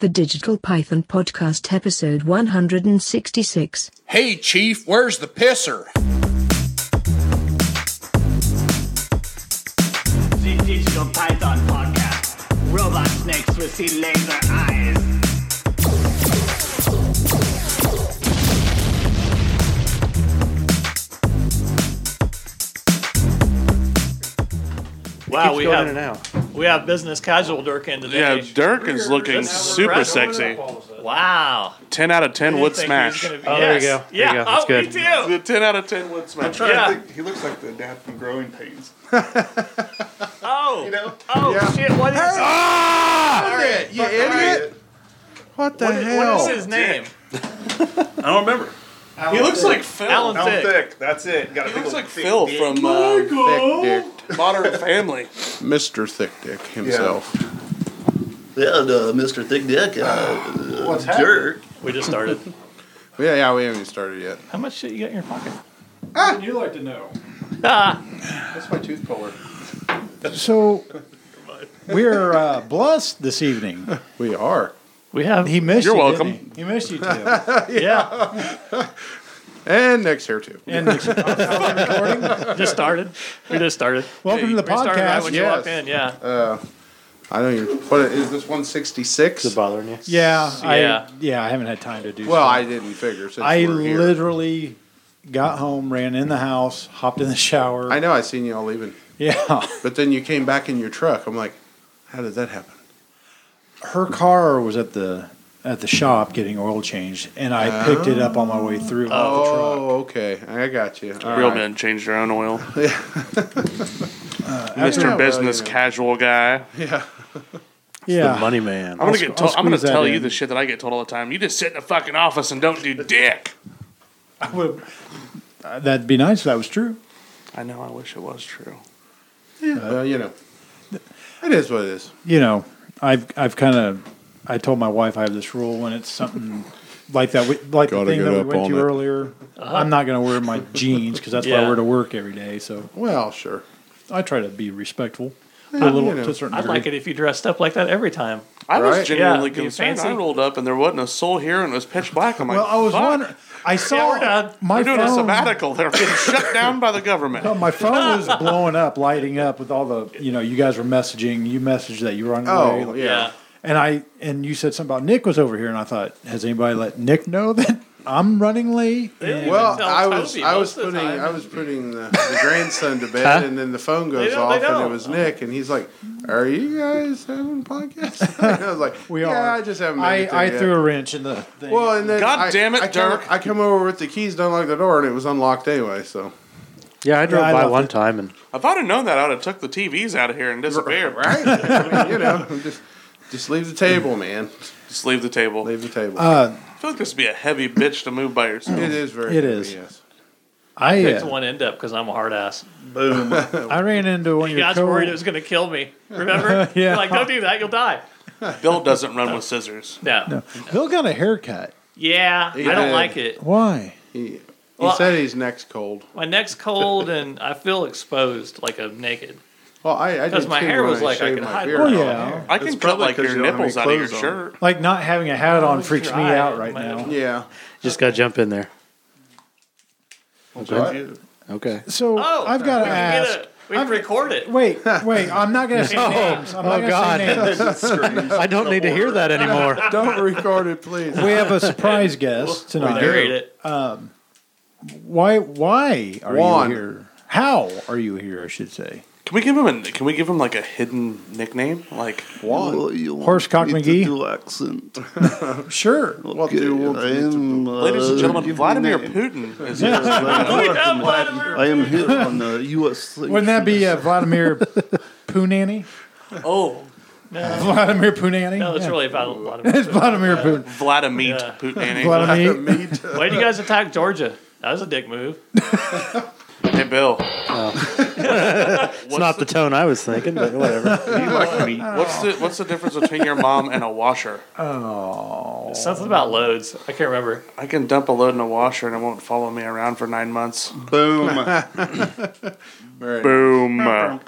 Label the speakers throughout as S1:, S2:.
S1: The Digital Python Podcast, episode 166.
S2: Hey, Chief, where's the pisser?
S3: The Digital Python Podcast. Robot snakes with the laser eyes.
S4: Wow,
S5: Keeps
S4: we
S5: going
S4: have
S5: in and out.
S4: we have business casual Durkin today.
S5: Yeah, Durkin's looking super
S4: impressive.
S5: sexy.
S4: Wow.
S5: Ten out of ten would
S4: Didn't think he was
S5: smash.
S4: gonna be-
S5: Uh,
S4: yes.
S5: there you go. There you
S4: yeah.
S5: go. That's
S4: oh,
S5: good.
S4: me too.
S5: The ten out of ten would smash.
S6: trying
S4: Yeah.
S6: to think. He looks like the dad from Growing Pains.
S4: Oh.
S6: know?
S4: Oh shit. What is,
S5: Ah!
S6: you idiot!
S5: What the
S4: what is- what is his name?
S6: I don't remember.
S5: He looks like Phil.
S4: Alan
S6: Alan
S4: Thick.
S6: thick. That's it. Got a
S5: He
S6: big
S5: looks
S6: old
S5: like
S6: thick
S5: Phil
S6: dick.
S5: from uh,
S7: Thick dick.
S5: Modern Family.
S7: Mr. Thick Dick himself.
S8: Yeah, and, uh, Mr. Thick Dick, uh,
S6: What's happening?
S8: jerk.
S4: We just started.
S7: Yeah. yeah, we haven't even started yet.
S4: How much shit you got in your pocket?
S6: you like to know?
S4: Ah.
S6: That's my tooth puller.
S9: So we're uh, blessed this evening.
S7: We are.
S4: We have.
S9: He missed
S5: You're
S9: you.
S5: welcome.
S9: didn't He? he missed you too.
S4: yeah.
S7: And next here too.
S9: And recording.
S4: just started. We just started.
S9: Welcome to the
S4: We started right
S9: podcast.
S4: when you
S7: Yes.
S4: walked in. Yeah.
S7: I don't even what is this one sixty six?
S5: bothering you?
S9: Yeah, I,
S4: Yeah.
S9: yeah, I haven't had time to do.
S7: Well, I
S9: stuff.
S7: didn't figure since
S9: I
S7: we're here.
S9: literally got home, ran in the house, hopped in the shower.
S7: I know I seen you all leaving.
S9: yeah,
S7: But then you came back in your truck. I'm like, how did that happen?
S9: her car was at the at the shop getting oil changed, and I picked it up on my way through. Oh,
S7: Oh, okay. I got you. All
S5: Real
S7: right.
S5: men change their own oil.
S7: Yeah,
S5: Mr.
S7: well,
S5: Business
S7: you know.
S5: Casual Guy.
S9: yeah,
S10: money man.
S5: I'm gonna
S9: sc-
S5: get.
S9: I'll
S5: Told, I'm gonna
S9: squeeze that
S5: tell you
S9: in.
S5: the shit that I get told all the time. You just sit in the fucking office and don't do dick.
S9: I would- uh, that'd be nice if that was true.
S5: I know. I wish it was true.
S7: Well, you know. It is what it is.
S9: you know, I've I've kind of I told my wife I have this rule when it's something like that, we, like the
S7: Gotta
S9: thing
S7: get
S9: that we
S7: up
S9: went
S7: on
S9: to
S7: it.
S9: earlier. I'm not going to wear my jeans because that's what
S4: Yeah.
S9: I wear to work every day. So
S7: Well, sure.
S9: I try to be respectful. to
S7: Yeah,
S9: a little
S7: you know.
S9: to a certain
S4: I'd
S9: degree.
S4: like it if you dressed up like that every time.
S5: I
S7: Right?
S5: was genuinely
S4: Yeah, you
S5: concerned.
S4: fancy.
S5: I rolled up and there wasn't a soul here and it was pitch black. I'm like,
S9: Well, I was
S5: fuck.
S9: wondering. I saw
S4: we're done.
S9: my
S5: They're doing a
S9: phone.
S5: sabbatical. They're getting shut down by the government.
S9: no, my phone was blowing up, lighting up with all the you know. You guys were messaging. You messaged that you were on your way.
S7: Oh, yeah.
S9: And I and you said something about Nick was over here, and I thought, has anybody let Nick know that I'm running late?
S4: They
S7: Well,
S4: even tell
S7: I was
S4: Toby
S7: I
S4: most
S7: was
S4: of the
S7: putting
S4: time.
S7: I was putting the, the grandson to bed, and then the phone goes
S4: don't-
S7: off,
S4: they
S7: and
S4: don't.
S7: it was Nick, and he's like, "Are you guys having a podcast?" I was like,
S9: We
S7: yeah,
S9: are.
S7: I just haven't.
S9: I,
S7: made
S9: I
S7: anything
S9: threw
S7: yet."
S9: a wrench in the thing.
S7: Well, and then
S5: God
S7: I-
S5: damn it,
S7: I come,
S5: Dirk.
S7: I come over with the keys to unlock the door, and it was unlocked anyway. So
S10: Yeah, I drove
S9: I
S10: by
S9: love
S10: one
S9: it.
S10: time and
S5: If I'd have known that, I would have took the TVs out of here and disappeared.
S7: right, I mean, you know, just just leave the table, man.
S5: Just leave the table.
S7: Leave the table.
S9: Uh,
S5: I feel like this would be a heavy bitch to move by yourself.
S7: it is very.
S9: it
S7: heavy,
S9: is.
S7: Yes.
S9: I
S4: Picked
S9: uh,
S4: one end up because I'm a hard ass.
S9: I ran into one of
S4: You
S9: your
S4: guys
S9: co-
S4: were worried it was going to kill me. Remember?
S9: Yeah.
S4: You're like, don't do that. You'll die.
S5: Bill doesn't run with scissors.
S4: No.
S9: Bill got a haircut.
S4: Yeah. I don't
S7: did.
S4: like it.
S9: Why?
S7: He, he
S4: Well,
S7: said he's next cold.
S4: My neck's cold and I feel exposed, like I'm naked.
S7: Well, I, I did
S4: Because my
S7: too
S4: hair
S7: when
S4: was like, I
S7: shaved
S4: could
S7: my
S4: hide
S7: beard
S9: Well,
S7: out.
S9: Oh, yeah,
S5: I can cut
S7: probably
S5: like
S7: 'cause
S5: your
S7: you don't have
S5: nipples
S7: any
S5: out of your
S7: clothes on.
S5: shirt.
S9: like not having a hat on freaks me
S4: dry.
S9: out right
S4: My-
S9: now.
S7: Yeah.
S10: just got to jump in there.
S7: Okay.
S10: Okay.
S9: So
S4: Oh,
S9: I've got to
S4: we can
S9: ask.
S4: get a- we can record it.
S9: Wait, wait! I'm not gonna say names. I'm not
S10: Oh,
S9: gonna
S10: God.
S9: say names.
S10: I don't need to hear that anymore.
S7: Don't record it, please.
S9: We have a surprise guest
S4: We
S9: tonight.
S4: narrate it.
S9: Why? Why are
S7: Juan.
S9: you here? How are you here? I should say.
S5: Can we give him a? Can we give him like a hidden nickname? Like
S7: One.
S8: Well, you want
S9: Horsecock
S8: me to
S9: McGee?
S8: do accent.
S9: Sure.
S7: What do you want
S8: I
S7: me to
S8: am, uh,
S5: ladies and gentlemen,
S8: give
S5: Vladimir
S8: me
S5: Putin is
S8: a-
S5: here.
S8: I am here on the U.S.
S9: Wouldn't that be uh, Vladimir Punani?
S5: Oh,
S9: Vladimir Punani?
S4: No, it's
S9: Yeah.
S4: really about a lot of
S9: It's Vladimir Putin.
S5: Vladimir Putin.
S9: Vladimir.
S4: Why did you guys attack Georgia? That was a dick move.
S5: Hey, Bill.
S10: It's not the tone I was thinking, but whatever.
S5: What's
S7: Oh.
S5: the What's the difference between your mom and a washer?
S4: Something about loads. I can't remember.
S5: I can dump a load in a washer and it won't follow me around for nine months.
S8: Boom.
S5: Boom. Uh,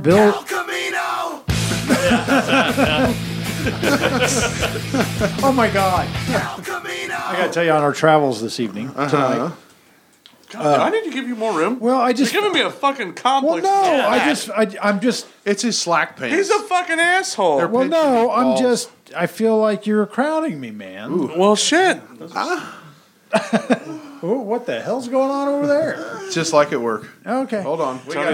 S9: Bill, oh my god! I gotta tell you on our travels this evening
S7: Uh-huh.
S9: tonight.
S5: God, do I need to give you more room?
S9: Well, I just
S5: You're giving me a fucking
S9: well
S5: complex.
S9: no, I just I, I'm just
S7: It's his slack pants.
S5: He's a fucking asshole.
S9: well no, I'm
S7: balls.
S9: just I feel like you're crowding me, man.
S5: well, shit.
S9: Ooh, what the hell's going on over there?
S7: just like at work.
S9: Okay,
S7: Hold on. We got-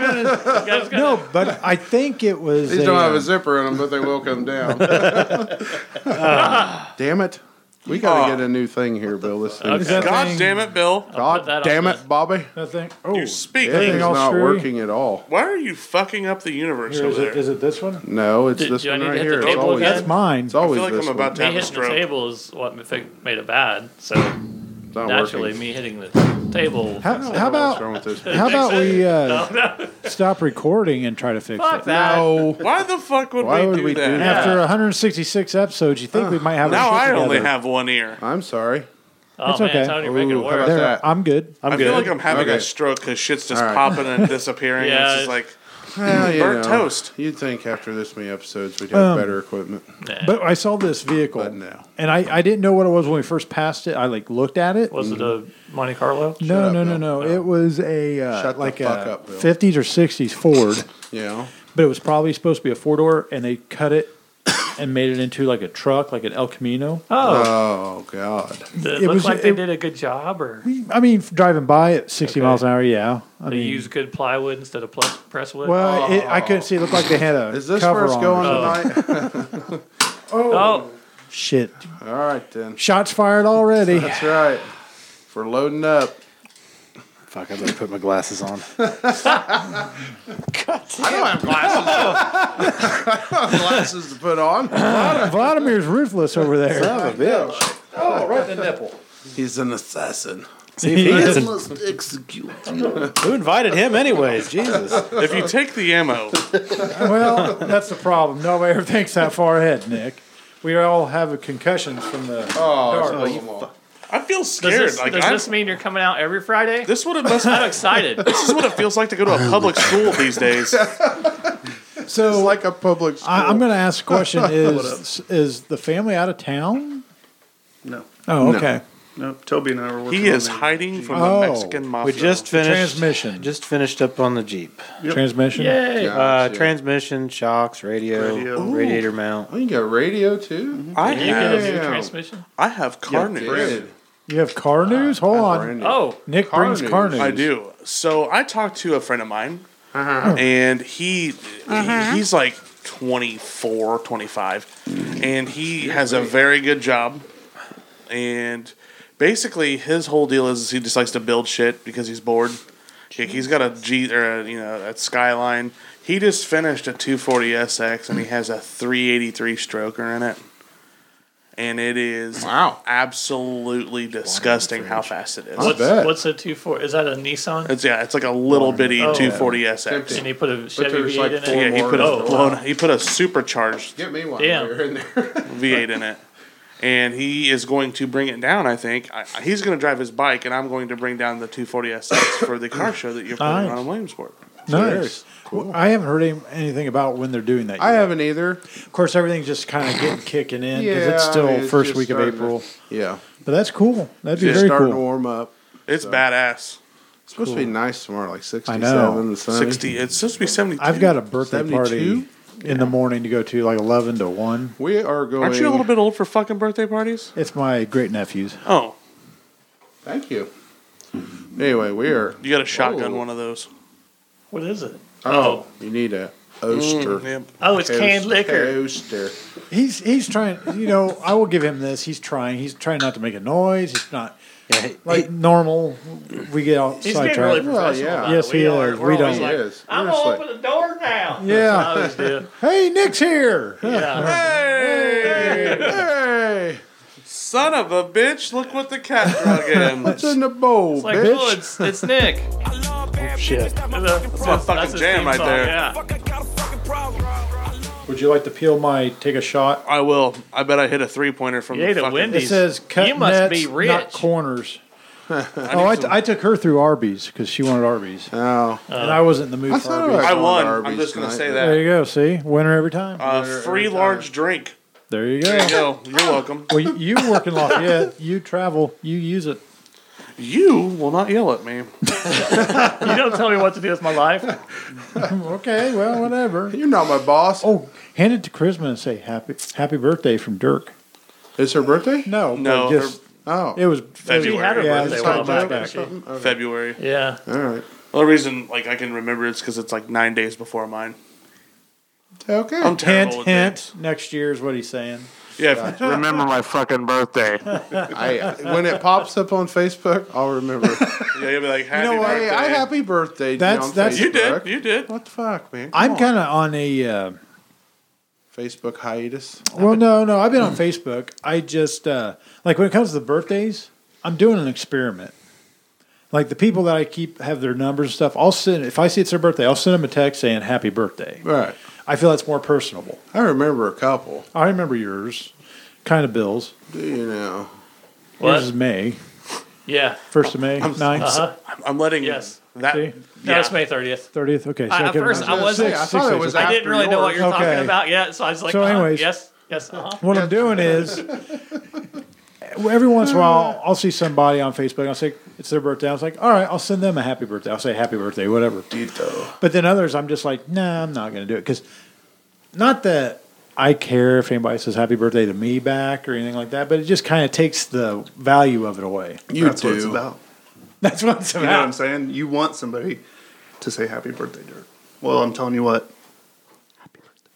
S9: no, but I think it was.
S7: These
S9: a,
S7: don't
S9: uh,
S7: have a zipper in them, but they will come down. Ah. damn it. We got to get a new thing here, Bill. This thing.
S9: is that
S5: God
S9: thing-
S5: damn it, Bill.
S4: put
S7: God
S4: that
S7: damn
S4: on
S7: it, Bobby.
S9: That thing. Oh,
S5: You speak.
S7: It is
S9: all
S7: not
S9: screwy?
S7: working at all.
S5: Why are you fucking up the universe
S9: here, is
S5: over
S9: it?
S5: there?
S9: Is it this one?
S7: No, it's
S4: Do-
S7: this
S4: do I
S7: one
S4: need to
S7: right
S4: hit the
S7: here. It's
S4: table
S7: always,
S4: again?
S9: That's mine.
S7: it's always
S5: I feel like
S7: this
S5: I'm about
S7: one.
S5: to
S4: Me
S5: have a
S4: hitting the
S5: stroke.
S4: table is what ma- fi- made it bad. So
S7: It's not
S4: naturally,
S7: working.
S4: me hitting the table. Oh,
S9: How, how
S7: What's
S9: about
S7: wrong with this?
S9: how about we uh, stop recording and try to fix
S4: Fuck
S9: it?
S4: that.
S5: Why the fuck would
S7: Why
S5: we
S7: would
S5: do
S7: we do
S5: that?
S7: that?
S9: After 166 episodes, you think we might have? our
S5: Now
S9: shit
S5: I only
S9: together.
S5: have one ear.
S7: I'm sorry.
S4: Oh
S9: It's
S4: man,
S9: okay.
S4: Tony, you're making
S7: Ooh,
S4: it
S7: how
S4: worse.
S7: about that?
S9: There, Mm. I'm good.
S10: I'm
S5: I
S10: good.
S5: feel like I'm having
S7: Okay.
S5: a stroke because shit's just
S7: All right.
S5: popping and disappearing.
S4: Yeah.
S5: It's just like,
S7: Well, you
S5: Burnt
S7: know,
S5: toast.
S7: You'd think after this many episodes we'd have better equipment.
S9: But I saw this vehicle,
S7: But no.
S9: and I, I didn't know what it was when we first passed it. I like looked at it.
S4: Was it a Monte Carlo?
S9: no,
S7: up,
S9: no,
S7: Bill.
S9: no, no, It was a uh,
S7: Shut the
S9: like
S7: fuck
S9: a
S7: up, Bill.
S9: 50s or 60s Ford,
S7: Yeah.
S9: but it was probably supposed to be a four door, and they cut it and made it into like a truck, like an El Camino.
S4: Oh,
S7: Oh God.
S4: it,
S9: it
S4: looks
S9: was-
S4: like they
S9: it-
S4: did a good job, or
S9: I mean, f- driving by at 60
S4: Okay.
S9: miles an hour, yeah. I
S4: they
S9: mean,
S4: used good plywood instead of plus press wood.
S9: Mm. well, it, I couldn't see. It looked like they had a
S7: Is this where
S9: cover
S7: it's
S9: on.
S7: going tonight?
S4: oh,
S9: Shit,
S7: All right then.
S9: shots fired already.
S7: That's right. For loading up.
S10: Fuck, I better put my glasses on.
S7: I don't have glasses. I don't have glasses to put on.
S9: Vladimir's ruthless over there.
S10: Son of a bitch.
S7: He's an assassin.
S10: See if he gets in-
S8: must execute you.
S10: who invited him, anyways? Jesus.
S5: if you take the ammo,
S9: well, that's the problem. Nobody ever thinks that far ahead, Nick. We all have concussions from the
S7: Oh,
S9: dark.
S5: I feel
S4: does,
S5: scared.
S4: this,
S5: like
S4: does
S5: I'm,
S4: this mean you're coming out every Friday?
S5: this would have must.
S4: I'm excited.
S5: This is what it feels like to go to a public school these days.
S9: so,
S7: It's like a public school.
S9: I, I'm going to ask a question: Is is the family out of town?
S6: No.
S9: Oh, okay.
S6: No, Toby and I were working
S5: He is
S6: on the-
S5: hiding from
S9: Oh.
S5: the Mexican mafia.
S10: We just finished.
S9: Transmission.
S10: Just finished up on the Jeep.
S9: Transmission.
S4: Yay!
S10: Uh,
S7: shit.
S10: transmission, shocks, radio,
S6: Radio.
S10: radiator mount.
S7: Oh, you got radio too?
S5: I
S4: You get a
S5: have,
S4: new
S7: Damn.
S4: transmission.
S5: I have carnage.
S7: Dude,
S9: You have car news. Hold
S7: brand
S9: on.
S7: new.
S4: Oh,
S9: Nick
S7: Uh, Car
S9: brings
S7: news.
S9: car news.
S5: I do. So I talked to a friend of mine, and he, he he's like 24, 25, and he has a very good job. And basically, his whole deal is he just likes to build shit because he's bored. Like, he's got a G or a, you know a Skyline. He just finished a 240 SX, and he has a 383 stroker in it. And it is
S7: Wow.
S5: absolutely disgusting how fast it is.
S7: I
S4: what's
S7: bet.
S4: what's a two four? Is that a Nissan?
S5: It's yeah, it's like a little bitty
S4: Oh.
S5: 240 SX.
S4: and he put a Chevy
S7: there's
S4: V8
S7: like
S4: in it.
S7: four
S5: Yeah, he put a
S4: Oh, wow.
S5: blown, he put a supercharged
S7: Get me one.
S4: Damn.
S7: You're in there.
S5: V8 in it, and he is going to bring it down. I think I, he's going to drive his bike, and I'm going to bring down the 240 SX for the car show that you're putting
S9: Nice.
S5: on in Williamsport.
S9: Nice. Well, I haven't heard any, anything about when they're doing that.
S7: I
S9: yet.
S7: haven't either.
S9: Of course, everything's just kind of getting kicking in because
S7: Yeah,
S9: it's
S7: I
S9: still
S7: mean, it's
S9: first
S7: just
S9: week of
S7: starting to-
S9: April.
S7: Yeah.
S9: But that's cool. That'd be
S7: Just
S9: very
S7: starting to
S9: cool.
S7: warm up.
S5: It's badass.
S7: It's supposed to be nice tomorrow, like 67
S9: know.
S7: and sunny.
S5: 60. It's supposed to be 72.
S9: I've got a birthday
S7: 72?
S9: party in the morning to go to, like eleven to one.
S7: We are going.
S5: Aren't you a little bit old for fucking birthday parties?
S9: It's my great nephew's.
S5: Oh,
S7: Thank you. Anyway, we are.
S5: you got a shotgun
S4: Oh.
S7: Whoa.
S5: one of those.
S4: What is it?
S7: Oh, you need a oster.
S5: Yep.
S4: Oh, it's canned
S7: Oster.
S4: liquor.
S7: Oster.
S9: He's he's trying. You know, I will give him this. He's trying. He's trying not to make a noise. He's not
S10: Yeah, he-
S9: like normal. We get all
S4: He's getting really
S9: sidetracked.
S4: professional.
S7: Well, yeah.
S4: about it.
S9: Yes,
S4: we
S9: he
S4: are.
S9: is.
S4: We're
S9: We
S4: always
S9: don't.
S4: like,
S7: He is. We're
S4: I'm
S7: just
S4: gonna
S7: like-
S4: open the door now.
S9: Yeah.
S4: I always do.
S9: Hey, Nick's here.
S4: Yeah.
S7: Hey,
S5: Son of a bitch! Look what the cat drug in.
S7: it's in the bowl,
S4: It's like,
S7: bitch.
S4: oh, it's, it's Nick.
S9: Oh,
S10: shit.
S5: That's my fucking
S4: That's his
S5: jam
S4: theme
S5: right
S4: song,
S5: there.
S4: Yeah.
S9: Would you like to peel my take a shot?
S5: I will. I bet I hit a three pointer from
S4: You
S5: the
S4: ate a
S5: fucking
S9: It
S4: Wendy's.
S9: says cut
S4: You must
S9: nets,
S4: be
S9: not
S4: rich.
S9: corners. oh, I, I took her through Arby's because she wanted Arby's,
S4: Uh,
S7: Oh,
S9: and I wasn't in the mood
S7: I
S9: for
S7: thought
S9: Arby's.
S7: about-
S5: I won.
S7: Arby's
S5: I'm just going to
S7: tonight.
S5: say
S9: There
S5: that.
S9: you go. See, winner every time.
S5: Uh, free large drink.
S9: there you go.
S5: There you go. You're welcome.
S9: Well, you you work in Lafayette. You travel. You use it.
S5: You will not yell at me.
S4: You don't tell me what to do with my life.
S9: Okay. Well, whatever.
S7: you're not my boss.
S9: Oh, hand it to Charisma and say happy happy birthday from Dirk.
S7: It's her birthday.
S9: No, but
S5: No,
S9: just
S7: Oh,
S9: it was
S4: She
S5: February.
S4: had her
S9: Yeah,
S4: birthday
S9: it's
S4: while
S9: not
S4: back.
S9: joke.
S4: back.
S7: something? Okay.
S5: February.
S4: Yeah.
S7: All right.
S5: The only reason like I can remember it's because it's like nine days before mine.
S7: Okay.
S5: I'm
S9: Hint,
S5: terrible with
S9: hint. Next year is what he's saying.
S5: dates. Yeah, if-
S10: Remember my fucking birthday.
S7: I,
S5: uh,
S7: when it pops up on Facebook, I'll remember.
S5: yeah, you'll be like,
S7: you
S5: happy
S7: know,
S5: birthday.
S7: hey, I happy birthday. to
S9: That's-
S7: you on
S9: that's-
S5: you
S7: Facebook.
S5: did. You did.
S7: What the fuck, man? Come
S9: I'm
S7: on.
S9: kind of on a. Uh,
S7: Facebook hiatus.
S9: well, no, no. I've been on Facebook. I just uh, like when it comes to the birthdays, I'm doing an experiment. Like the people that I keep have their numbers and stuff. I'll send if I see it's their birthday, I'll send them a text saying happy birthday.
S7: Right.
S9: I feel that's more personable.
S7: I remember a couple.
S9: I remember yours, kind of Bills.
S7: Do you know?
S4: What?
S9: Yours is May
S4: Yeah.
S9: first of May
S5: I'm-
S9: 9th,
S4: Uh-huh.
S5: I'm- I'm letting
S4: Yes.
S5: that.
S9: See?
S4: No, Yeah. it's May 30th.
S9: thirtieth. Okay, so
S4: I- at
S9: give them
S4: first
S9: a-
S4: I wasn't-
S7: I thought it was
S4: I didn't
S7: After
S4: really know what you're
S9: yours.
S4: talking
S9: Okay.
S4: about yet, so I was like,
S9: So
S4: uh,
S9: anyways.
S4: yes, yes, uh-huh.
S9: What I'm doing is every once in a while I'll see somebody on Facebook and I'll say it's their birthday. I was like, all right, I'll send them a happy birthday. I'll say happy birthday, whatever. But then others, I'm just like, nah, I'm not going to do it because not that I care if anybody says happy birthday to me back or anything like that, but it just kind of takes the value of it away.
S7: You
S6: That's
S7: do.
S6: what it's about.
S9: That's what it's
S6: You know what I'm
S9: about.
S6: saying? You want somebody to say happy birthday, Dirk. Well, I'm telling you what.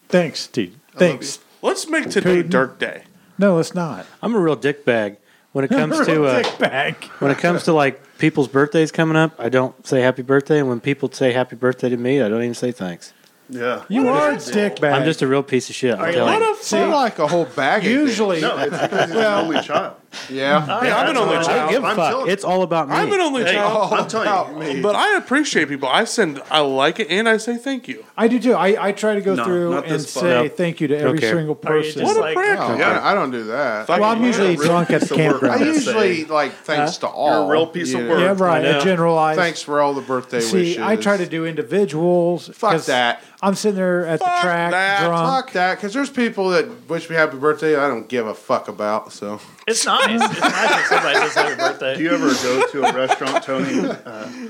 S9: Thanks, T. Thanks.
S5: Let's make today Dirk Day.
S9: No, it's not.
S10: I'm a real dick bag when it comes to uh,
S9: Dick bag.
S10: when it comes to like people's birthdays coming up. I don't say happy birthday, and when people say happy birthday to me, I don't even say thanks.
S6: Yeah.
S9: You are a dick bag.
S10: I'm just a real piece of shit. I'm telling you.
S7: What a I like a whole bag. of
S9: usually.
S6: No, it's because he's an only child.
S7: things. yeah.
S5: Yeah, I'm an
S10: I
S5: only
S10: don't
S5: child.
S10: give a
S6: I'm
S10: fuck.
S6: telling-
S10: It's all about me.
S5: I'm an only child.
S8: Oh.
S6: I'm telling you.
S5: But I appreciate people. I send, I like it, and I say thank you.
S9: I do too. I, I try to go
S6: No,
S9: through
S6: not
S9: and
S6: this far.
S9: say
S10: Nope.
S9: thank you to every
S10: care.
S9: single
S4: Are you
S9: person.
S4: just
S5: What a
S4: like-
S5: prick.
S7: Oh,
S5: Yeah.
S7: I, I don't do that.
S5: Fuck
S9: well, I'm
S5: you.
S9: usually drunk at the
S6: piece of work.
S7: I
S6: I'd
S9: campground.
S7: usually
S6: say-
S7: like thanks to all.
S6: You're a real piece of
S7: Yeah.
S6: work.
S9: Yeah, right.
S4: I
S9: I
S4: know.
S9: generalize.
S7: Thanks for all the birthday wishes.
S9: See, I try to do individuals.
S7: Fuck
S9: 'cause
S7: that.
S9: I'm sitting there at
S5: Fuck
S9: the track
S5: that.
S9: drunk.
S7: Fuck that, because there's people that wish me happy birthday. I don't give a fuck about. So
S4: It's nice. It's nice if somebody says happy birthday.
S6: Do you ever go to a restaurant, Tony, uh, have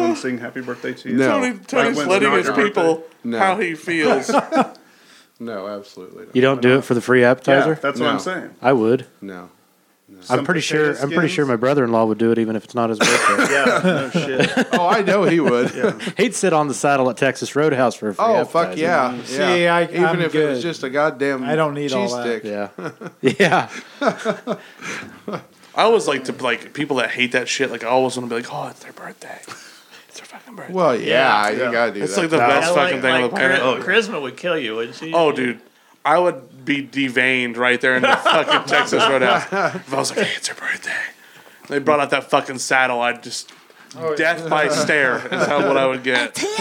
S6: them sing happy birthday to you?
S7: No.
S5: Tony, Tony's
S6: when's
S5: letting
S6: not
S5: his
S6: your
S5: people
S7: No.
S5: how he feels.
S7: no, absolutely not.
S10: you don't do it for the free
S6: Yeah,
S10: appetizer.
S6: that's
S7: No.
S6: what I'm saying.
S10: I would.
S7: no.
S10: I'm pretty sure.
S6: potato
S10: I'm pretty
S6: skins.
S10: sure my brother-in-law would do it, even if it's not his birthday.
S6: Yeah, no shit.
S7: Oh, I know he would.
S10: He'd sit on the saddle at Texas Roadhouse for a free
S7: Oh fuck
S10: appetizer.
S7: yeah! yeah.
S9: See, I-
S7: even
S9: I'm
S7: if it was
S9: good.
S7: just a goddamn,
S9: I don't need all
S7: cheese
S9: that.
S7: Stick.
S10: yeah, yeah.
S5: I always like to like people that hate that shit. Like I always want to be like, oh, it's their birthday. It's their fucking birthday.
S7: Well,
S4: Yeah.
S7: yeah, you gotta do
S5: it's
S7: that.
S5: like the
S4: Yeah,
S5: best fucking
S4: like-
S5: thing on
S4: like
S5: the planet.
S4: chari- Charisma would kill you, wouldn't she?
S5: Oh, dude, I would be deveined right there in the fucking Texas Roadhouse. If I was like, hey, it's her birthday. They brought out that fucking saddle. I'd just
S10: Oh,
S5: death by stare is how what I would get.
S4: What,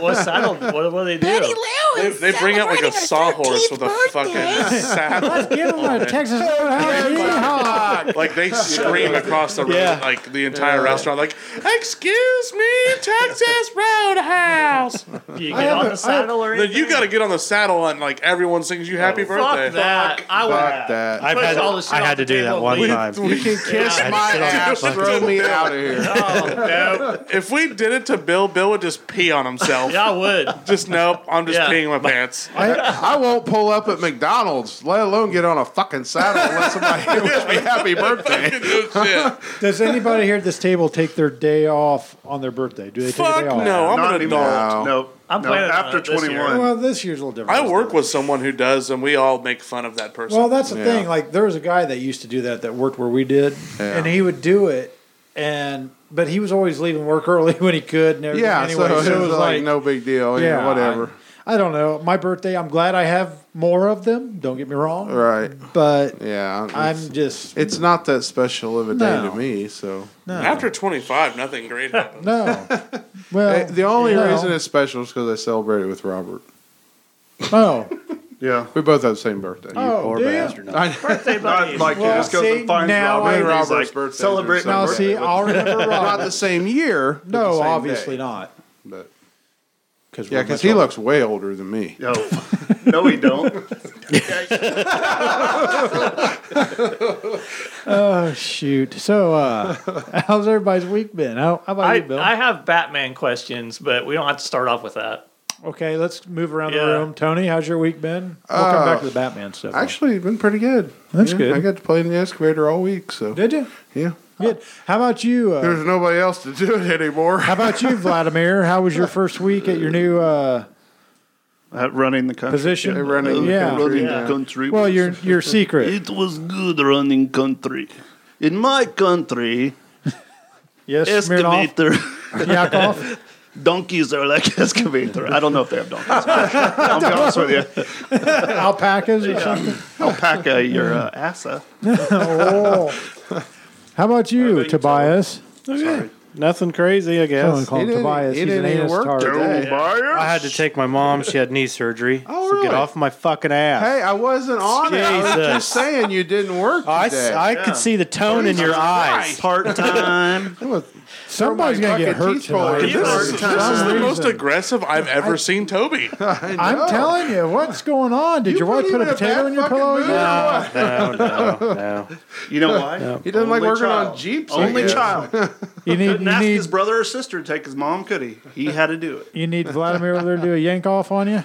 S4: what saddle? What, what do they do?
S5: They, they bring out like a sawhorse with a fucking saddle.
S9: Get on a Texas Roadhouse. Yeehaw.
S5: Like they scream across the road,
S10: Yeah.
S5: like the entire restaurant, like "Excuse me, Texas Roadhouse."
S4: Do you get on the saddle or
S5: then
S4: anything?
S5: you got to get on the saddle and like everyone sings you
S10: Oh,
S5: "Happy
S4: Fuck
S5: Birthday."
S4: that. I would.
S7: Fuck that.
S10: I've
S4: Push
S10: had,
S4: all the shit
S10: I
S4: off
S10: had
S4: the
S10: to do
S4: table,
S10: that one
S4: please.
S10: time.
S7: you can kiss
S10: Yeah.
S7: my
S10: Sit on
S7: ass.
S10: that
S7: Throw me out of here.
S4: Oh,
S5: If we did it to Bill, Bill would just pee on himself.
S4: Yeah, I would.
S5: Just nope. I'm just
S4: Yeah.
S5: peeing my pants.
S7: I, I won't pull up at McDonald's, let alone get on a fucking saddle unless somebody wishes me happy birthday.
S5: Good shit.
S9: Does anybody here at this table take their day off on their birthday? Do they take a
S5: Fuck
S9: day off?
S5: no. I'm
S6: Not
S5: an
S6: anymore.
S5: adult.
S7: No.
S6: No,
S4: I'm
S6: no.
S4: planning on
S6: after
S4: it this year.
S6: 21.
S9: Well, this year's a little different.
S5: I work with someone who does, and we all make fun of that person.
S9: Well, that's the
S7: Yeah.
S9: thing. Like there was a guy that used to do that that worked where we did,
S7: Yeah.
S9: and he would do it, and but he was always leaving work early when he could. And everything
S7: Yeah,
S9: anyway,
S7: so, it was like, no big deal. Yeah, whatever.
S9: I, I don't know. My birthday. I'm glad I have more of them. Don't get me wrong.
S7: right.
S9: But
S7: Yeah. It's,
S9: I'm just
S7: it's not that special of a day
S9: No.
S7: to me. So
S5: After 25, nothing great happens.
S9: no. Well, Oh,
S7: Eh, the only
S9: you know,
S7: reason it's special is because I celebrate it with Robert.
S9: oh,
S6: Yeah.
S7: We both have the same birthday.
S9: Oh,
S10: Poor
S9: do you?
S10: bastard.
S7: I-
S9: Birthday
S6: Not like he just goes
S9: see,
S6: and finds
S9: now
S6: Robert and
S7: I-
S6: he's
S7: Robert's
S6: like,
S7: birthday
S6: celebrate
S7: or
S6: my
S9: Now,
S7: something.
S6: birthday.
S9: see, I'll remember
S7: not
S9: Robert.
S7: the same year. but the
S9: No,
S7: same
S9: obviously
S7: day.
S9: not.
S7: But
S9: Cause
S7: yeah,
S9: we're
S7: because
S9: much
S7: he
S9: older.
S7: looks way older than me.
S6: Oh, no, we don't.
S9: Oh shoot! So, uh, how's everybody's week been? How, how about
S4: I,
S9: you, Bill?
S4: I have Batman questions, but we don't have to start off with that.
S9: okay, let's move around
S4: Yeah.
S9: the room. Tony, how's your week been? We'll come back
S7: Uh,
S9: to the Batman stuff.
S7: Actually, been pretty good.
S9: That's
S7: Yeah,
S9: good.
S7: I got to play in the excavator all week, so
S9: did you?
S7: yeah.
S9: Good. How about you? Uh,
S7: There's nobody else to do it anymore.
S9: how about you, Vladimir? How was your first week at your new uh,
S6: Uh, running the country.
S9: position?
S7: They ran it.
S9: yeah.
S8: Running
S4: Yeah.
S8: country.
S9: Well, your your secret.
S8: It was good running country. In my country,
S9: Yes, Smirnoff.
S8: excavator
S9: Yakov.
S8: donkeys are like excavator. I don't know if they have donkeys.
S6: I'll be honest with you.
S9: alpacas or something.
S8: Alpaca, your uh, assa.
S9: Oh. How about you, Tobias?
S10: Nothing crazy, I
S9: Someone
S10: guess.
S9: called
S7: It didn't-
S9: Tobias.
S7: it
S9: He's an
S7: didn't even
S9: anus
S7: work,
S9: tard.
S7: dude.
S10: I had to take my mom. She had knee surgery.
S7: Oh,
S10: so get
S7: really?
S10: off my fucking ass.
S7: Hey, I wasn't on it. I was
S10: Jesus.
S7: just saying you didn't work
S10: I,
S7: today.
S10: I could see the tone in your eyes.
S8: Part time.
S9: Somebody's gonna get
S7: Fucking
S9: hurt
S7: teeth roller.
S9: tonight.
S5: This, is-
S9: For
S5: this
S9: some
S5: is the most
S9: reason.
S5: aggressive I've ever seen Toby.
S9: I'm telling you, what's going on? Did
S7: You
S9: your wife
S7: put
S9: put
S7: him
S9: a
S7: in a
S9: potato
S7: bad
S9: in your
S7: fucking
S9: pillow?
S7: mood.
S9: again?
S10: No, no, no, no.
S8: You know why?
S7: He doesn't like
S8: Only
S7: working on
S8: child.
S7: jeeps. I
S8: Only
S7: guess.
S8: child.
S9: You need
S8: Couldn't
S9: you
S8: ask his
S9: need
S8: brother or sister to take his mom, could he? He had to do it.
S9: you need Vladimir over there to do a yank off on you.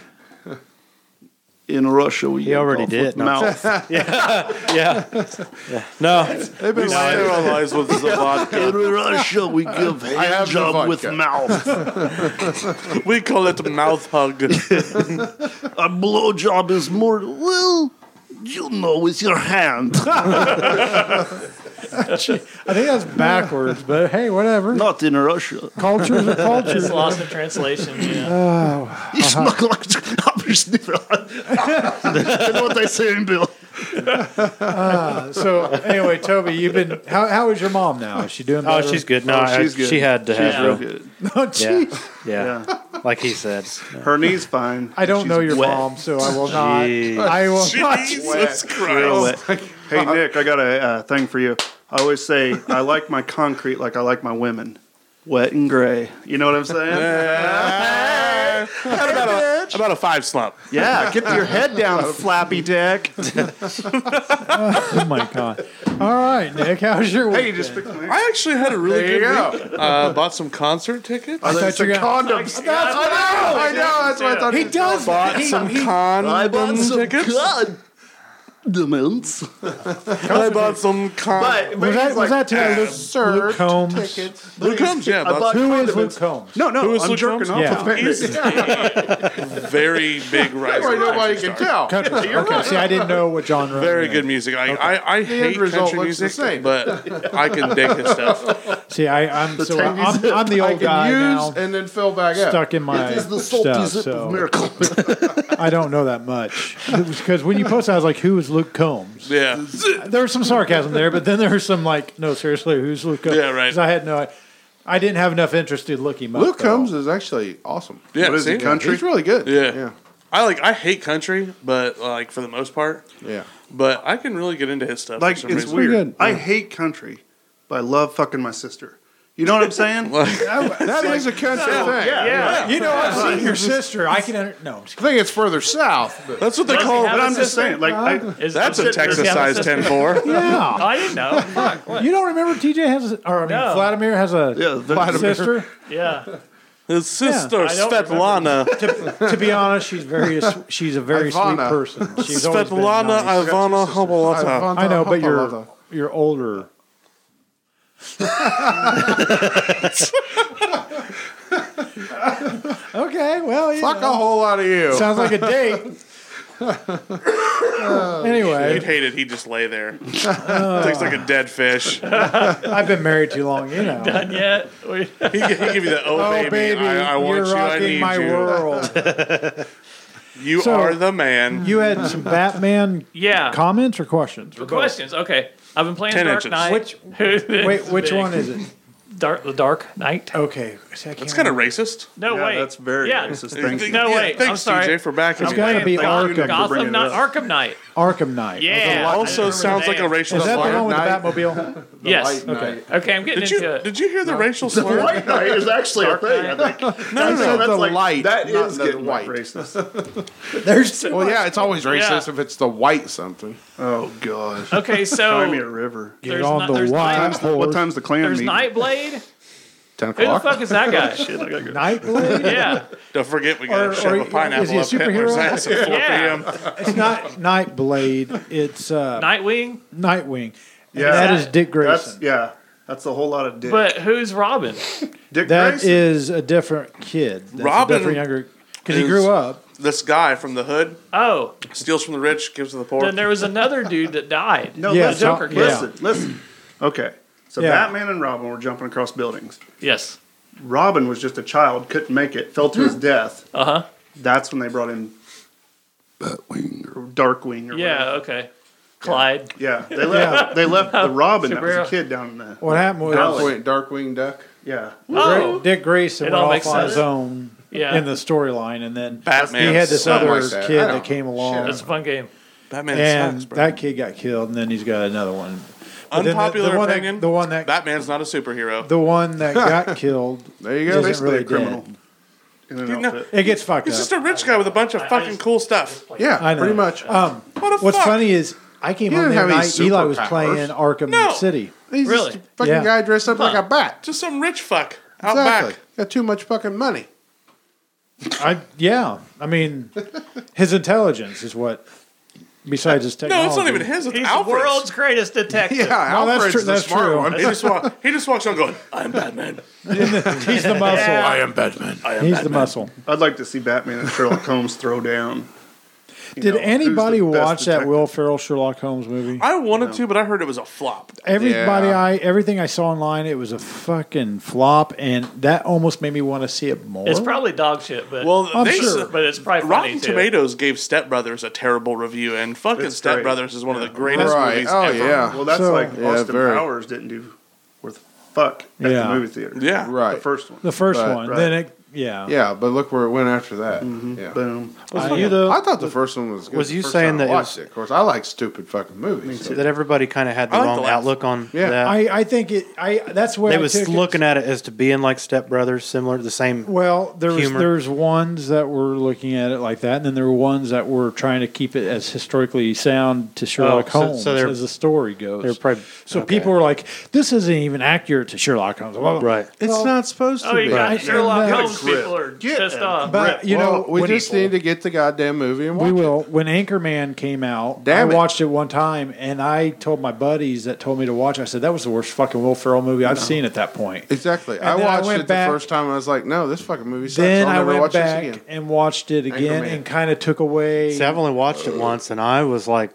S8: In Russia, we
S10: He already
S8: yank off with
S10: did, no.
S8: Mouth.
S10: Yeah. yeah. No.
S7: They've been lying.
S5: Sterilized with the vodka.
S8: In Russia, we give hand
S7: have the
S8: job with
S7: vodka.
S8: mouth.
S5: We call it mouth hug.
S8: A blow job is more, well, you know, with your hand.
S9: I think that's backwards, but hey, whatever.
S8: Not in Russia.
S9: Cultures are cultures.
S4: It's lost in translation. Yeah.
S8: You
S9: Uh-huh.
S8: smoke like That's what they say in Bill.
S9: So anyway, Toby, you've been how how is your mom now? Is she doing?
S10: Oh,
S9: Better?
S10: she's good. No, I-
S8: she's good.
S10: she had to have
S8: Real
S10: her.
S8: good.
S9: Oh, jeez.
S10: Yeah. Like he said.
S8: Her knee's fine.
S9: I don't
S8: She's
S9: know your
S8: wet.
S9: mom, so I will not.
S10: Jeez.
S9: I will not.
S5: Jesus
S8: Real
S5: Christ.
S8: wet. Hey, Nick, I got a uh, thing for you. I always say I like my concrete like I like my women. Wet and gray. You know what I'm saying?
S5: Had about, a, about a five slump.
S8: yeah, get your head down, flappy dick.
S9: Oh my god! All right, Nick, how's your week?
S8: Hey, you just fixed my
S5: I actually had a really
S7: There you
S5: good
S7: go.
S5: week. Uh, bought some concert tickets.
S9: I thought you were gonna-
S8: condoms.
S7: That's what I know. I know. That's what I thought.
S9: He does.
S5: Bought some condom
S8: I bought some
S5: tickets.
S8: condoms.
S5: I bought some condom.
S8: But, but
S9: Was that
S8: he's like,
S9: was that to Luke, Luke
S7: Sir,
S9: Combs?
S5: Luke Combs, yeah.
S8: I
S5: Bought
S8: bought
S9: Who is
S8: condoms.
S9: Luke Combs?
S8: No, no,
S5: Who is
S8: I'm
S5: Luke
S8: jerking
S5: Combs?
S8: off.
S9: Yeah.
S8: with fingers.
S5: very big
S7: Why
S5: rising.
S7: nobody
S5: country
S7: can
S5: star.
S7: tell.
S9: Country. okay, see, I didn't know what genre.
S5: Very
S9: you
S5: good music. I, I, I hate
S7: result
S5: country
S7: looks the
S5: music,
S7: same.
S5: but I can dig his stuff.
S9: know. See, I, I'm so I'm,
S8: Chinese-
S9: I'm the
S7: I
S9: old guy
S7: can
S9: now,
S7: use and then fill back up.
S9: stuck in my
S8: It is the salty
S9: stuff.
S8: zip of
S9: So
S8: miracle.
S9: I don't know that much because when you posted, I was like, "Who is Luke Combs?"
S5: Yeah.
S9: There was some sarcasm there, but then there was some like, "No, seriously, who's Luke Combs?"
S5: Yeah, right.
S9: 'Cause I had no, I, I didn't have enough interest to look him up.
S7: Luke
S9: though.
S7: Combs is actually awesome.
S5: Yeah,
S7: What is
S5: see?
S7: he, country? He's really good.
S5: Yeah.
S7: yeah,
S5: I like I hate country, but like for the most part,
S7: yeah.
S5: but I can really get into his stuff.
S8: Like
S5: for some
S8: it's
S5: reason.
S8: weird.
S7: good.
S8: I hate country, but I love fucking my sister. You know what I'm saying?
S7: That is a country thing.
S8: yeah.
S9: You know, I've seen your sister. I can under- no. I'm just
S7: I think it's further south. But
S5: That's what they call.
S8: But I'm just saying, like, I,
S4: Is-
S5: That's a
S4: does he have
S5: Texas size
S4: sister?
S5: ten four.
S9: kidding.
S4: Oh,
S9: yeah.
S4: I didn't know. Fuck. What?
S9: You don't remember TJ has, a, or I mean,
S4: No.
S9: Vladimir has a
S8: yeah, the-
S9: sister.
S4: Yeah.
S5: His sister
S4: I don't remember.
S5: Svetlana,
S9: to be honest, she's very she's a very sweet
S7: Ivana.
S9: person. She's always been
S5: Svetlana
S9: nice.
S5: Ivana Hobolata.
S9: I know, but you're you're older. okay, well, you
S7: fuck
S9: know.
S7: a whole lot of you.
S9: sounds like a date.
S5: He'd
S9: anyway,
S5: hate it. He'd just lay there. Tastes like a dead fish.
S4: Oh,
S9: I've been married too long, you know.
S4: Yeah. We,
S5: He he give you the oh,
S9: Oh
S5: baby,
S9: baby,
S5: I, I want
S9: you're
S5: you, I
S9: rocking
S5: need
S9: my
S5: you.
S9: world.
S5: You
S9: So-
S5: are the man.
S9: You had some Batman
S4: yeah.
S9: comments or questions? Or both?
S4: Questions. Okay. I've been playing
S5: 10
S4: Dark
S5: inches.
S4: Knight.
S9: Which-
S4: Who-
S9: Wait, which
S4: Big.
S9: one is it?
S4: Dark, the Dark Knight.
S9: Okay. See, I can't
S5: That's kind of racist.
S4: No
S8: Yeah,
S4: wait,
S8: that's very racist. Thank you.
S4: No
S5: Yeah,
S4: wait,
S5: Thanks,
S4: I'm sorry.
S5: TJ, for backing
S9: It's
S5: me.
S9: gotta
S5: there.
S9: be
S8: Thank you,
S9: Arkham.
S8: Nick, for
S4: Gotham
S8: bringing
S4: Knight,
S8: it up.
S4: Arkham Knight.
S9: Arkham Knight.
S4: Yeah, I
S5: Also,
S4: remember
S5: sounds like
S4: that.
S5: a racial
S9: Is that the
S5: slur.
S9: one with the
S7: Knight.
S9: Batmobile?
S4: Yes.
S7: White
S4: Okay.
S7: Knight.
S4: Okay, I'm getting
S5: Did
S4: into
S5: you
S4: it.
S5: did you hear the racial slur?
S6: White Knight is actually a thing. I think.
S7: No, no, no.
S6: that's
S7: the
S6: like-
S7: light.
S6: that
S7: not
S6: is
S7: the
S6: getting
S7: white.
S6: racist.
S9: There's
S7: Well, yeah, it's always racist
S4: Yeah.
S7: if it's the white something.
S8: Oh god.
S4: Okay,
S8: Cry me a
S4: so
S8: river.
S9: get
S4: There's
S9: on
S4: not-
S9: the
S4: there's
S9: wide
S4: times-
S8: What
S9: horse.
S8: time's the clan
S4: there's
S8: meeting?
S4: Nightblade.
S7: Ten
S4: Who the
S7: o'clock.
S4: fuck is that guy?
S8: Shit, I gotta go.
S9: Nightblade?
S4: Yeah,
S5: Don't forget we got
S9: Or-
S5: to shove
S9: or
S5: a pineapple
S9: is he a
S5: up Hitler's
S9: superhero?
S5: ass at 4
S4: Yeah.
S5: p.m.
S9: It's not Nightblade. It's uh,
S4: Nightwing.
S9: Nightwing. And
S8: Yeah.
S9: that is Dick
S6: That's
S9: Grayson.
S6: yeah. That's a whole lot of dick.
S4: But who's Robin?
S6: dick
S9: That is
S6: Grayson.
S9: a different kid. That's
S5: Robin
S9: a different younger because he
S5: is-
S9: grew up.
S5: This guy from the hood
S4: Oh,
S5: steals from the rich, gives to the poor.
S4: then there was another dude that died.
S6: no,
S9: Yeah,
S6: listen,
S9: Tom- yeah.
S6: listen, listen.
S8: Okay.
S6: So
S9: Yeah.
S6: Batman and Robin were jumping across buildings.
S4: Yes.
S6: Robin was just a child, couldn't make it, fell to his death.
S4: Uh huh.
S6: That's when they brought in Darkwing. Or
S4: Yeah. Okay. Clyde.
S6: whatever. yeah. They left. They left the Robin that was a
S4: Superhero.
S6: kid down in the.
S9: What happened was
S7: Darkwing, Darkwing Duck.
S6: Yeah.
S4: Oh.
S9: Dick Grayson
S4: It
S9: went
S4: all
S9: off
S4: makes
S9: on
S4: sense.
S9: his own
S4: Yeah.
S9: in the storyline, and then
S5: Batman.
S9: he had this
S5: sucks.
S9: other
S7: like that. I
S9: kid
S7: don't-
S9: that came along,
S4: That's a fun game.
S5: Batman
S9: and
S5: sucks, bro.
S9: that kid got killed, and then he's got another one. But then the-
S5: Unpopular
S9: the, one
S5: opinion,
S9: That, the one that
S5: Batman's not a superhero.
S9: the one that got killed.
S7: There you go.
S9: Isn't
S6: Basically
S9: really
S6: a criminal.
S9: dead.
S6: In an
S5: Dude, no,
S6: outfit.
S9: It gets fucked
S5: he's
S9: up.
S5: just a rich guy with a bunch of fucking cool stuff.
S7: Yeah,
S9: I know.
S7: pretty much.
S9: Um,
S5: What the
S9: what's
S5: fuck?
S9: funny is I came
S7: He
S9: home
S7: didn't
S9: the other
S7: have
S9: night.
S7: any
S9: Eli was
S7: superpowers.
S9: playing Arkham
S5: No.
S9: City.
S7: He's
S4: Really?
S7: just a fucking
S9: Yeah.
S7: guy dressed up like a bat.
S5: Just some rich fuck out
S7: Exactly.
S5: back.
S7: Got too much fucking money.
S9: I yeah. I mean, his intelligence is what. Besides his technology,
S5: No, it's not even his. It's
S4: He's the
S5: Alfred's.
S4: world's greest detective.
S7: Yeah,
S9: No, that's
S7: Alfred's
S9: true-
S7: the
S9: that's
S7: smart
S9: true.
S7: one.
S5: He just, walk, he just walks on going, I'm Batman.
S9: He's the muscle.
S5: am Batman. I am
S9: He's the muscle.
S6: I'd like to see Batman and Sherlock Holmes throw down. You
S9: Did
S6: know, who's
S9: anybody
S6: the best
S9: watch that
S6: detective?
S9: Will Ferrell Sherlock Holmes movie?
S5: I wanted to, but I heard it was a flop.
S9: Everybody,
S7: Yeah.
S9: I everything I saw online, it was a fucking flop, and that almost made me want to see it more.
S4: It's probably dog shit, but
S5: Well,
S9: I'm
S5: they
S9: sure.
S5: s-
S4: but it's probably funny
S5: Rotten
S4: too.
S5: Tomatoes gave Step Brothers a terrible review, and fucking
S6: It's
S5: Step
S6: great.
S5: Brothers is one of the greatest
S7: Right.
S5: movies
S7: Oh,
S5: ever.
S7: yeah.
S6: Well, that's
S9: So-
S6: like
S7: Yeah,
S6: Austin
S7: very.
S6: Powers didn't do worth a fuck at
S9: Yeah.
S6: the movie theater.
S5: Yeah.
S7: Right.
S6: The first one.
S9: the first
S7: Right,
S9: one.
S6: right.
S9: Then it, yeah,
S7: Yeah, but look where it went after that. Yeah.
S6: Mm-hmm. Boom.
S10: Are you the
S7: I thought the first one was good.
S10: Was
S7: the
S10: you
S7: first
S10: saying
S7: time I
S10: that it
S7: watched
S10: was-
S7: it? Of course, I like stupid fucking movies. so-
S10: that everybody kind of had the
S5: I like the
S10: wrong
S5: laugh.
S10: outlook on
S7: Yeah.
S10: that?
S9: I, I think it. I that's where
S10: they
S9: I
S10: was
S9: took it.
S10: looking at it as to being like stepbrothers, similar to the same.
S9: Well, there was
S10: humor.
S9: there's ones that were looking at it like that, and then there were ones that were trying to keep it as historically sound to Sherlock
S10: so-
S7: Oh,
S10: so
S9: Holmes
S10: they're-
S9: as the story
S10: they're
S9: goes.
S10: probably
S9: so people were like, "This isn't even accurate to Sherlock Holmes." Blah, blah, blah.
S10: right.
S7: It's not supposed to
S4: Oh, you
S7: be.
S4: got Sherlock
S9: Yeah.
S4: Holmes. People are pissed off.
S9: But you
S7: Well,
S9: know,
S7: we
S9: when-
S7: just need to get the goddamn movie and
S9: we
S7: watch
S9: will. When Anchorman came out,
S7: Damn
S9: I
S7: it.
S9: watched it one time, and I told my buddies that told me to watch. it, I said that was the worst fucking Will Ferrell movie I've seen at that point.
S7: it. Exactly.
S9: And
S7: I
S9: then I
S7: watched
S9: went
S7: it
S9: back-
S7: the first time. and I was like, no, this fucking movie sucks.
S9: Then
S7: I'll
S9: I
S7: never
S9: went
S7: watch
S9: back
S7: this again.
S9: and watched it again,
S7: Anchorman.
S9: and kind of took away.
S10: See, I've only watched it once, and I was like,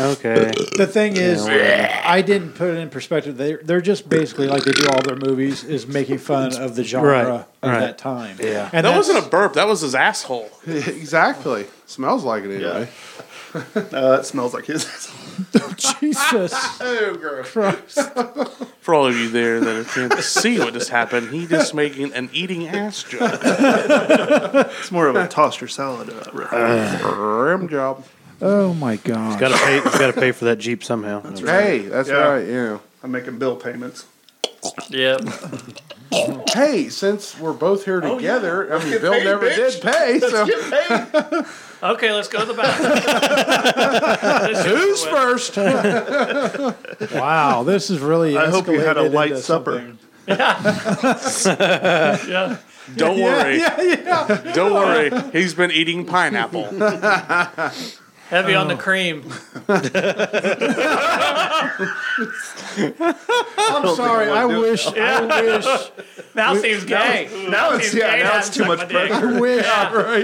S10: okay,
S9: The thing is,
S10: whatever.
S9: I didn't put it in perspective. They they're just basically like they do all their movies is making fun of the genre
S10: Right,
S9: of
S10: right.
S9: that time. Yeah, and
S5: That
S9: that's-
S5: wasn't a burp. That was his asshole.
S7: exactly. Smells like it anyway.
S6: Uh, it smells like his.
S9: Jesus.
S7: Oh, gross.
S5: For all of you there that can't see what just happened, he just making an eating ass joke.
S6: It's more of a toss your salad. Uh,
S7: Rim job.
S9: Oh my god.
S10: got to pay. Got to pay for that jeep somehow. That's
S7: Hey, that's
S6: Yeah.
S7: right. Yeah.
S6: I'm making bill payments.
S4: Yeah.
S7: Hey, since we're both here together, I mean, Bill
S6: paid,
S7: never
S6: bitch.
S7: did pay, so
S4: Okay, let's go to the back.
S7: who's first?
S9: Wow, this is really.
S6: I hope you had a
S9: escalated
S6: light
S9: into
S6: supper.
S9: something.
S4: Yeah.
S5: Don't worry.
S9: Yeah, yeah.
S5: Don't worry. He's been eating pineapple.
S4: Heavy on the cream.
S9: I'm sorry. I wish. I wish.
S4: Now seems gay. Now,
S6: it's- yeah, now it's too much
S4: pressure.
S9: I wish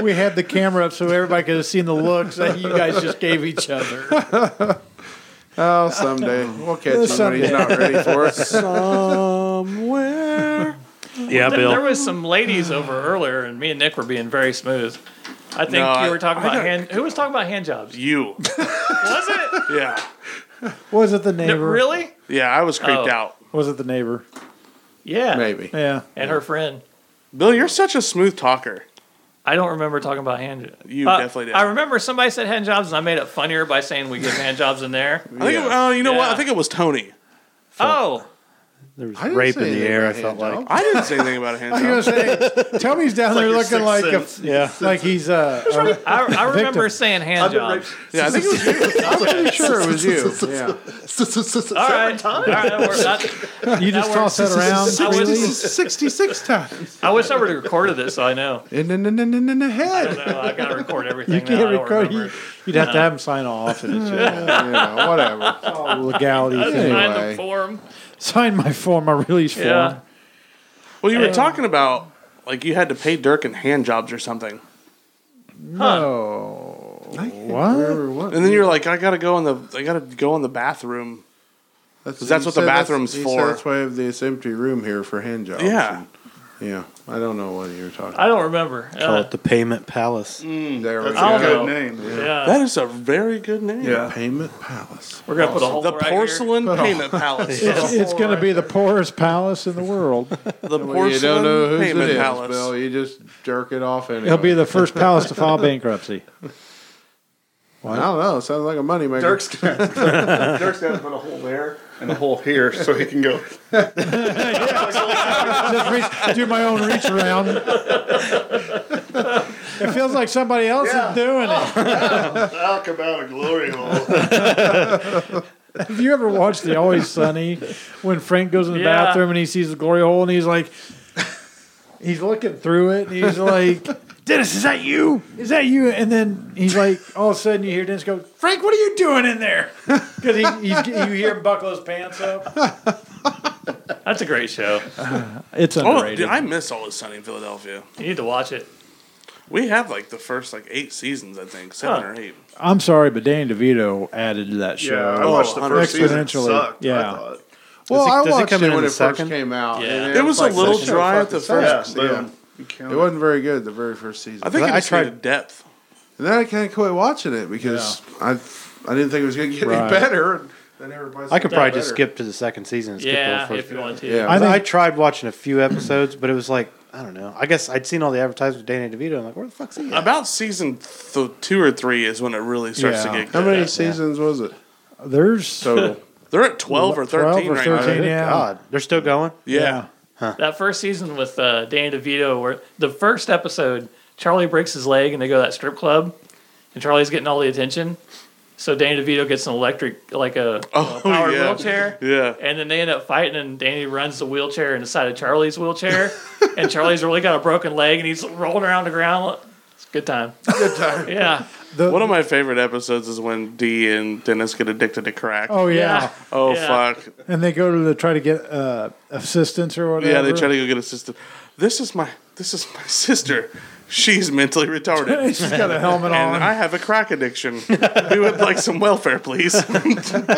S9: we had the camera up so everybody could have seen the looks that you guys just gave each other.
S7: Oh, someday we'll catch him when he's
S9: Someday.
S7: not ready for us.
S10: Somewhere. Yeah,
S4: There
S10: Bill.
S4: was some ladies over earlier, and me and Nick were being very smooth. I think
S5: No, I-
S4: you were talking
S5: I
S4: about
S5: don't-
S4: hand. Who was talking about hand jobs?
S5: You.
S4: Was it?
S5: Yeah.
S9: Was it the
S4: No,
S9: neighbor?
S4: really?
S5: Yeah, I was creeped
S4: Oh.
S5: out.
S9: Was it the neighbor?
S4: Yeah.
S7: maybe.
S9: Yeah.
S4: And her friend.
S5: Bill, you're such a smooth talker.
S4: I don't remember talking about hand jobs.
S5: You definitely did.
S4: Uh, I remember somebody said hand jobs, and I made it funnier by saying we give hand jobs in there.
S5: I think. It, oh, you know what?
S4: Yeah.
S5: I think it was Tony.
S4: oh,
S10: There was
S7: I didn't
S10: rape
S7: say
S10: in the
S7: anything
S10: air. I
S7: about
S10: felt
S7: hand
S10: like
S5: I didn't say anything about a hand
S9: You know
S5: job.
S9: what I'm saying? Tony's down there looking like a, yeah, like he's uh, a,
S4: I, I remember
S9: Victim.
S4: saying hand jobs.
S5: Yeah, I think it was you.
S7: I'm pretty sure it was you. Yeah.
S4: All right. All right. that works. I,
S9: you just
S4: That
S9: toss that
S4: works.
S9: around.
S4: I was-
S9: freely.
S7: 66 times.
S4: I wish I would have recorded this so I know.
S7: In, in, in, in, in the
S4: I
S7: head.
S4: don't know. I got to record everything.
S9: You
S4: now.
S9: can't
S4: I don't
S9: record. You,
S4: remember.
S9: would have to have him sign off and it's just
S7: Yeah, whatever.
S9: all legality
S4: Sign
S9: thing.
S4: the
S7: Anyway.
S4: form.
S9: Sign my form, my release form.
S4: Yeah.
S5: Well, you were talking about like you had to pay Dirk in hand jobs or something,
S7: No.
S9: What?
S7: Remember what?
S5: and then you're like, I gotta go in the, I gotta go in the bathroom.
S7: That's,
S5: that's
S7: he
S5: what the
S7: said
S5: bathroom's
S7: he
S5: for.
S7: Said that's why I have this empty room here for hand jobs.
S5: Yeah.
S7: and- yeah. I don't know what you're talking
S4: I don't remember.
S10: call
S4: Uh,
S10: it the payment palace.
S7: about. There we
S4: I'll
S7: go.
S4: go.
S6: Good name.
S4: yeah.
S5: That is a very good name.
S6: Yeah.
S7: Payment Palace.
S4: We're gonna put a whole
S5: The
S4: right here.
S5: porcelain payment palace.
S9: It's, it's going to be the poorest palace in the world.
S5: The
S7: Well,
S5: porcelain
S7: you don't know whose it
S5: payment
S7: is,
S5: palace.
S7: Bill. You just jerk it off anyway.
S9: It'll be the first palace to file bankruptcy.
S7: I don't know. It sounds like a moneymaker.
S6: Dirk's gonna, Dirk's gonna put a hole there and a hole here so he can go.
S9: Just reach, do my own reach around. It feels like somebody else is doing it.
S6: Talk about a glory hole.
S9: Have you ever watched The Always Sunny when Frank goes in the
S4: Yeah.
S9: bathroom and he sees the glory hole and he's like, he's looking through it and he's like, Dennis, is that you? Is that you? And then he's like, all of a sudden you hear Dennis go, Frank, what are you doing in there? Because he, he's, you hear him buckle his pants up.
S4: That's a great show.
S9: It's
S5: Oh,
S9: underrated.
S5: dude, I miss all this sunny in Philadelphia.
S4: You need to watch it.
S5: We have like the first like eight seasons, I think, seven
S4: Huh.
S5: or eight.
S9: I'm sorry, but Danny DeVito added to that show.
S6: Yeah, I
S10: Oh,
S6: watched the first season. It
S9: Exponentially,
S6: sucked.
S9: yeah.
S6: I thought.
S7: Well,
S10: Does it-
S7: I
S10: does it
S7: watched
S10: come
S7: it,
S10: in
S7: when
S10: in
S7: it
S10: a
S7: first
S10: second?
S7: came out.
S4: Yeah.
S7: and
S5: It was a
S7: like,
S5: little
S7: this show
S5: dry at
S7: fucking
S5: the first.
S7: sucks.
S6: Yeah,
S7: Yeah.
S6: boom. You count
S7: It wasn't very good the very first season.
S5: I think
S10: Well,
S5: I
S10: I
S5: tried
S10: tried-
S5: depth.
S7: and then I kind of quit watching it because I I didn't think it was going to get
S9: Right.
S7: any better. And then everybody
S10: I could
S7: said
S10: probably
S7: better.
S10: just skip to the second season and skip to
S4: Yeah,
S10: the first.
S4: if you want to.
S7: Yeah,
S9: I
S10: I,
S9: think-
S10: I tried watching a few episodes, but it was like I don't know. I guess I'd seen all the advertisements with Danny DeVito. I'm like, where the fuck's he? At?
S5: About season th- two or three is when it really starts
S9: Yeah.
S5: to get
S7: How
S5: good.
S7: many seasons was it
S9: There's
S7: total?
S5: They're at twelve or
S9: 12
S5: thirteen
S9: or
S5: right
S9: 13.
S5: now.
S10: Good
S9: Yeah.
S10: God, they're still going.
S5: Yeah.
S4: That first season with uh, Danny DeVito, where the first episode, Charlie breaks his leg and they go to that strip club, and Charlie's getting all the attention. So Danny DeVito gets an electric, like a
S5: Oh,
S4: powered
S5: yeah.
S4: wheelchair,
S5: Yeah.
S4: and then they end up fighting, and Danny runs the wheelchair inside of Charlie's wheelchair, and Charlie's really got a broken leg, and he's rolling around the ground. It's a good time. Good time. yeah.
S5: One of my favorite episodes is when Dee and Dennis get addicted to crack.
S9: oh yeah.
S4: Yeah.
S5: Oh,
S4: Yeah.
S5: fuck.
S9: and they go to the, try to get uh, assistance or whatever.
S5: Yeah, they try to go get a sister. This is my this is my sister. She's mentally retarded.
S9: She's got a helmet on.
S5: And I have a crack addiction. we would like some welfare, please.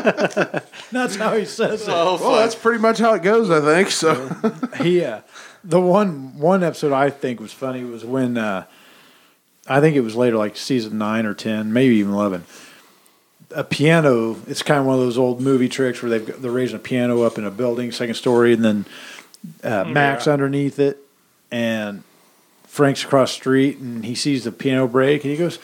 S9: That's how he says it.
S5: oh,
S7: Well, that's
S5: fuck.
S7: pretty much how it goes, I think. So
S9: He, uh, the one one episode I think was funny was when uh, I think it was later, like season nine or ten, maybe even eleven. A piano. It's kind of one of those old movie tricks where they've got- they're raising a piano up in a building, second story, and then
S4: Oh,
S9: uh, Max underneath it, and Frank's across the street, and he sees the piano break, and he goes.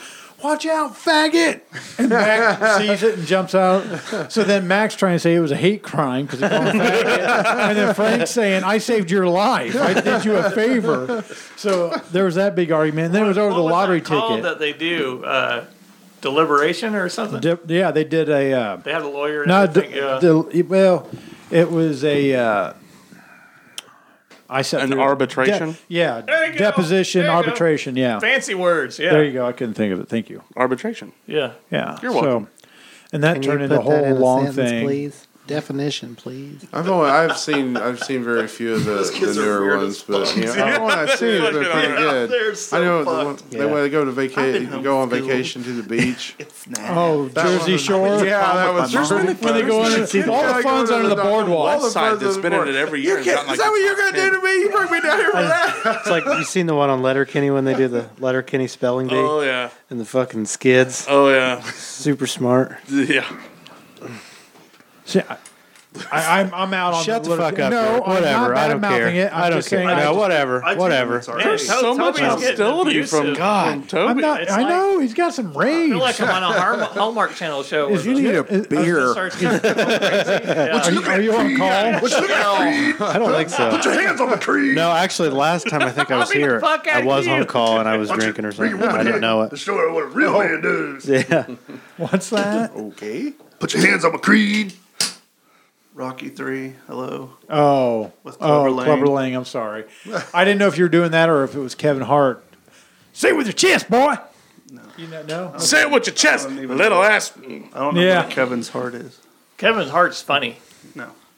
S9: Watch out, faggot! And Max sees it and jumps out. So then Max trying to say it was a hate crime because he called him a faggot. And then Frank saying, I saved your life. I did you a favor. So there was that big argument. And then it was over
S4: What
S9: the
S4: was that
S9: lottery
S4: called
S9: ticket.
S4: that they do uh, deliberation or something.
S9: Dip- yeah, they did a. Uh,
S4: they had a lawyer. And
S9: no,
S4: everything,
S9: d-
S4: yeah.
S9: d- well, it was a. Uh, I said
S5: An
S9: de-
S5: arbitration?
S9: yeah,
S4: There you go.
S9: deposition,
S4: There you go.
S9: arbitration. Yeah,
S4: Fancy words. Yeah.
S9: there you go. I couldn't think of it. Thank you.
S5: Arbitration.
S4: Yeah.
S9: Yeah,
S5: You're welcome.
S9: So, and that turned into a whole long thing.
S10: please? Definition, please.
S7: I've only I've seen I've seen very few of the, the
S6: are
S7: newer
S6: weird
S7: ones,
S6: as
S7: but you know, the one I've seen has been pretty good.
S6: They're so
S7: I know the
S6: fucked.
S7: one, they want to go to vacation, go on vacation to the beach.
S9: Oh, Jersey Shore.
S7: yeah, that was
S6: There's
S7: really
S6: been a
S7: fun.
S9: They go under,
S7: Yeah,
S9: all the
S7: go
S9: fun's
S7: to
S9: under the boardwalk.
S7: all the
S5: West side
S7: fun's
S5: that's
S7: on the
S5: been in
S7: board.
S5: it every
S7: You
S5: year. and
S7: can't-
S5: gotten,
S7: is
S5: like,
S7: that what you're gonna do to me? You bring me down here for that?
S10: It's like you seen the one on Letterkenny when they do the Letterkenny spelling bee
S5: Oh, yeah.
S10: and the fucking skids.
S5: Oh, yeah.
S10: Super smart.
S5: Yeah.
S9: See, I, I, I'm I'm out on
S10: Shut the
S9: little-
S10: fuck up.
S9: No,
S10: Eric.
S9: I'm not
S10: whatever. I
S9: bad
S10: don't
S9: mouthing
S10: care.
S9: It. I'm
S10: I don't
S9: just
S10: care.
S9: saying,
S10: No,
S9: I just-
S10: whatever.
S8: I think
S10: Whatever.
S8: it's all right.
S4: There's
S5: so much hostility from
S4: God.
S5: Toby.
S9: I'm not.
S4: It's
S9: I
S4: like-
S9: know he's got some
S4: I
S9: rage.
S4: feel like I'm on a Har- Hallmark Channel show.
S9: Is
S4: where
S9: you
S4: the-
S9: need a
S4: I was gonna
S7: beer.
S4: start- Yeah.
S9: are, you, are you on call?
S10: I don't think so. Put your hands on the tree. No, actually, last time I think I was
S4: I'll be the
S10: here,
S4: fuck out
S10: I was
S4: you.
S10: on call and I was drinking or something. I didn't know it.
S2: Show what a real man does.
S10: Yeah.
S9: What's that?
S7: Okay.
S2: Put your hands on my creed.
S8: Rocky Three. Hello.
S9: Oh,
S8: With Clubber
S9: oh,
S8: Lang.
S9: Clubber Lang. I'm sorry. I didn't know if you were doing that or if it was Kevin Hart. Say it with your chest, boy. You know, no.
S5: Say it with your chest, little ass.
S8: I don't know
S9: Yeah.
S8: what Kevin's heart is.
S4: Kevin Hart's funny.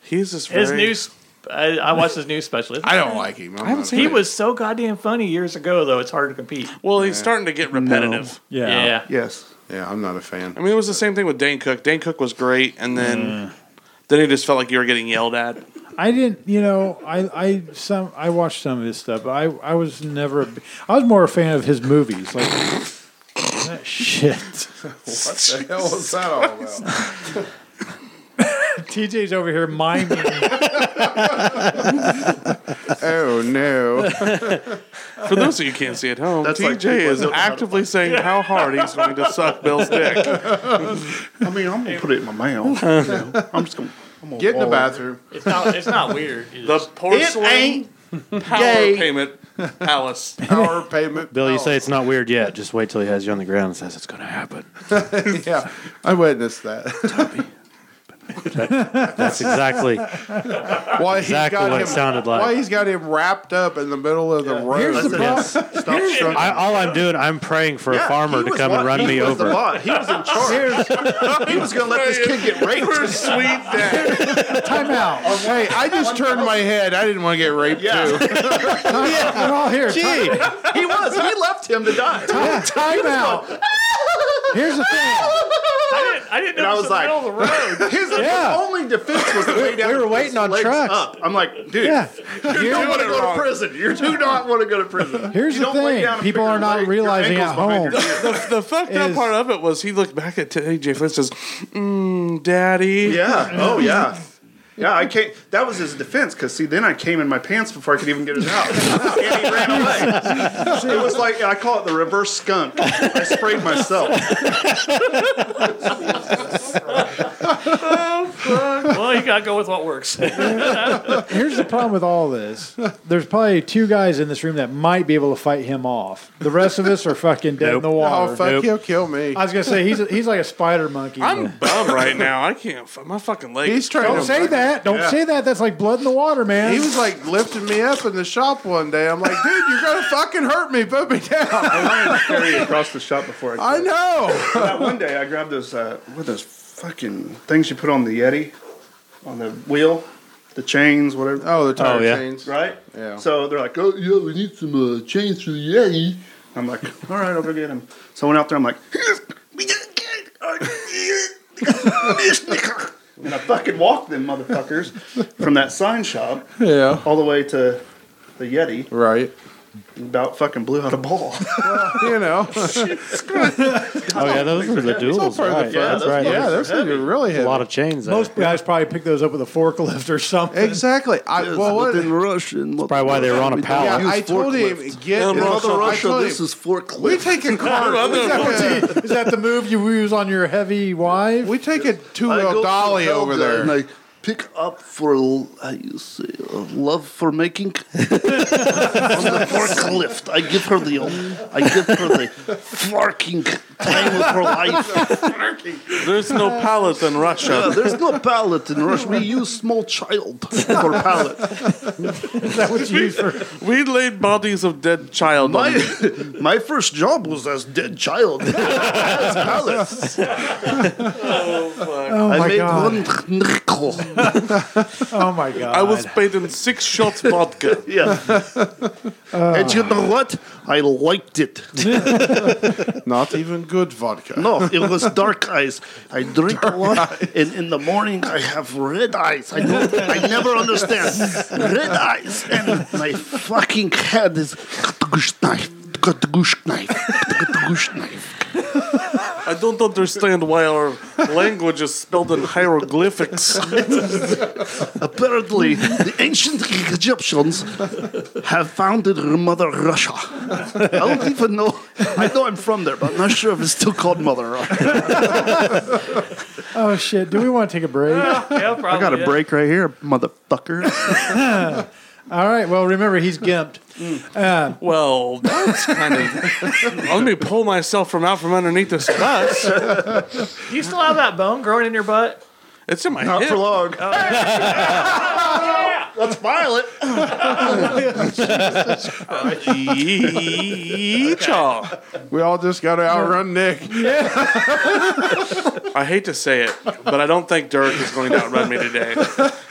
S5: He's just very,
S4: His news. I, I watched his news special.
S7: I don't like him. I'm not a
S4: He
S7: fan.
S4: was so goddamn funny years ago, though. It's hard to compete.
S5: Well, he's starting to get repetitive.
S9: Yeah.
S4: Yeah.
S8: Yes.
S7: Yeah, I'm not a fan.
S5: I mean, it was the same thing with Dane Cook. Dane Cook was great, and then then he just felt like you were getting yelled at.
S9: I didn't. You know, I I some I watched some of his stuff. But I I was never. A, b- I was more a fan of his movies. Like that shit.
S7: What the hell was that all about?
S9: TJ's over here miming.
S7: oh no!
S5: For those of you who can't see at home,
S8: That's like
S5: TJ is actively saying how hard he's going to suck Bill's dick.
S8: I mean, I'm gonna put it in my mouth. you know. I'm just gonna. I'm gonna
S7: Get in the
S8: wall it.
S7: bathroom.
S4: It's not. It's not weird. It's
S5: The
S4: just-
S5: porcelain power
S7: gay.
S5: payment palace.
S7: Power payment.
S10: Bill, you say it's not weird yet. Just wait till he has you on the ground and says it's going to happen.
S7: Oh, Yeah, I witnessed that.
S10: That's exactly
S7: Why
S10: exactly
S7: he got
S10: what
S7: him?
S10: it sounded
S7: Why
S10: like.
S7: he's got him wrapped up in the middle of the road?
S9: Here's the
S10: Yes.
S9: problem.
S10: I, all I'm doing, I'm praying for a farmer to come and run me
S8: The
S10: over.
S8: bot. He was in charge. he was gonna let this kid get raped.
S5: For sweet dad.
S9: Time out.
S7: hey, I just turned my head. I didn't want to get raped too.
S9: We're all here.
S10: Gee,
S8: He was. We left him to die.
S9: Yeah, time out. Here's the thing.
S4: I didn't. I didn't know.
S8: I
S4: it
S8: was
S4: was
S8: like-
S4: like, middle of the road.
S8: His
S9: Yeah.
S8: only defense was to lay down.
S10: we were
S8: with
S10: waiting
S8: his
S10: on
S8: legs
S10: trucks.
S8: Up. I'm like, dude,
S9: Yeah.
S8: you don't
S9: Here's-
S8: want to go
S5: wrong.
S8: to prison. You do not want to go to prison.
S9: Here's
S8: You
S9: the
S8: don't lay
S9: thing.
S8: down and
S9: People
S8: put your
S9: are not
S8: leg- your
S9: realizing
S8: ankles
S9: at
S8: behind your
S9: home.
S8: ear.
S5: The, the fucked up
S9: Is-
S5: part of it was he looked back at AJ Flint and says, mm, Daddy.
S8: Yeah. Oh yeah. Yeah, I can't. That was his defense because see, then I came in my pants before I could even get it out, and he ran away. It was like I call it the reverse skunk. I sprayed myself.
S4: well, you gotta go with what works.
S9: Here's the problem with all this. There's probably two guys in this room that might be able to fight him off. The rest of us are fucking dead in the water.
S7: Oh fuck, he'll kill me.
S9: I was gonna say he's he's like a spider monkey.
S5: I'm bum right now. I can't. fu- My fucking leg.
S7: He's trying
S9: Don't
S7: to
S9: say that. Don't say that. That's like blood in the water, man.
S7: He was like lifting me up in the shop one day. I'm like, dude, you're gonna fucking hurt me. Put me down.
S8: I ran carry across the shop before I. Could.
S7: I know.
S8: that one day I grabbed those uh, what are those fucking things you put on the Yeti, on the wheel, the chains, whatever.
S7: Oh, the tire
S10: Oh, yeah.
S7: chains.
S8: Right.
S7: Yeah.
S8: So they're like, oh yeah, we need some uh, chains for the Yeti. I'm like, all right, I'll go get him. So I went out there. I'm like, we gotta get our Yeti." and I fucking walked them motherfuckers from that sign shop
S7: Yeah.
S8: all the way to the Yeti.
S7: Right.
S8: About fucking blew out a ball.
S7: You know.
S10: oh yeah, those were the duels, right?
S8: Yeah,
S10: That's
S8: those
S10: right.
S7: yeah, those things are really
S10: a
S7: heavy.
S10: lot of chains. There.
S9: Most guys probably picked those up with a forklift or something.
S7: exactly. I, well, what,
S8: Russian,
S10: probably why they were on a pallet.
S7: yeah, I
S8: use
S7: told him
S8: forklift.
S7: get
S5: In
S7: I
S5: Russia,
S7: told him,
S8: is
S7: we
S8: forklift.
S7: take a car. we, take a,
S9: Is that the move you use on your heavy wife?
S7: we take a two wheel dolly over there.
S8: I pick up for how you say uh, love for making on the forklift. I give her the I give her the forking time of her life.
S5: There's no pallet in Russia.
S8: there's no pallet in Russia. We use small child for pallet.
S5: We laid bodies of dead child. on the-
S8: My, my first job was as dead child. As pallet.
S9: oh,
S8: I
S9: my
S8: made
S9: god.
S8: one nickel.
S9: oh my god.
S5: I was paid in six shots vodka.
S8: Yeah.
S9: Uh.
S8: and you know what? I liked it.
S7: Not even good vodka.
S8: No, it was dark eyes. I drink a lot, and in the morning I have red eyes. I don't, I never understand red eyes, and my fucking head is katugush knife, katugush knife, katugush knife.
S5: I don't understand why our language is spelled in hieroglyphics.
S8: Apparently, the ancient Egyptians have founded Mother Russia. I don't even know. I know I'm from there, but I'm not sure if it's still called Mother Russia.
S9: Oh shit! Do we want to take a break?
S4: Yeah, probably.
S8: I got a
S4: yeah.
S8: break right here, motherfucker.
S9: All right. Well, remember he's gimped.
S5: Well, that's kind of. Let me pull myself from out from underneath this bus.
S4: Do you still have that bone growing in your butt?
S5: It's in my
S6: Not
S5: hip.
S6: for long.
S8: Let's file it.
S5: Yeechaw.
S7: We all just got to outrun Nick.
S5: I hate to say it, but I don't think Dirk is going to outrun me today.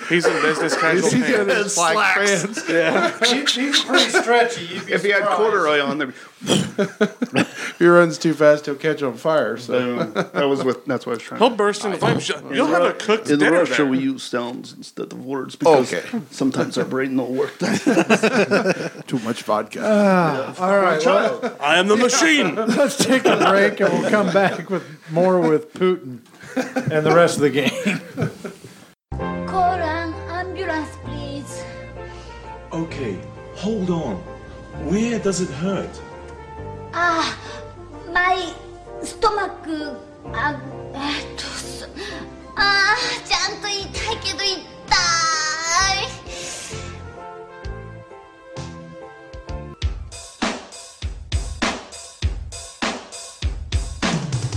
S5: He's in business casual
S7: He's got
S5: pants.
S7: his black pants.
S6: He's pretty stretchy. if he had corduroy on, there.
S7: If he runs too fast, he'll catch on fire. So
S6: Boom. That was with. That's what I was trying.
S5: He'll
S6: to
S5: burst into flames. You'll have a cooked
S8: In
S5: dinner
S8: Russia,
S5: there.
S8: we use sounds instead of words because
S7: Okay.
S8: sometimes our brain don't work.
S7: too much vodka.
S9: All right. Well,
S5: I am the machine.
S9: let's take a break and we'll come back with more with Putin and the rest of the game.
S11: Call an ambulance, please.
S12: Okay, hold on. Where does it hurt?
S11: Ah, my stomach. uh, あ、えっと、そあー、Ah, ちゃんと痛いけど痛い。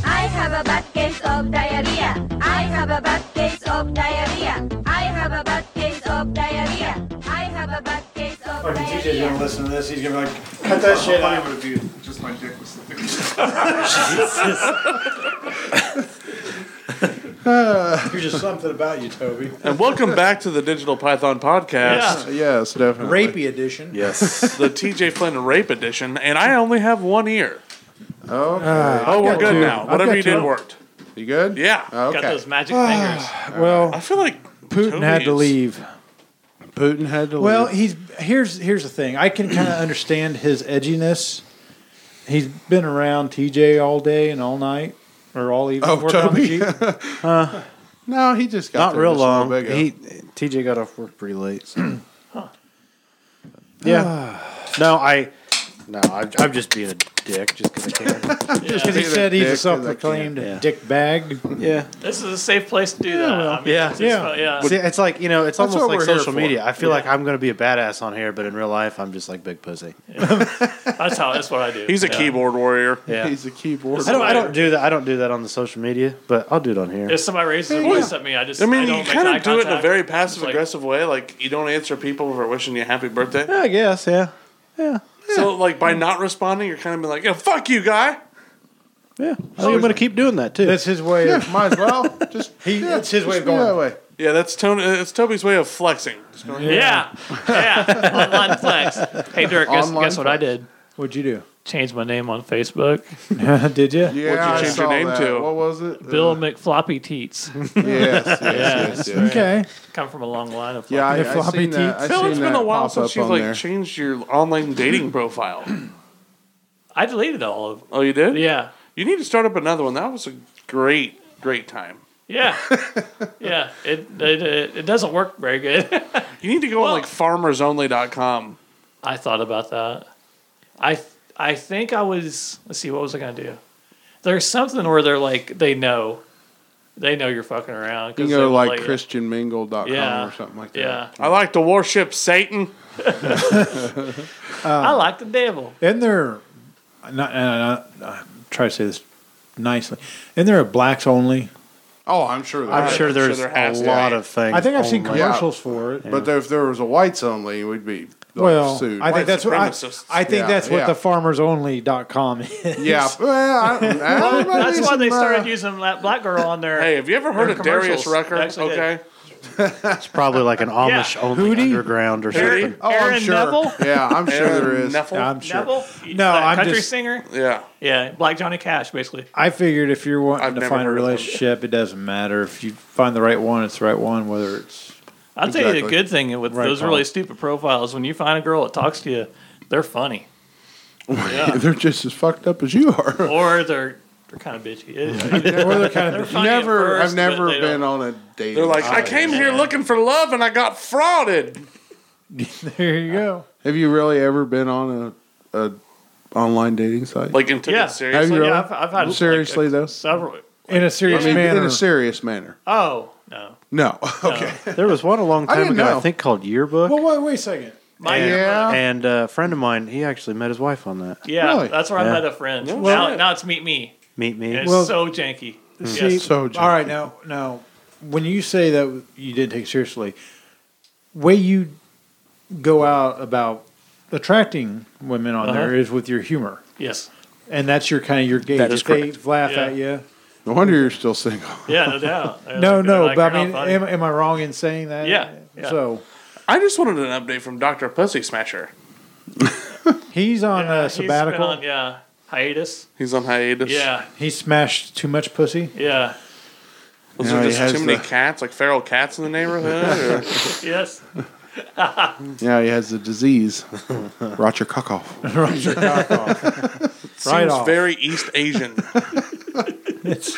S11: I have a bad case of diarrhea. I have a bad case of diarrhea. I have a bad case of diarrhea. I have a bad case of diarrhea.
S9: listen to this. He's gonna be like, cut that shit out.
S6: would be just my dick was slipping.
S9: You're just something about you, Toby.
S5: And welcome back to the Digital Python podcast,
S7: yes, definitely.
S9: Rapey edition.
S10: Yes.
S5: the TJ Flynn Rape Edition. And I only have one ear.
S7: Okay.
S5: Oh, we're
S9: got
S5: good
S9: two.
S5: now.
S9: I've
S5: Whatever
S9: got
S5: you did
S9: two.
S5: worked.
S7: you good?
S5: Yeah.
S4: Got
S7: Okay.
S4: those magic fingers.
S9: Well,
S5: I feel like
S9: Putin
S5: Uh,
S9: had to
S5: Toby's-
S9: leave.
S7: Putin had to
S9: Well,
S7: leave.
S9: he's here's here's the thing. I can kind of understand his edginess. He's been around TJ all day and all night, or all evening.
S7: Oh,
S9: working on the
S7: Toby.
S9: Jeep.
S7: No, he just got
S10: Not
S7: there
S10: real
S7: just a little
S10: long.
S7: bit ago.
S10: He TJ got off work pretty late. so-
S9: yeah,
S10: no, I no, I, I'm just being a dick just because I can.
S9: because he
S7: Being a
S9: said he's
S7: dick
S9: a
S7: 'cause I
S9: self-proclaimed
S10: can't. Yeah.
S9: dick bag.
S10: yeah.
S4: This is a safe place to do that. I mean,
S10: Yeah.
S4: it's-
S9: Yeah.
S4: it's- yeah.
S10: See, it's like you know, it's
S7: That's
S10: almost
S7: what
S10: like
S7: we're here
S10: social
S7: for.
S10: media. I feel like I'm going to be a badass on here, but in real life, I'm just like big pussy.
S4: That's how. That's what I do.
S5: He's a
S4: Yeah.
S5: keyboard warrior.
S10: Yeah,
S7: He's a keyboard.
S10: I don't. I don't do that. I don't do that on the social media, but I'll do it on here.
S4: If somebody raises their voice at me, I just.
S5: I mean,
S4: don't
S5: you
S4: make
S5: kind
S4: eye
S5: of do it in a
S4: contact.
S5: very
S4: It's
S5: passive
S4: like,
S5: aggressive way. Like, you don't answer people for wishing you happy birthday.
S10: Yeah, I guess. Yeah. Yeah.
S5: So, like, by not responding, you're kind of like, yeah, fuck you, guy.
S10: Yeah. I think I'm going to keep doing that too.
S9: That's his way. Of,
S7: Might as well. Just
S9: he, it's his way of
S7: be that
S9: going.
S7: way.
S5: Yeah, that's Tony, uh, it's Toby's way of flexing. Just going,
S4: Yeah, yeah. Online flex. Hey Dirk, guess,
S7: Online
S4: guess what I did?
S9: What'd you
S4: Changed my name on Facebook.
S9: do? Did you?
S7: Yeah,
S5: What'd you
S7: I
S5: change your
S7: saw
S5: name
S7: that.
S5: to?
S7: What was it?
S4: Bill
S7: Uh,
S4: McFloppy Teats.
S7: yes, yes, yes, yes.
S9: Okay.
S4: Come from a long line of.
S7: Yeah, I,
S9: The
S7: I
S9: floppy
S7: seen that. I
S9: teats.
S5: Phil,
S7: seen
S5: it's
S7: that
S5: been a while
S7: pop
S5: since
S7: up
S5: you've
S7: on
S5: like
S7: there.
S5: changed your online dating profile.
S4: I deleted all of.
S5: oh, you did?
S4: Yeah,
S5: You need to start up another one. That was a great, great time.
S4: yeah, yeah. It it, it, it doesn't work very good.
S5: You need to go
S4: Well-
S5: on like farmersonly.com.
S4: I thought about that. I th- I think I was. Let's see. What was I gonna do? There's something where they're like they know, they know you're fucking around. 'cause
S7: You can
S4: they
S7: go to
S4: will
S7: like
S4: let you-
S7: christianmingle.com
S4: Yeah.
S7: or something like that.
S4: Yeah,
S5: I like to worship Satan.
S7: Uh,
S4: I like the devil.
S9: Isn't there? Not. Uh, not uh, try to say this nicely. Isn't there a blacks only?
S7: Oh, I'm sure.
S10: I'm
S7: that-
S10: sure there's
S5: there
S10: a
S5: has to be.
S10: lot of things.
S9: I think I've seen
S10: online.
S9: commercials for it.
S7: But if there was a whites only, we'd be like,
S9: Well,
S7: sued.
S9: I think
S5: White
S9: that's what I,
S5: supremacists.
S9: I think
S7: Yeah,
S9: that's what
S7: yeah.
S9: the farmersonly.com is.
S7: yeah. Well, I, don't- I don't know,
S4: That's
S7: there's
S4: why they
S7: some, uh,
S4: started using that black girl on there.
S5: Hey, have you ever heard of Darius
S4: commercials.
S5: Rucker?
S4: I actually did.
S5: Okay.
S10: It's probably like an Amish only
S9: Hootie?
S10: underground or something.
S7: Oh, I'm
S4: Aaron
S7: sure.
S4: Neville.
S7: Yeah, I'm sure there
S5: Aaron
S7: is.
S5: Neffel?
S9: I'm sure.
S4: Neville.
S9: No,
S4: That
S9: I'm
S4: country
S9: just-
S4: singer.
S5: Yeah.
S4: Yeah, Black Johnny Cash, basically.
S9: I figured if you're wanting
S5: I've
S9: to
S5: never
S9: find a
S5: heard of them.
S9: relationship, it doesn't matter. If you find the right one, it's the right one, whether it's.
S4: I'll tell you the
S7: Exactly.
S4: good thing with
S9: Right,
S4: those
S9: Colin.
S4: really stupid profiles. When you find a girl that talks to you, they're funny,
S7: They're just as fucked up as you are.
S4: or they're They're kind of bitchy.
S7: Or they're kind of
S4: They're
S7: bitchy.
S4: funny at
S7: Never- I've
S4: first, but
S7: never
S4: they
S7: been
S4: don't-
S7: on a dating
S5: They're like, I
S7: site.
S5: came here looking for love and I got frauded.
S9: There you go.
S7: Have you really ever been on a, a online dating site?
S5: Like, and took
S4: Yeah.
S5: it seriously.
S7: Have you really?
S4: Yeah, I've- I've had, like,
S7: seriously though.
S4: Several.
S9: In a serious
S7: I mean,
S9: manner.
S7: In a serious manner.
S4: Oh no.
S7: No.
S4: Okay.
S10: There was one a long
S9: I
S10: time
S9: didn't
S10: ago,
S9: know.
S10: I think called Yearbook.
S9: Well, wait, wait a second.
S10: and,
S9: Yeah.
S10: and uh, a friend of mine, he actually met his wife on that.
S4: Yeah, that's where
S10: Yeah.
S4: I met a friend.
S10: Yeah.
S4: now, now it's meet me.
S10: Meet me.
S4: And it's
S9: Well,
S4: so janky.
S9: See,
S4: Yes.
S9: all right, now, now, when you say that you didn't take it seriously, way you go out about attracting women on
S4: Uh-huh.
S9: there is with your humor,
S4: Yes.
S9: and that's your kind of your gauge.
S7: That is
S9: if they
S7: correct.
S9: laugh
S4: Yeah.
S9: at you,
S7: No wonder you're still single.
S4: Yeah, no doubt. They're
S9: no,
S4: like-
S9: no.
S4: they're like,
S9: but I
S4: "You're
S9: mean,
S4: not funny."
S9: am, am I wrong in saying that?
S4: Yeah, yeah.
S9: So
S5: I just wanted an update from Dr. Pussy Smasher.
S9: he's on a
S4: He's been
S9: sabbatical.
S4: on, yeah, hiatus.
S5: He's on hiatus.
S4: Yeah,
S9: he smashed too much pussy.
S4: yeah.
S5: Was
S9: No,
S5: there
S9: he
S5: just
S9: has
S5: too many
S9: the-
S5: cats, like feral cats in the neighborhood? or-
S4: yes.
S7: Yeah, he has the disease. Roger Cockoff.
S9: Roger
S5: Seems
S9: Right off.
S5: very East Asian.
S9: It's,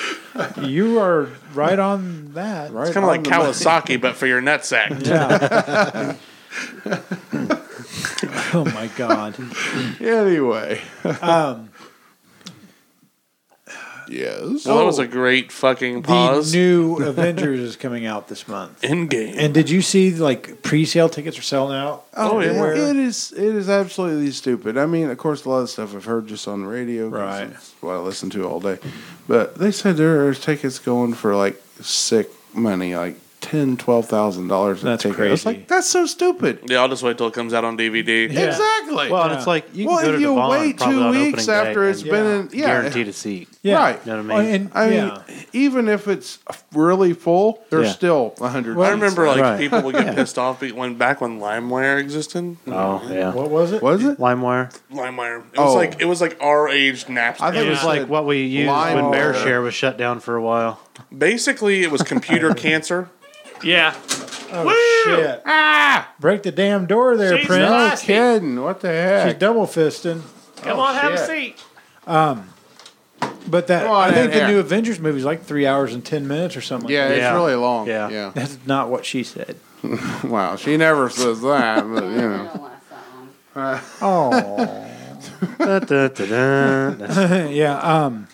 S9: you are right on that. Right,
S5: it's kind of like
S9: on the money.
S5: Kawasaki, but for your nutsack.
S9: Yeah. oh my god.
S7: Anyway.
S9: Um,
S7: yes.
S5: Well, that was a great fucking pause.
S9: The new Avengers is coming out this month.
S5: Endgame.
S9: And did you see like pre-sale tickets are selling out?
S7: Oh, yeah.
S9: everywhere?
S7: It is it is absolutely stupid. I mean, of course, a lot of stuff I've heard just on the radio. 'cause
S9: Right.
S7: it's What I listen to all day. But they said there are tickets going for like sick money, like ten, twelve thousand dollars.
S9: That's
S7: It's
S9: crazy.
S7: like that's so stupid.
S5: Yeah, I'll just wait till it comes out on DVD.
S7: Yeah. Exactly.
S10: Well, and it's like you
S7: Well,
S10: can go
S7: if
S10: to
S7: you
S10: Devon
S7: wait
S10: probably
S7: two
S10: on
S7: weeks
S10: opening day
S7: after it's
S10: and
S7: been in- yeah.
S10: guaranteed a seat.
S7: Yeah. Right.
S10: You
S9: Oh,
S10: know what I mean?
S7: I mean, even if it's really full, there's
S10: Yeah.
S7: still still hundred.
S5: I remember like people would get
S7: Yeah.
S5: pissed off be- when back when LimeWire existed.
S10: Oh yeah.
S9: What was it?
S7: Was it
S10: LimeWire?
S5: LimeWire. It
S10: Oh.
S5: was like it was like our age Napster.
S10: I think it was like what we used when
S5: LimeWire.
S10: BearShare was shut down for a while.
S5: Basically, it was computer cancer.
S4: Yeah.
S9: Oh, shit.
S7: Ah!
S9: Break the damn door there,
S7: She's
S9: Prince.
S7: no kidding. What the heck?
S9: She's double fisting.
S4: Come on,
S9: Oh,
S4: have a seat.
S9: Um, but that
S7: Come on
S9: I
S7: in
S9: think the
S7: here.
S9: new Avengers movie is like three hours and ten minutes or something.
S7: Yeah,
S9: like that.
S7: it's really long. Yeah.
S9: That's not what she said.
S7: wow, she never says that, but you know.
S9: Oh. yeah. Um,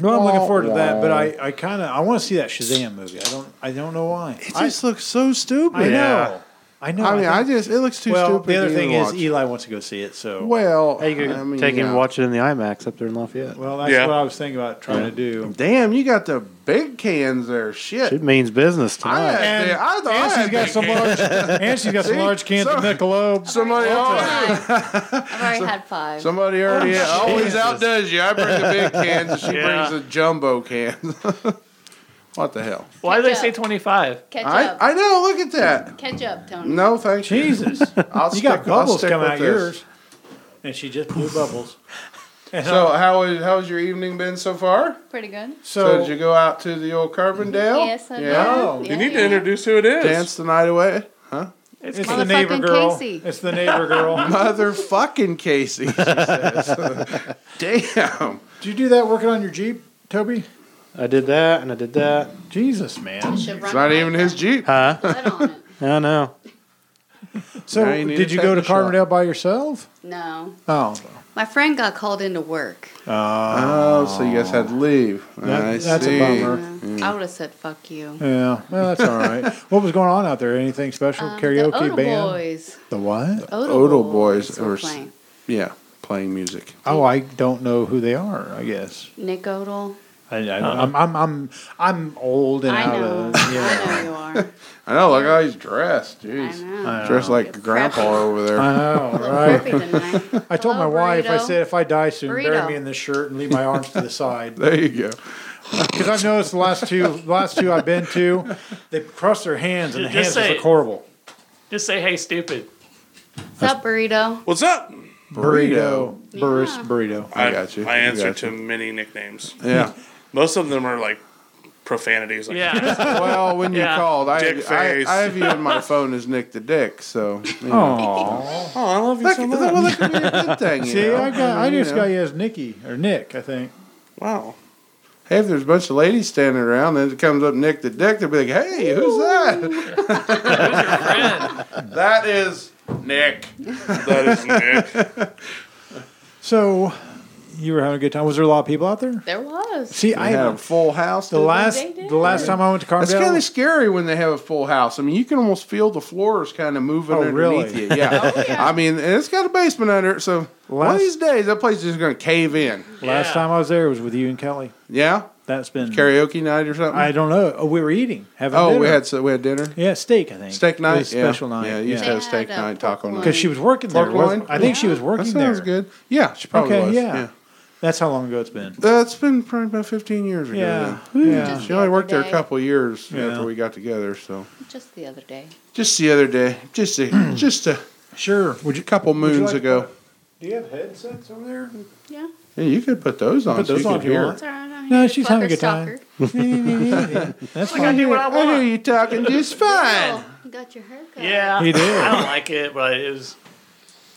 S9: well, I'm looking forward to that, but I, I kind of I want to see that Shazam movie. I don't I don't know why.
S7: It just looks so stupid.
S9: I know. I know.
S7: I mean, I
S9: think-
S7: just it looks too
S9: well,
S7: stupid.
S9: The other
S7: to
S9: thing
S7: even
S9: is
S7: watch.
S9: Eli wants to go see it, so
S7: well,
S9: Hey, you
S7: I mean,
S10: Take and
S7: yeah.
S10: watch it in the IMAX up there in Lafayette.
S9: well, that's
S10: Yeah.
S9: what I was thinking about trying to do.
S7: Damn, you got the big cans there. Shit.
S10: It means business
S7: I,
S10: tonight.
S7: had- I thought I
S9: and she's
S7: had
S9: got
S7: big
S9: some large,
S7: cans.
S9: and she's got some
S7: See?
S9: large cans of
S7: Some-
S9: Michelob.
S7: Somebody already,
S13: I've already had five.
S7: somebody already
S13: Oh,
S7: always
S13: Jesus.
S7: outdoes you. I bring the big cans, and she
S4: Yeah.
S7: brings the jumbo cans. what the hell?
S4: Why do they say twenty five?
S13: Catch
S7: I,
S13: up.
S7: I know. Look at that.
S13: Catch up, Tony.
S7: No, thank you.
S9: Jesus,
S7: I'll
S9: you got
S7: stick- I'll
S9: bubbles
S7: stick
S9: coming
S7: with
S9: out
S7: this.
S9: yours, and she just blew bubbles. And
S7: So
S9: I'm-
S7: how is how's your evening been so far?
S13: Pretty good.
S7: So,
S9: so
S7: did you go out to the old Carbondale?
S13: Yes, I did.
S5: You need to introduce who it is.
S7: Dance the night away, huh?
S9: it's,
S13: It's
S9: the neighbor
S13: motherfucking
S9: girl.
S13: Casey.
S9: It's the neighbor girl.
S7: Motherfucking Casey. She says. Damn.
S9: Did you do that working on your Jeep, Toby?
S10: I did that and I did that.
S9: Jesus, man.
S7: It's not even his Jeep.
S10: Huh? I know.
S9: So
S7: Now you need
S9: did
S7: to
S9: you go to
S7: take a
S9: Carbondale by yourself?
S13: No.
S9: Oh. Uh,
S13: My friend got called into work.
S7: Oh, so you guys had to leave.
S9: That-
S7: I
S9: that's a
S7: see.
S9: bummer.
S13: I would have said, fuck you.
S9: Yeah, well, that's all right. what was going on out there? Anything special?
S13: Um,
S9: Karaoke
S13: the Odell
S9: band?
S13: Boys.
S9: The what?
S13: Odell,
S7: Odell
S13: Boys,
S7: Boys
S13: were
S7: were s-
S13: playing.
S7: Yeah, playing music.
S9: Oh, I don't know who they are. I guess
S13: Nick Odell.
S9: I, I, I'm, I'm I'm I'm old and
S13: Uh-huh. I
S9: out
S13: know.
S9: of yeah.
S13: I know you are.
S7: I know. Look how he's dressed. Jeez,
S9: I know.
S7: dressed like grandpa over there.
S9: I know,
S13: preppy
S9: right? I told my wife, I
S13: burrito.
S9: said, if I die soon, bury
S13: Burrito.
S9: me in this shirt and leave my arms to the side.
S7: There you go.
S9: Because I've noticed the last two, the last two I've been to, they cross their hands and the
S4: Just
S9: hands
S4: say
S9: look
S4: it.
S9: horrible.
S4: Just say hey, stupid.
S13: What's up, burrito?
S5: What's up?
S9: Burrito, burris,
S13: Yeah.
S9: burrito.
S7: I got you.
S5: I
S7: You
S5: answer
S7: got
S5: to many nicknames.
S7: Yeah.
S5: Most of them are like profanities. Like,
S4: Yeah.
S7: Well, when you
S4: Yeah.
S7: called, I,
S5: Dick
S7: I,
S5: face.
S7: I have you in my phone as Nick the Dick. So, you
S9: Aw.
S5: oh, I love you
S7: That-
S5: so
S7: well, that
S5: much.
S7: could be a good thing. you
S9: See,
S7: know?
S9: I got, I
S7: mean, you
S9: just
S7: know.
S9: got you as Nikki or Nick, I think.
S5: Wow.
S7: Hey, if there's a bunch of ladies standing around, and it comes up Nick the Dick, they'll be like, "Hey, who's that?" that is Nick.
S5: That is Nick.
S9: So, you were having a good time. Was there a lot of people out there?
S13: There was.
S9: See, I
S7: had a full house.
S9: The
S7: didn't
S9: last,
S7: they?
S9: the last time I went to
S7: It's
S9: Carmel,
S7: kind of scary when they have a full house. I mean, you can almost feel the floors kind of moving
S9: Oh,
S7: underneath
S9: really?
S7: you. Yeah.
S9: Oh, yeah.
S7: I mean, and it's got a basement under it, so one of
S9: Last-
S7: these days that place is just going to cave in.
S9: last time I was there was with you and Kelly.
S7: Yeah,
S9: that's been
S7: karaoke night or something.
S9: I don't know. Oh, we were eating. Having
S7: oh, we
S9: dinner.
S7: had so we had dinner.
S9: yeah steak. I think
S7: Steak
S9: It
S7: night,
S9: was
S7: yeah.
S9: special night.
S7: Yeah, you used to have steak night, taco night.
S9: Because she was working there.
S7: Pork
S9: wasn't-
S7: loin?
S9: I think she was
S7: Yeah.
S9: working
S7: That sounds
S9: there.
S7: good. Yeah, she probably
S9: okay,
S7: was.
S9: Yeah.
S7: Yeah.
S9: that's how long ago it's been.
S7: That's been probably about 15 years ago.
S9: Yeah.
S7: then.
S9: Yeah. Just
S7: She only
S13: the
S7: worked there a
S13: day.
S7: couple years
S9: Yeah.
S7: after we got together. So
S13: Just the other day.
S7: just the other day, just a just a
S9: sure,
S7: would you couple
S9: would you
S7: moons
S9: like
S7: ago?
S9: Do you have headsets over there?
S13: Yeah.
S7: Yeah, you could put Oh, those on.
S9: Put
S7: so
S9: those
S7: you
S9: on
S7: could
S9: if you
S7: hear.
S9: want.
S7: it.
S9: No, she's having a good time. That's
S7: I hear, I hear you talking just fine.
S13: You got your hair cut.
S4: Yeah.
S7: He did.
S4: I don't like it, but it was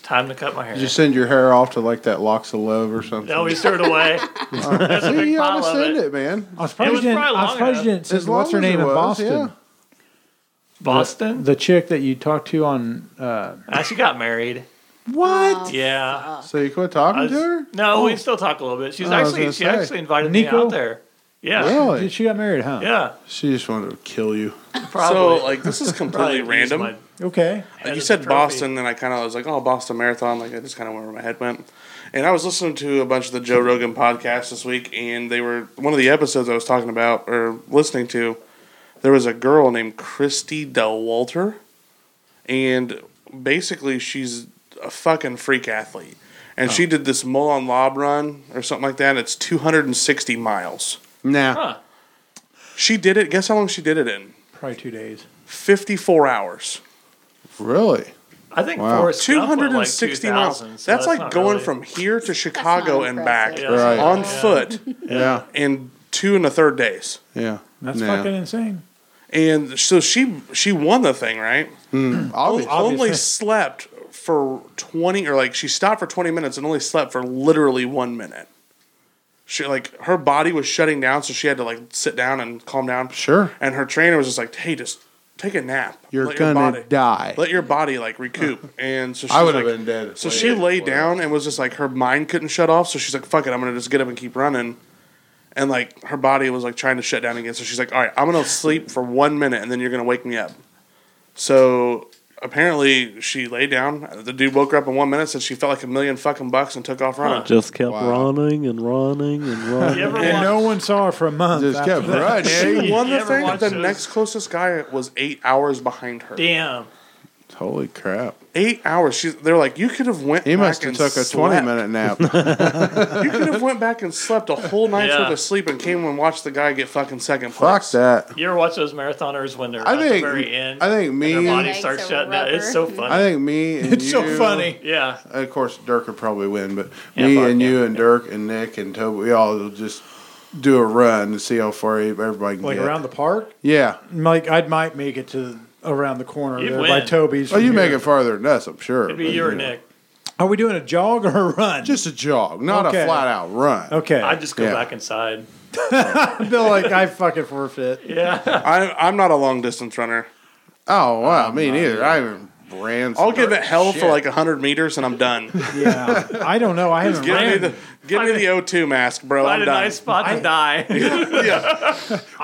S4: time to cut my hair.
S7: Did you send your hair off to like that locks of love or something?
S4: no, we threw it away. There's a
S7: See,
S4: big
S7: you ought
S4: pile
S7: to
S4: of
S7: send
S4: it.
S7: it, man.
S9: I was surprised you
S4: was
S9: didn't,
S4: probably
S9: I was
S4: long
S9: surprised
S4: enough.
S9: you didn't
S7: As
S9: send
S7: long
S9: what's her
S7: as
S9: name
S7: it
S9: in
S7: was,
S9: Boston.
S7: yeah.
S4: Boston?
S9: The chick that you talked to on. Uh,
S4: Ah, she got married.
S7: What?
S4: Yeah.
S7: So you quit
S4: Uh,
S7: talking
S4: I was-
S7: to her?
S4: No,
S7: Oh.
S4: we still talk a little bit. She's
S7: Oh, I was
S4: actually
S7: gonna
S4: she
S7: say.
S4: actually invited me
S9: Nico?
S4: out there. Yeah.
S7: Really?
S9: She got married, huh?
S4: Yeah.
S7: She just wanted to kill you.
S4: Probably.
S5: So like this is
S4: Probably
S5: completely
S4: use
S5: random.
S4: my-
S9: Okay.
S5: Uh, you said Boston, and I kind of was like, oh, Boston Marathon. Like, I just kind of went where my head went. And I was listening to a bunch of the Joe Rogan podcast this week, and they were one of the episodes I was talking about or listening to. There was a girl named Christy Del Walter, and basically she's a fucking freak athlete. And she did this Mulon Lob run or something like that. It's 260 miles.
S7: Nah.
S5: She did it. Guess how long she did it in?
S9: Probably two days.
S5: 54 hours.
S7: Really?
S4: I think
S7: Wow.
S4: Forrest Gump went, like,
S5: 260 miles.
S4: 2000, so
S5: that's, like
S4: not
S5: going
S4: really-
S5: from here to Chicago and back
S4: Yeah, that's Right. not
S5: on
S4: bad.
S5: foot
S7: Yeah.
S5: in two and a third days.
S7: Yeah.
S9: That's
S7: Nah.
S9: fucking insane.
S5: And so she she won the thing, right? Only,
S7: Mm, obviously.
S5: only slept for 20 or like she stopped for 20 minutes and only slept for literally 1 minute. She like her body was shutting down so she had to like sit down and calm down.
S7: Sure.
S5: And her trainer was just like, "Hey, just take a nap.
S7: You're
S5: Let your
S7: gonna
S5: body-
S7: die.
S5: Let your body like recoup. And so she
S7: I
S5: was,
S7: would've
S5: like-
S7: been dead if
S5: So
S7: I
S5: she
S7: did.
S5: lay down and was just like her mind couldn't shut off. So she's like, "Fuck it, I'm gonna just get up and keep running." And like her body was like trying to shut down again. So she's like, "All right, I'm gonna sleep for one minute and then you're gonna wake me up." So apparently she lay down. The dude woke her up in one minute. Said she felt like a million fucking bucks and took off running.
S10: Just kept running and running and running.
S9: And no one saw her for a month.
S7: Just
S9: after
S7: kept
S9: that.
S7: running.
S5: She won
S4: You
S5: the
S4: ever
S5: thing.
S4: watch
S5: The
S4: those-
S5: next closest guy was eight hours behind her.
S4: Damn.
S7: Holy crap.
S5: Eight hours. She, they're like, you could have went.
S7: He
S5: back
S7: must have
S5: and
S7: took a 20
S5: slept.
S7: minute nap.
S5: You could have went back and slept a whole night's
S4: Yeah.
S5: worth of sleep and came and watched the guy get fucking second place.
S7: Fuck that.
S4: You ever watch those marathoners when they're
S7: I
S4: at the
S7: think-
S4: very end?
S7: I think
S4: and
S7: me-
S4: their body
S7: Legs
S4: starts
S7: are
S4: shutting down. It's so funny.
S7: I think me and
S4: It's so
S7: you-
S4: funny. Yeah.
S7: Of course, Dirk would probably win, but
S4: Yeah,
S7: me
S4: fuck
S7: and you and Dirk and Nick and Toby, we all will just do a run to see how far e- everybody can
S9: Like
S7: get.
S9: around the park?
S7: yeah.
S9: Like, I might make it to around the corner
S4: You'd
S9: there
S4: win.
S9: by Toby's.
S7: Oh,
S9: from
S7: you make
S9: here.
S7: it farther than us, I'm sure.
S4: It'd be
S7: but,
S4: you or
S7: know.
S4: Nick.
S9: Are we doing a jog or a run?
S7: Just a jog, not
S9: Okay.
S7: a flat out run.
S9: Okay.
S4: I'd just go
S7: Yeah.
S4: back inside.
S9: I feel like I fucking forfeit.
S4: Yeah.
S5: I, I'm not a long distance runner.
S7: Oh, wow. me neither. I even ran.
S5: I'll
S7: some
S5: give it hell
S7: shit.
S5: for like 100 meters and I'm done.
S9: Yeah. I don't know. I haven't
S5: give me
S9: ran.
S5: the give me the O2 mask, bro. I'm
S4: Find a
S5: done.
S4: nice spot to die.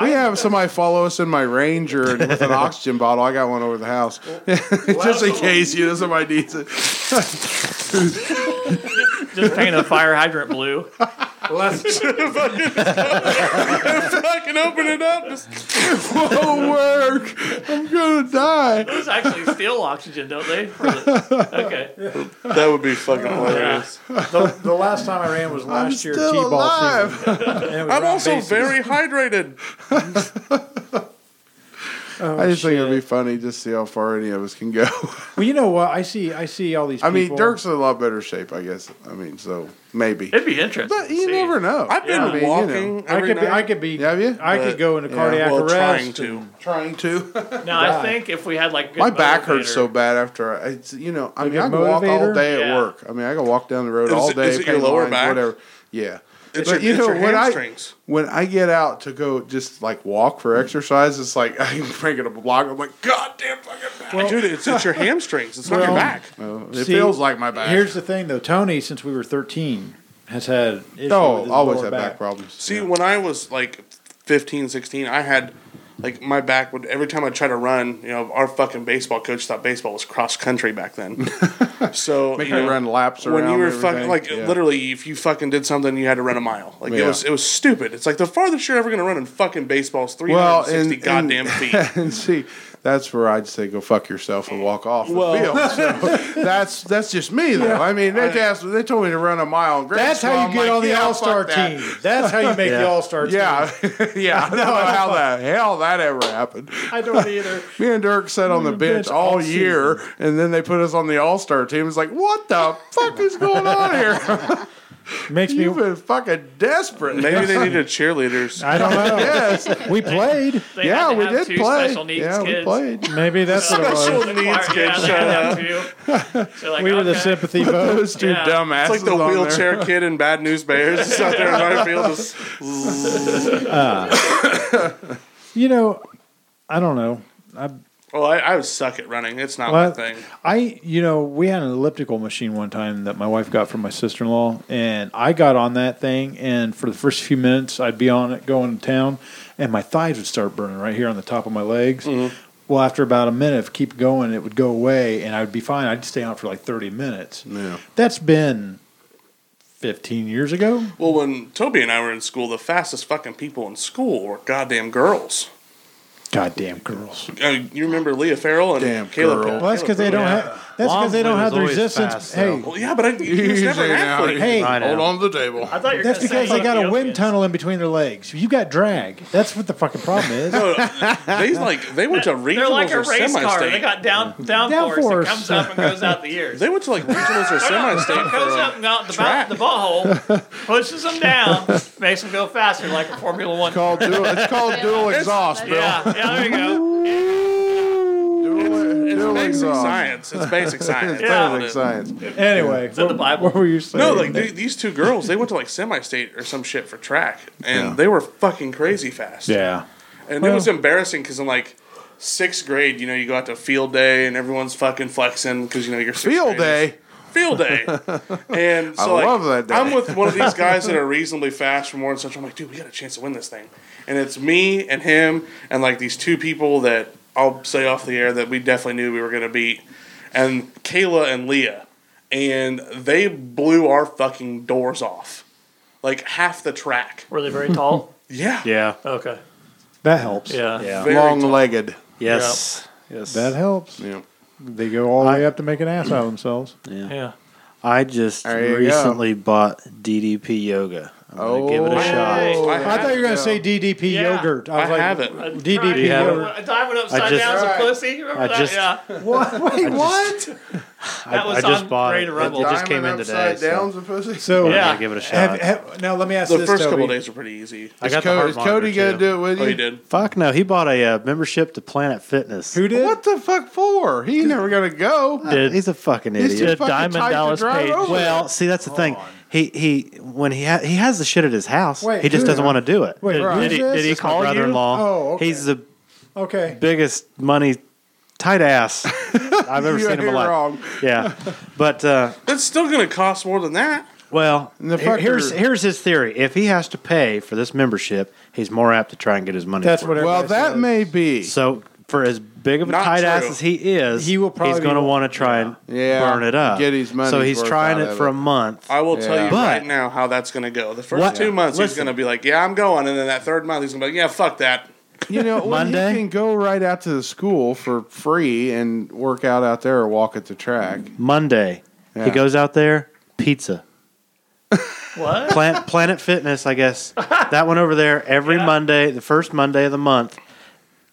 S7: We have somebody follow us in my Ranger and with an oxygen bottle. I got one over the house, just in case you know somebody needs it.
S4: just paint a fire hydrant blue.
S5: fucking open it up. Just
S7: Won't work. I'm gonna die.
S4: Those actually steal oxygen, don't they? For the- Okay.
S5: That would be fucking hilarious.
S9: the, the last time I ran was
S7: I'm
S9: last year
S7: still
S9: T-ball
S7: alive.
S9: season. And it was
S5: I'm
S9: around
S5: also
S9: bases.
S5: very hydrated.
S7: I just think it'd be funny just to see how far any of us can go.
S9: Well, you know what? I see. I see all these.
S7: I mean,
S9: people.
S7: Dirk's in a lot better shape, I guess. I mean, so maybe.
S4: It'd be interesting.
S7: But
S4: to
S7: you
S4: see.
S7: never know.
S5: I've been
S4: Yeah.
S7: I mean, you know.
S5: walking
S9: I
S5: every
S9: could be. I
S5: night.
S9: could be.
S7: Have you?
S9: I
S5: but-
S9: could go into cardiac
S5: well,
S9: arrest.
S5: trying
S9: and-
S5: to.
S7: Trying to.
S4: No, I think if we had like a good
S7: My back hurts
S4: motivator-
S7: so bad after I, it's, you know, I mean,
S9: good
S7: I can walk all
S9: motivator?
S7: day at
S4: Yeah.
S7: work. I mean, I can walk down the road
S5: Is
S7: all
S5: it-
S7: day,
S5: is it your
S7: pay
S5: lower
S7: lines,
S5: back?
S7: whatever. Yeah.
S5: It's
S7: But
S5: your- it's your
S7: when
S5: hamstrings.
S7: I when I get out to go just like walk
S9: Mm.
S7: for exercise, it's like I'm making a block. I'm like, God damn fucking back.
S5: Dude, it's- it's your hamstrings. It's not your back.
S7: Well, it
S9: Uh, See,
S7: feels like my back.
S9: Here's the thing, though. Tony, since we were 13, has had issues
S7: Oh,
S9: with his lower
S5: See, when I was like 15, 16, I had like my back would every time I tried to run. You know, our fucking baseball coach thought baseball was cross country back then. so
S7: Make me
S5: know,
S7: run laps
S5: when you
S7: around
S5: were
S7: everything.
S5: fucking like
S7: Yeah.
S5: literally, if you fucking did something, you had to run a mile. Like it
S7: Yeah.
S5: was it was stupid. It's like the farthest you're ever gonna run in fucking baseball is three hundred and sixty goddamn feet.
S7: and see, that's where I'd say go fuck yourself and walk off
S5: Well-
S7: the field. So that's that's just me though. I mean, they asked, they told me to run a mile. in grade
S9: That's how
S7: school.
S9: you
S7: I'm
S9: get
S7: like,
S9: on the
S7: yeah, fuck
S9: All-Star
S7: that.
S9: team. That's how you make the
S7: Yeah.
S9: All-Star team.
S7: Yeah, yeah. I don't know how the hell that ever happened.
S9: I don't either.
S7: Me and Dirk sat on the bench, all, year, and then they put us on the All Star team. It's like, what the fuck is going on here?
S9: Makes
S7: You've been fucking desperate.
S5: Maybe they needed cheerleaders.
S9: I don't know.
S7: yes,
S9: we played.
S7: They had to have two special needs
S9: yeah,
S7: kids.
S9: we played. Maybe that's what it was.
S5: Special needs kids. Shut up.
S9: we were the sympathy vote.
S7: Those two Yeah. dumbasses
S5: It's like the
S7: on there.
S5: wheelchair kid in Bad News Bears. Just out there in right field. Just
S9: Ah. you know, I don't know. I,
S5: Well, I, I would suck at running. It's not
S9: Well,
S5: my thing.
S9: I, you know, we had an elliptical machine one time that my wife got from my sister in law, and I got on that thing, and for the first few minutes, I'd be on it going to town, and my thighs would start burning right here on the top of my legs. Well, after about a minute of keep going, it would go away, and I'd be fine. I'd stay on it for like thirty minutes. Yeah. That's been fifteen years ago.
S5: Well, when Toby and I were in school, the fastest fucking people in school were goddamn girls.
S9: Goddamn girls.
S5: Uh, you remember Leah Farrell and Caleb?
S9: Well, that's because they don't have. That's because they don't have the resistance. hey,
S5: Well, yeah, but I, he was never an athlete.
S9: Hey,
S7: to the table.
S4: I thought you were
S9: That's
S4: gonna say
S9: because they got a
S4: Ethiopian.
S9: wind tunnel in between their legs. You got drag. That's what the fucking problem is.
S5: No, they like they went to
S4: They're
S5: regionals
S4: like a
S5: or
S4: race car. They
S5: semi-state.
S4: got down downforce
S9: Downforce.
S4: that comes up and goes out the ears.
S5: They went to like regionals or semi-state.
S4: It goes up and out the, ball, the butthole, pushes them down, makes them go faster like a Formula One. It's
S7: called dual, it's called dual exhaust, Bill.
S4: Yeah, yeah, there you go.
S5: It's
S7: Dual
S5: basic
S7: exhaust.
S5: science. It's basic science.
S7: It's
S5: That's
S7: basic
S5: what it
S7: science.
S5: is.
S9: Anyway,
S4: It's in the Bible.
S9: What were you saying?
S5: No, like dude, these two girls, they went to like semi-state or some shit for track, and
S9: Yeah.
S5: they were fucking crazy fast.
S9: Yeah.
S5: and it
S9: Well-
S5: was embarrassing because in like sixth grade, you know, you go out to field day and everyone's fucking flexing because you know you're sixth
S7: Field
S5: graders.
S7: day.
S5: Field day, and so
S7: I
S5: like,
S7: love that day.
S5: I'm with one of these guys that are reasonably fast from Warren Central. I'm like, dude, we got a chance to win this thing, and it's me and him and like these two people that I'll say off the air that we definitely knew we were gonna beat, and Kayla and Leah, and they blew our fucking doors off, like half the track.
S4: Were they very tall?
S5: Yeah.
S10: Yeah.
S4: Okay.
S9: That helps.
S4: Yeah. Yeah.
S5: Very
S7: Long legged.
S10: Yes. Yes.
S9: That helps.
S7: Yeah.
S9: They go all the way up to make an ass out of themselves.
S10: Yeah.
S4: Yeah.
S10: I just
S9: There you go.
S10: recently bought DDP Yoga. I'm gonna give
S4: Oh,
S10: it a shot.
S9: I, thought you were going to say DDP yogurt. I was like, DDP
S10: Do you have
S9: yogurt.
S4: A diamond upside
S10: I just-
S4: down is a
S10: Right.
S4: pussy. Remember
S10: I
S4: that?
S10: just-
S4: yeah.
S9: What? Wait,
S10: I
S9: what?
S10: I, I just bought it. It, it just came in today. So.
S9: So
S10: I'm gonna give it a shot.
S9: Have, have, now let me ask
S5: The
S9: this:
S5: first couple
S9: Toby.
S5: days were pretty easy.
S10: I got the heart monitor, too.
S5: Oh, he did.
S10: Fuck no, he bought a uh, membership to Planet Fitness.
S9: Who did?
S7: What the fuck for? He ain't never gonna go.
S10: Dude, he's a fucking
S7: He's
S10: idiot.
S7: too fucking oh, Diamond tight to Dallas drive Page. over
S10: Well,
S7: there.
S10: see, that's the thing. He he when he ha- he has the shit at his house.
S9: Wait,
S10: he just
S9: who-
S10: doesn't want to do it.
S9: Wait, Did- who's did he- this? did he
S10: It's my
S9: call you?
S10: brother-in-law.
S9: Oh, okay.
S10: He's the
S9: Okay.
S10: biggest money tight ass I've ever
S5: You
S10: seen in my
S5: ain't
S10: life.
S5: wrong.
S10: Yeah, but uh,
S5: That's still going to cost more than that.
S10: well,
S5: the
S10: here-
S5: fucker-
S10: here's here's his theory. If he has to pay for this membership, he's more apt to try and get his money.
S9: That's
S10: for
S9: what
S10: it.
S9: everybody Well, that says.
S7: may be.
S10: So for as big of a
S9: Not
S10: tight ass
S9: true.
S10: as he is,
S9: He will probably
S10: he's going to
S9: wa-
S10: want to try and
S7: Yeah.
S10: burn it up.
S7: Get his
S10: So
S7: money's
S10: he's
S7: worth
S10: trying
S7: out
S10: it
S7: of
S10: for a
S7: it.
S10: month.
S5: I will tell you
S10: But-
S5: right now how that's going to go. The first
S10: What-
S5: two months, he's
S10: Listen.
S5: going to be like, "Yeah, I'm going," and then that third month, he's going to be like, "Yeah, fuck that."
S7: You know, when he
S5: Monday?
S7: can go right out to the school for free and work out out there or walk at the track.
S10: Monday,
S7: Yeah.
S10: he goes out there, pizza.
S4: What?
S10: Plant, Planet Fitness, I guess. That one over there, every Monday, the first Monday of the month,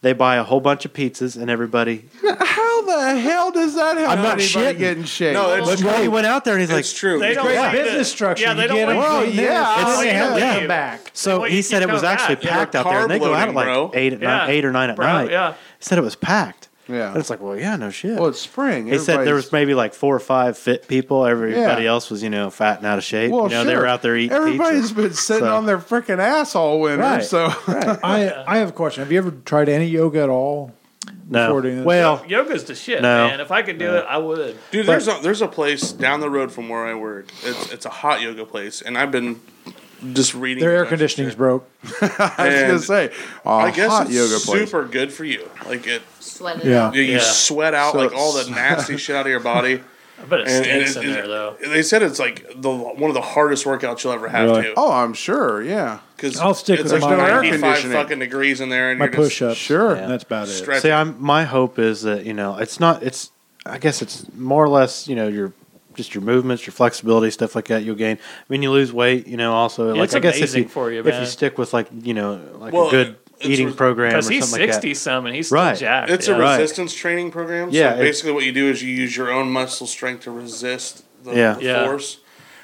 S10: they buy a whole bunch of pizzas and everybody.
S7: How the hell does that help
S10: I'm not
S7: anybody
S10: shitting.
S7: get in shape?
S10: No, it's Look, true. he went out there and he's It's like- true. They don't
S9: Great
S10: like
S9: business
S10: it.
S9: structure.
S10: Yeah, they
S9: you
S10: don't
S9: get
S10: like
S9: them
S10: it.
S9: clean there,
S10: Yeah,
S9: it's-
S10: I'll
S9: they have
S10: eat
S9: them
S10: you.
S9: back.
S10: So he said it was actually packed out there, and they go out at like eight at night, eight or nine at night. He said it was packed.
S7: Yeah.
S10: And it's like, well, yeah, no shit.
S7: Well, it's spring.
S10: He said there was maybe like four or five fit people. Everybody
S7: Yeah.
S10: else was, you know, fat and out of shape.
S7: Well,
S10: you know, they
S7: sure.
S10: were out there eating
S7: Everybody's
S10: pizza.
S7: been sitting
S10: So-
S7: on their freaking ass all winter.
S10: Right.
S7: So
S9: I I have a question. Have you ever tried any yoga at all?
S10: No.
S9: before doing this?
S4: yoga's the shit,
S9: No.
S4: man. If I could do it, I would.
S5: Dude, there's a there's a place down the road from where I work. It's it's a hot yoga place, and I've been just reading.
S9: their air
S5: about it.
S9: conditioning's broke.
S7: I was gonna
S5: And
S7: say, a
S5: I guess
S7: hot
S5: it's
S7: yoga place.
S5: super good for you. Like it,
S13: sweat
S7: it Yeah.
S9: Uh,
S7: out.
S5: You, you
S7: Yeah.
S5: sweat out
S7: So
S5: like all the
S7: it's-
S5: nasty shit out of your body.
S4: I bet it stinks in there, though.
S5: They said it's like the one of the hardest workouts you'll ever have to.
S7: Oh, I'm sure. Yeah.
S5: 'Cause
S9: I'll stick
S5: it's
S9: with
S5: like
S9: my- There's no air
S5: 95
S9: conditioning.
S5: fucking degrees in there, and
S9: My
S5: you're just
S9: push ups.
S10: Sure. Yeah.
S9: That's about it.
S5: Stretch
S10: See, I'm my hope is that you know it's not it's I guess it's more or less you know your just your movements, your flexibility, stuff like that. You'll gain. I mean, you lose weight, you know. Also,
S4: Yeah,
S10: like
S4: it's
S10: I guess if
S4: amazing
S10: you,
S4: for you,
S10: if
S4: man.
S10: you stick with like you know like
S5: Well,
S10: a good
S5: it's
S10: eating
S5: res-
S10: program or
S4: Because
S10: something
S4: he's
S10: like that.
S4: 60 some and he's still
S10: Right.
S4: jacked.
S5: It's
S4: yeah.
S5: a resistance training program. So
S10: Yeah, it-
S5: basically, what you do is you use your own muscle strength to resist the,
S10: Yeah.
S5: the
S10: Yeah.
S5: force.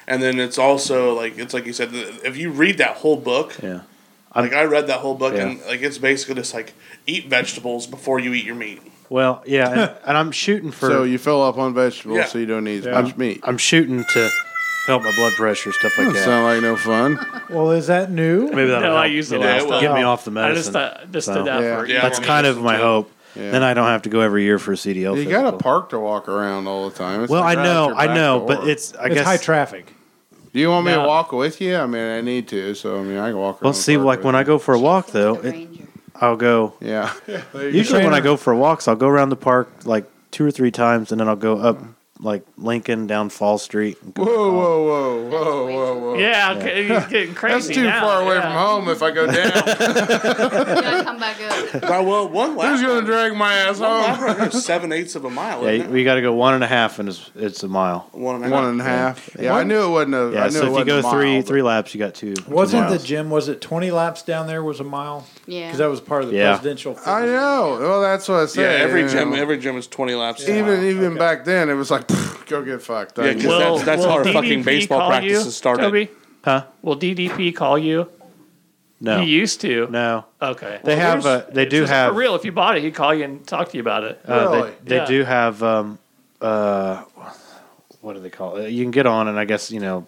S5: And then it's also like it's like you said, if you read that whole book,
S10: Yeah.
S5: like I read that whole book,
S10: Yeah.
S5: and like it's basically just like eat vegetables before you eat your meat.
S10: Well, yeah, and, and I'm shooting for.
S7: so you fill up on vegetables,
S5: Yeah.
S7: so you don't need as
S10: Yeah.
S7: much meat.
S10: I'm shooting to help my blood pressure, stuff like
S7: Doesn't
S10: that.
S7: sound like no fun.
S9: Well, is that new?
S10: Maybe that'll
S4: No, I
S10: help.
S4: used it
S10: It'll
S4: last time.
S7: Oh.
S10: get me off the
S4: I just uh,
S10: medicine.
S4: thought- just did that for- Yeah,
S10: that's
S4: I'm
S10: kind of my hope.
S7: Yeah.
S10: Then I don't have to go every year for a CDL.
S7: You
S10: physical.
S7: got a park to walk around all the time. It's
S10: Well,
S7: like
S10: I
S7: right out
S10: know,
S7: your
S10: I
S7: back
S10: know, but
S7: door.
S10: it's- I It's guess- high
S9: traffic.
S7: Do you want me
S10: No.
S7: to walk with you? I mean, I need to. So I mean, I can walk. around
S10: Well, see, like when I go for a walk, though, it, I'll go.
S7: Yeah.
S10: Usually, when I go for walks, I'll go around the park like two or three times, and then I'll go up like Lincoln down Fall Street. and
S7: Whoa,
S10: go-
S7: whoa, whoa, whoa, whoa, whoa.
S4: Yeah,
S10: Yeah.
S4: okay, he's getting crazy.
S7: That's too
S4: now.
S7: far away
S4: yeah.
S7: from home if I go down.
S13: come back up.
S5: well, one lap.
S7: Who's gonna drag my ass
S5: One lap
S7: home?
S5: right there is seven eighths of a mile.
S10: Yeah,
S5: isn't
S10: you, you got to go one and a half, and it's, it's a mile.
S5: One and a
S7: One and a half. Yeah, I knew it wasn't a.
S10: Yeah,
S7: I knew
S10: so if
S7: it
S10: you
S7: wasn't
S10: go
S7: a mile,
S10: three
S7: but-
S10: three laps, you got two.
S9: Wasn't
S10: two
S9: the gym? Was it twenty laps down there? Was a mile?
S13: Yeah.
S9: because that was part of the
S10: Yeah.
S9: presidential.
S7: I know. Well, that's what I
S5: Yeah,
S7: said.
S5: every
S7: you
S5: gym,
S7: know.
S5: every gym is twenty laps.
S7: even even back then, it was like, "Pfft, go get fucked.
S5: Yeah, 'cause
S7: Well,
S5: that's, that's how our
S4: Will
S5: fucking
S4: DDP
S5: baseball
S4: call
S5: practices
S4: you,
S5: started.
S4: Toby?
S10: Huh?
S4: Will DDP call you?
S10: No.
S4: You used to.
S10: No.
S4: Okay.
S10: They have
S4: there's-
S10: a- they do
S4: just
S10: have-
S4: For real, if you bought it, he'd call you and talk to you about it.
S10: Uh,
S7: Oh,
S10: They, they
S4: Yeah.
S10: do have um uh what do they call it? You can get on and I guess you know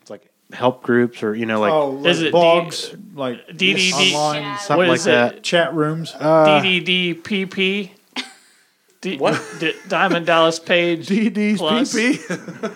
S10: it's like help groups or you know like
S9: oh, like
S4: Is it
S9: blogs like
S4: DDD?
S9: online
S10: Something What like is it? that.
S9: Chat rooms.
S7: Uh,
S4: DDDPP. D- what? D- Diamond Dallas Page.
S7: DDPP.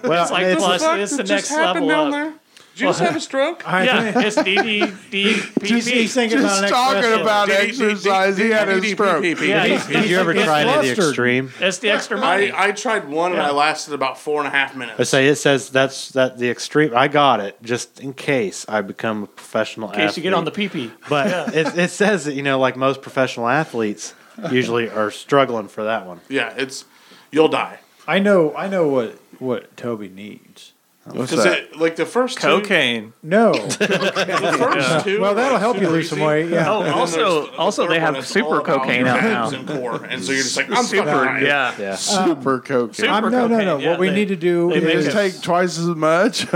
S4: Well, it's like
S5: it's-
S4: plus.
S5: What the fuck
S4: It's the next
S5: just happened
S4: level
S5: down
S4: up.
S5: there? Did you just have a stroke?
S4: Yeah, it's DDDPP.
S9: Just- he's thinking about an exercise.
S7: exercise. He had a stroke.
S10: Did you ever try it at the extreme?
S4: It's the extra
S5: money. I, I tried one and I lasted about four and a half minutes.
S10: I say it says that's that the extreme. I got it just in case I become a professional.
S4: In case you get
S10: athlete.
S4: on the PP.
S10: But
S4: Yeah.
S10: it, it says that you know, like most professional athletes, usually are struggling for that one.
S5: Yeah, it's you'll die
S9: I know. I know what what Toby needs.
S10: What's
S5: because it like the first two-
S9: No.
S5: the first
S9: Yeah.
S5: two.
S9: Well,
S5: were,
S9: that'll
S5: like,
S9: help you
S5: super
S9: lose some
S5: easy.
S9: weight, yeah. Oh,
S5: And then
S9: also-
S5: there's the
S4: also
S5: third
S4: they
S5: one
S4: have
S5: that's
S4: super
S5: all about
S4: cocaine
S5: your
S4: out
S5: abs
S4: now.
S5: And, core. and so you're just like I'm
S4: Super,
S5: fucking
S4: yeah.
S5: yeah.
S7: Super cocaine.
S9: I'm- no, no, no. what we need to do
S7: You
S9: is
S7: just take twice as much.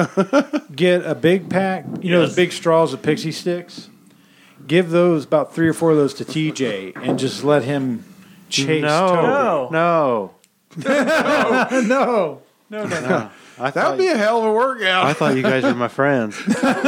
S9: get a big pack. You know, those big straws of pixie sticks. Give those about three or four of those to TJ and just let him chase.
S10: no, no,
S9: Toby. no, no, no,
S10: no. I
S7: That'd
S10: thought,
S7: be a hell of a workout.
S10: I thought you guys were my friends.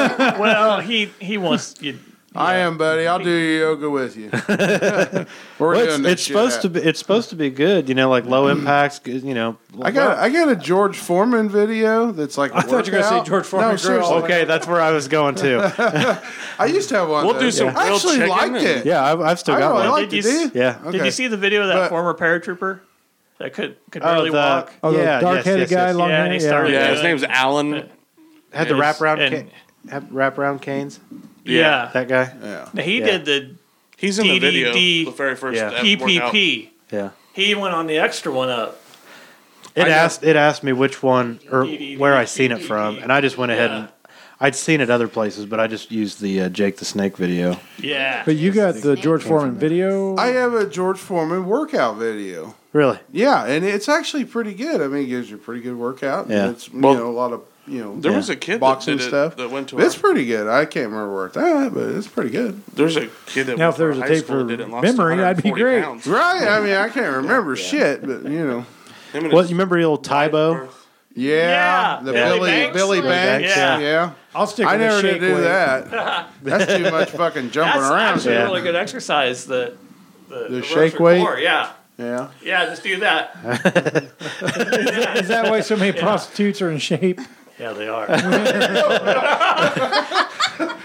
S4: well, he he wants you.
S7: I am, buddy. I'll do yoga with you. We're
S10: Well, it's
S7: doing this
S10: it's
S7: shit
S10: supposed
S7: out.
S10: to be it's supposed to be good, you know, like low impacts, good, you know.
S7: I got I got a George Foreman video that's like. I
S10: thought you were gonna say George Foreman
S7: No,
S10: grill.
S7: seriously.
S10: Okay, that's where I was going to.
S7: I used to have one.
S10: We'll
S7: of
S10: do
S7: those.
S10: some
S7: I
S10: grilled
S7: actually
S10: chicken
S7: liked
S10: and-
S7: it.
S10: Yeah, I've- I've still
S7: I
S10: got
S7: really
S10: one.
S7: Liked
S4: Did
S7: it,
S4: you s-
S7: dude.
S10: Yeah.
S4: Did you see the video of that former paratrooper that could could barely
S10: the-
S4: walk?
S10: oh, the Yeah, dark-headed yes, yes, guy, yes. long
S4: yeah, and
S10: hair,
S4: he
S10: yeah.
S4: started
S10: Yeah, his
S4: doing-
S10: name's
S5: Alan.
S10: Had the
S4: And-
S10: wrap round
S4: and-
S10: can, have wraparound canes.
S4: Yeah.
S10: that guy.
S4: Now, he
S10: Yeah.
S4: did the.
S5: He's in the video,
S4: DDD,
S5: the very first, uh,
S4: PPP.
S10: Yeah.
S4: He went on the extra one up.
S10: It
S4: I got-
S10: asked it asked me which one or where I seen it from, and I just went ahead and I'd seen it other places, but I just used the uh, Jake the Snake video.
S4: Yeah.
S9: But you got the George Foreman video.
S7: I have a George Foreman workout video.
S10: Really?
S7: Yeah, and it's actually pretty good. I mean, it gives you a pretty good workout. and
S10: Yeah.
S7: it's you know a lot of you know,
S5: There was a kid that
S7: boxing
S5: did it-
S7: stuff.
S5: that went to
S7: it's
S5: our-
S7: pretty good. I can't remember where it's at, but it's pretty good.
S5: There's a kid that
S7: Now,
S5: went
S7: if there
S5: to
S7: was
S5: our
S7: a
S5: high
S7: tape
S5: school
S7: for
S5: did it and lost
S9: memory, that'd be
S5: 140
S9: great.
S5: pounds.
S7: Right? I mean, I can't remember shit, but you know.
S10: What you remember the old Tybo?
S7: Yeah, the
S10: Yeah.
S7: Billy
S10: Billy Banks.
S7: Billy
S10: Billy
S7: Banks.
S10: Banks,
S7: Yeah.
S10: yeah.
S9: I'll stick
S7: I
S9: with the
S7: never did
S9: shake
S7: do
S9: weight.
S7: that. That's too much fucking jumping
S4: That's
S7: around.
S4: actually a really good exercise. The the, the,
S7: shake
S4: roaster
S7: weight?
S4: core, Yeah,
S7: Yeah.
S4: yeah. Just do that.
S9: Is that why so many
S4: Yeah.
S9: prostitutes are in shape?
S4: Yeah, they are.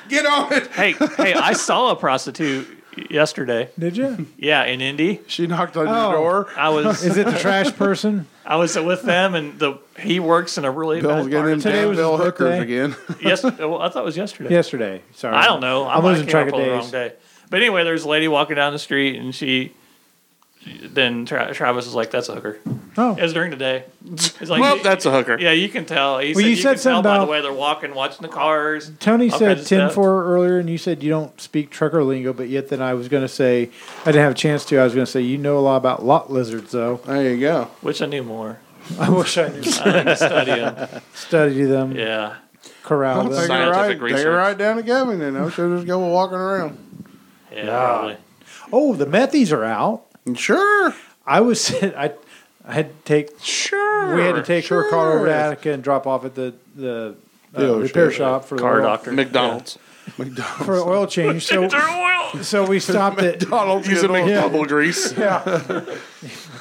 S4: Get on it. Hey, hey! I saw a prostitute yesterday.
S9: Did you?
S4: Yeah, in Indy.
S7: She knocked on
S9: your Oh. door?
S4: I was.
S9: Is it the trash person?
S4: I was with them, and the he works in a really
S7: Bill's
S4: bad
S7: getting
S4: part
S7: them
S4: of town.
S7: damn Bill hookers
S4: birthday.
S7: again.
S4: yes, well, I thought it was yesterday.
S9: Yesterday. Sorry.
S4: I don't know. I
S9: I'm
S4: might
S9: losing
S4: have
S9: track
S4: came up
S9: of
S4: on
S9: days.
S4: The wrong day. But anyway, there's a lady walking down the street, and she. Then Tra- Travis was like, "That's a hooker."
S9: Oh.
S4: It was during the day. It's like,
S5: Well, that's a hooker.
S4: Yeah, you can tell. He
S9: Well,
S4: said,
S9: you
S4: you
S9: said
S4: can tell
S9: something
S4: by
S9: about-
S4: the way they're walking, watching the cars.
S9: Tony
S4: all
S9: said
S4: kinds of
S9: 10
S4: stuff.
S9: 4 earlier, and you said you don't speak trucker lingo, but yet then I was going to say, I didn't have a chance to. I was going to say, you know a lot about lot lizards, though.
S7: There you go.
S4: Which I knew more.
S9: I wish I knew.
S4: I like to study 'em.
S9: Study them.
S4: Yeah.
S9: Corral
S7: Well,
S9: them.
S7: take, a ride, take a ride down to Gavin and I should just go walking around.
S4: Yeah,
S9: probably. Oh, the methies are out.
S7: Sure.
S9: I was I I had to take
S7: sure.
S9: We had to take her car over to
S7: sure.
S9: Attica and drop off at the the uh,
S7: Dealership.
S9: repair shop for the
S4: Car
S9: oil-
S4: doctor.
S5: McDonald's.
S9: for the oil change. So so we stopped at
S5: McDonald's using McDouble grease.
S9: Yeah.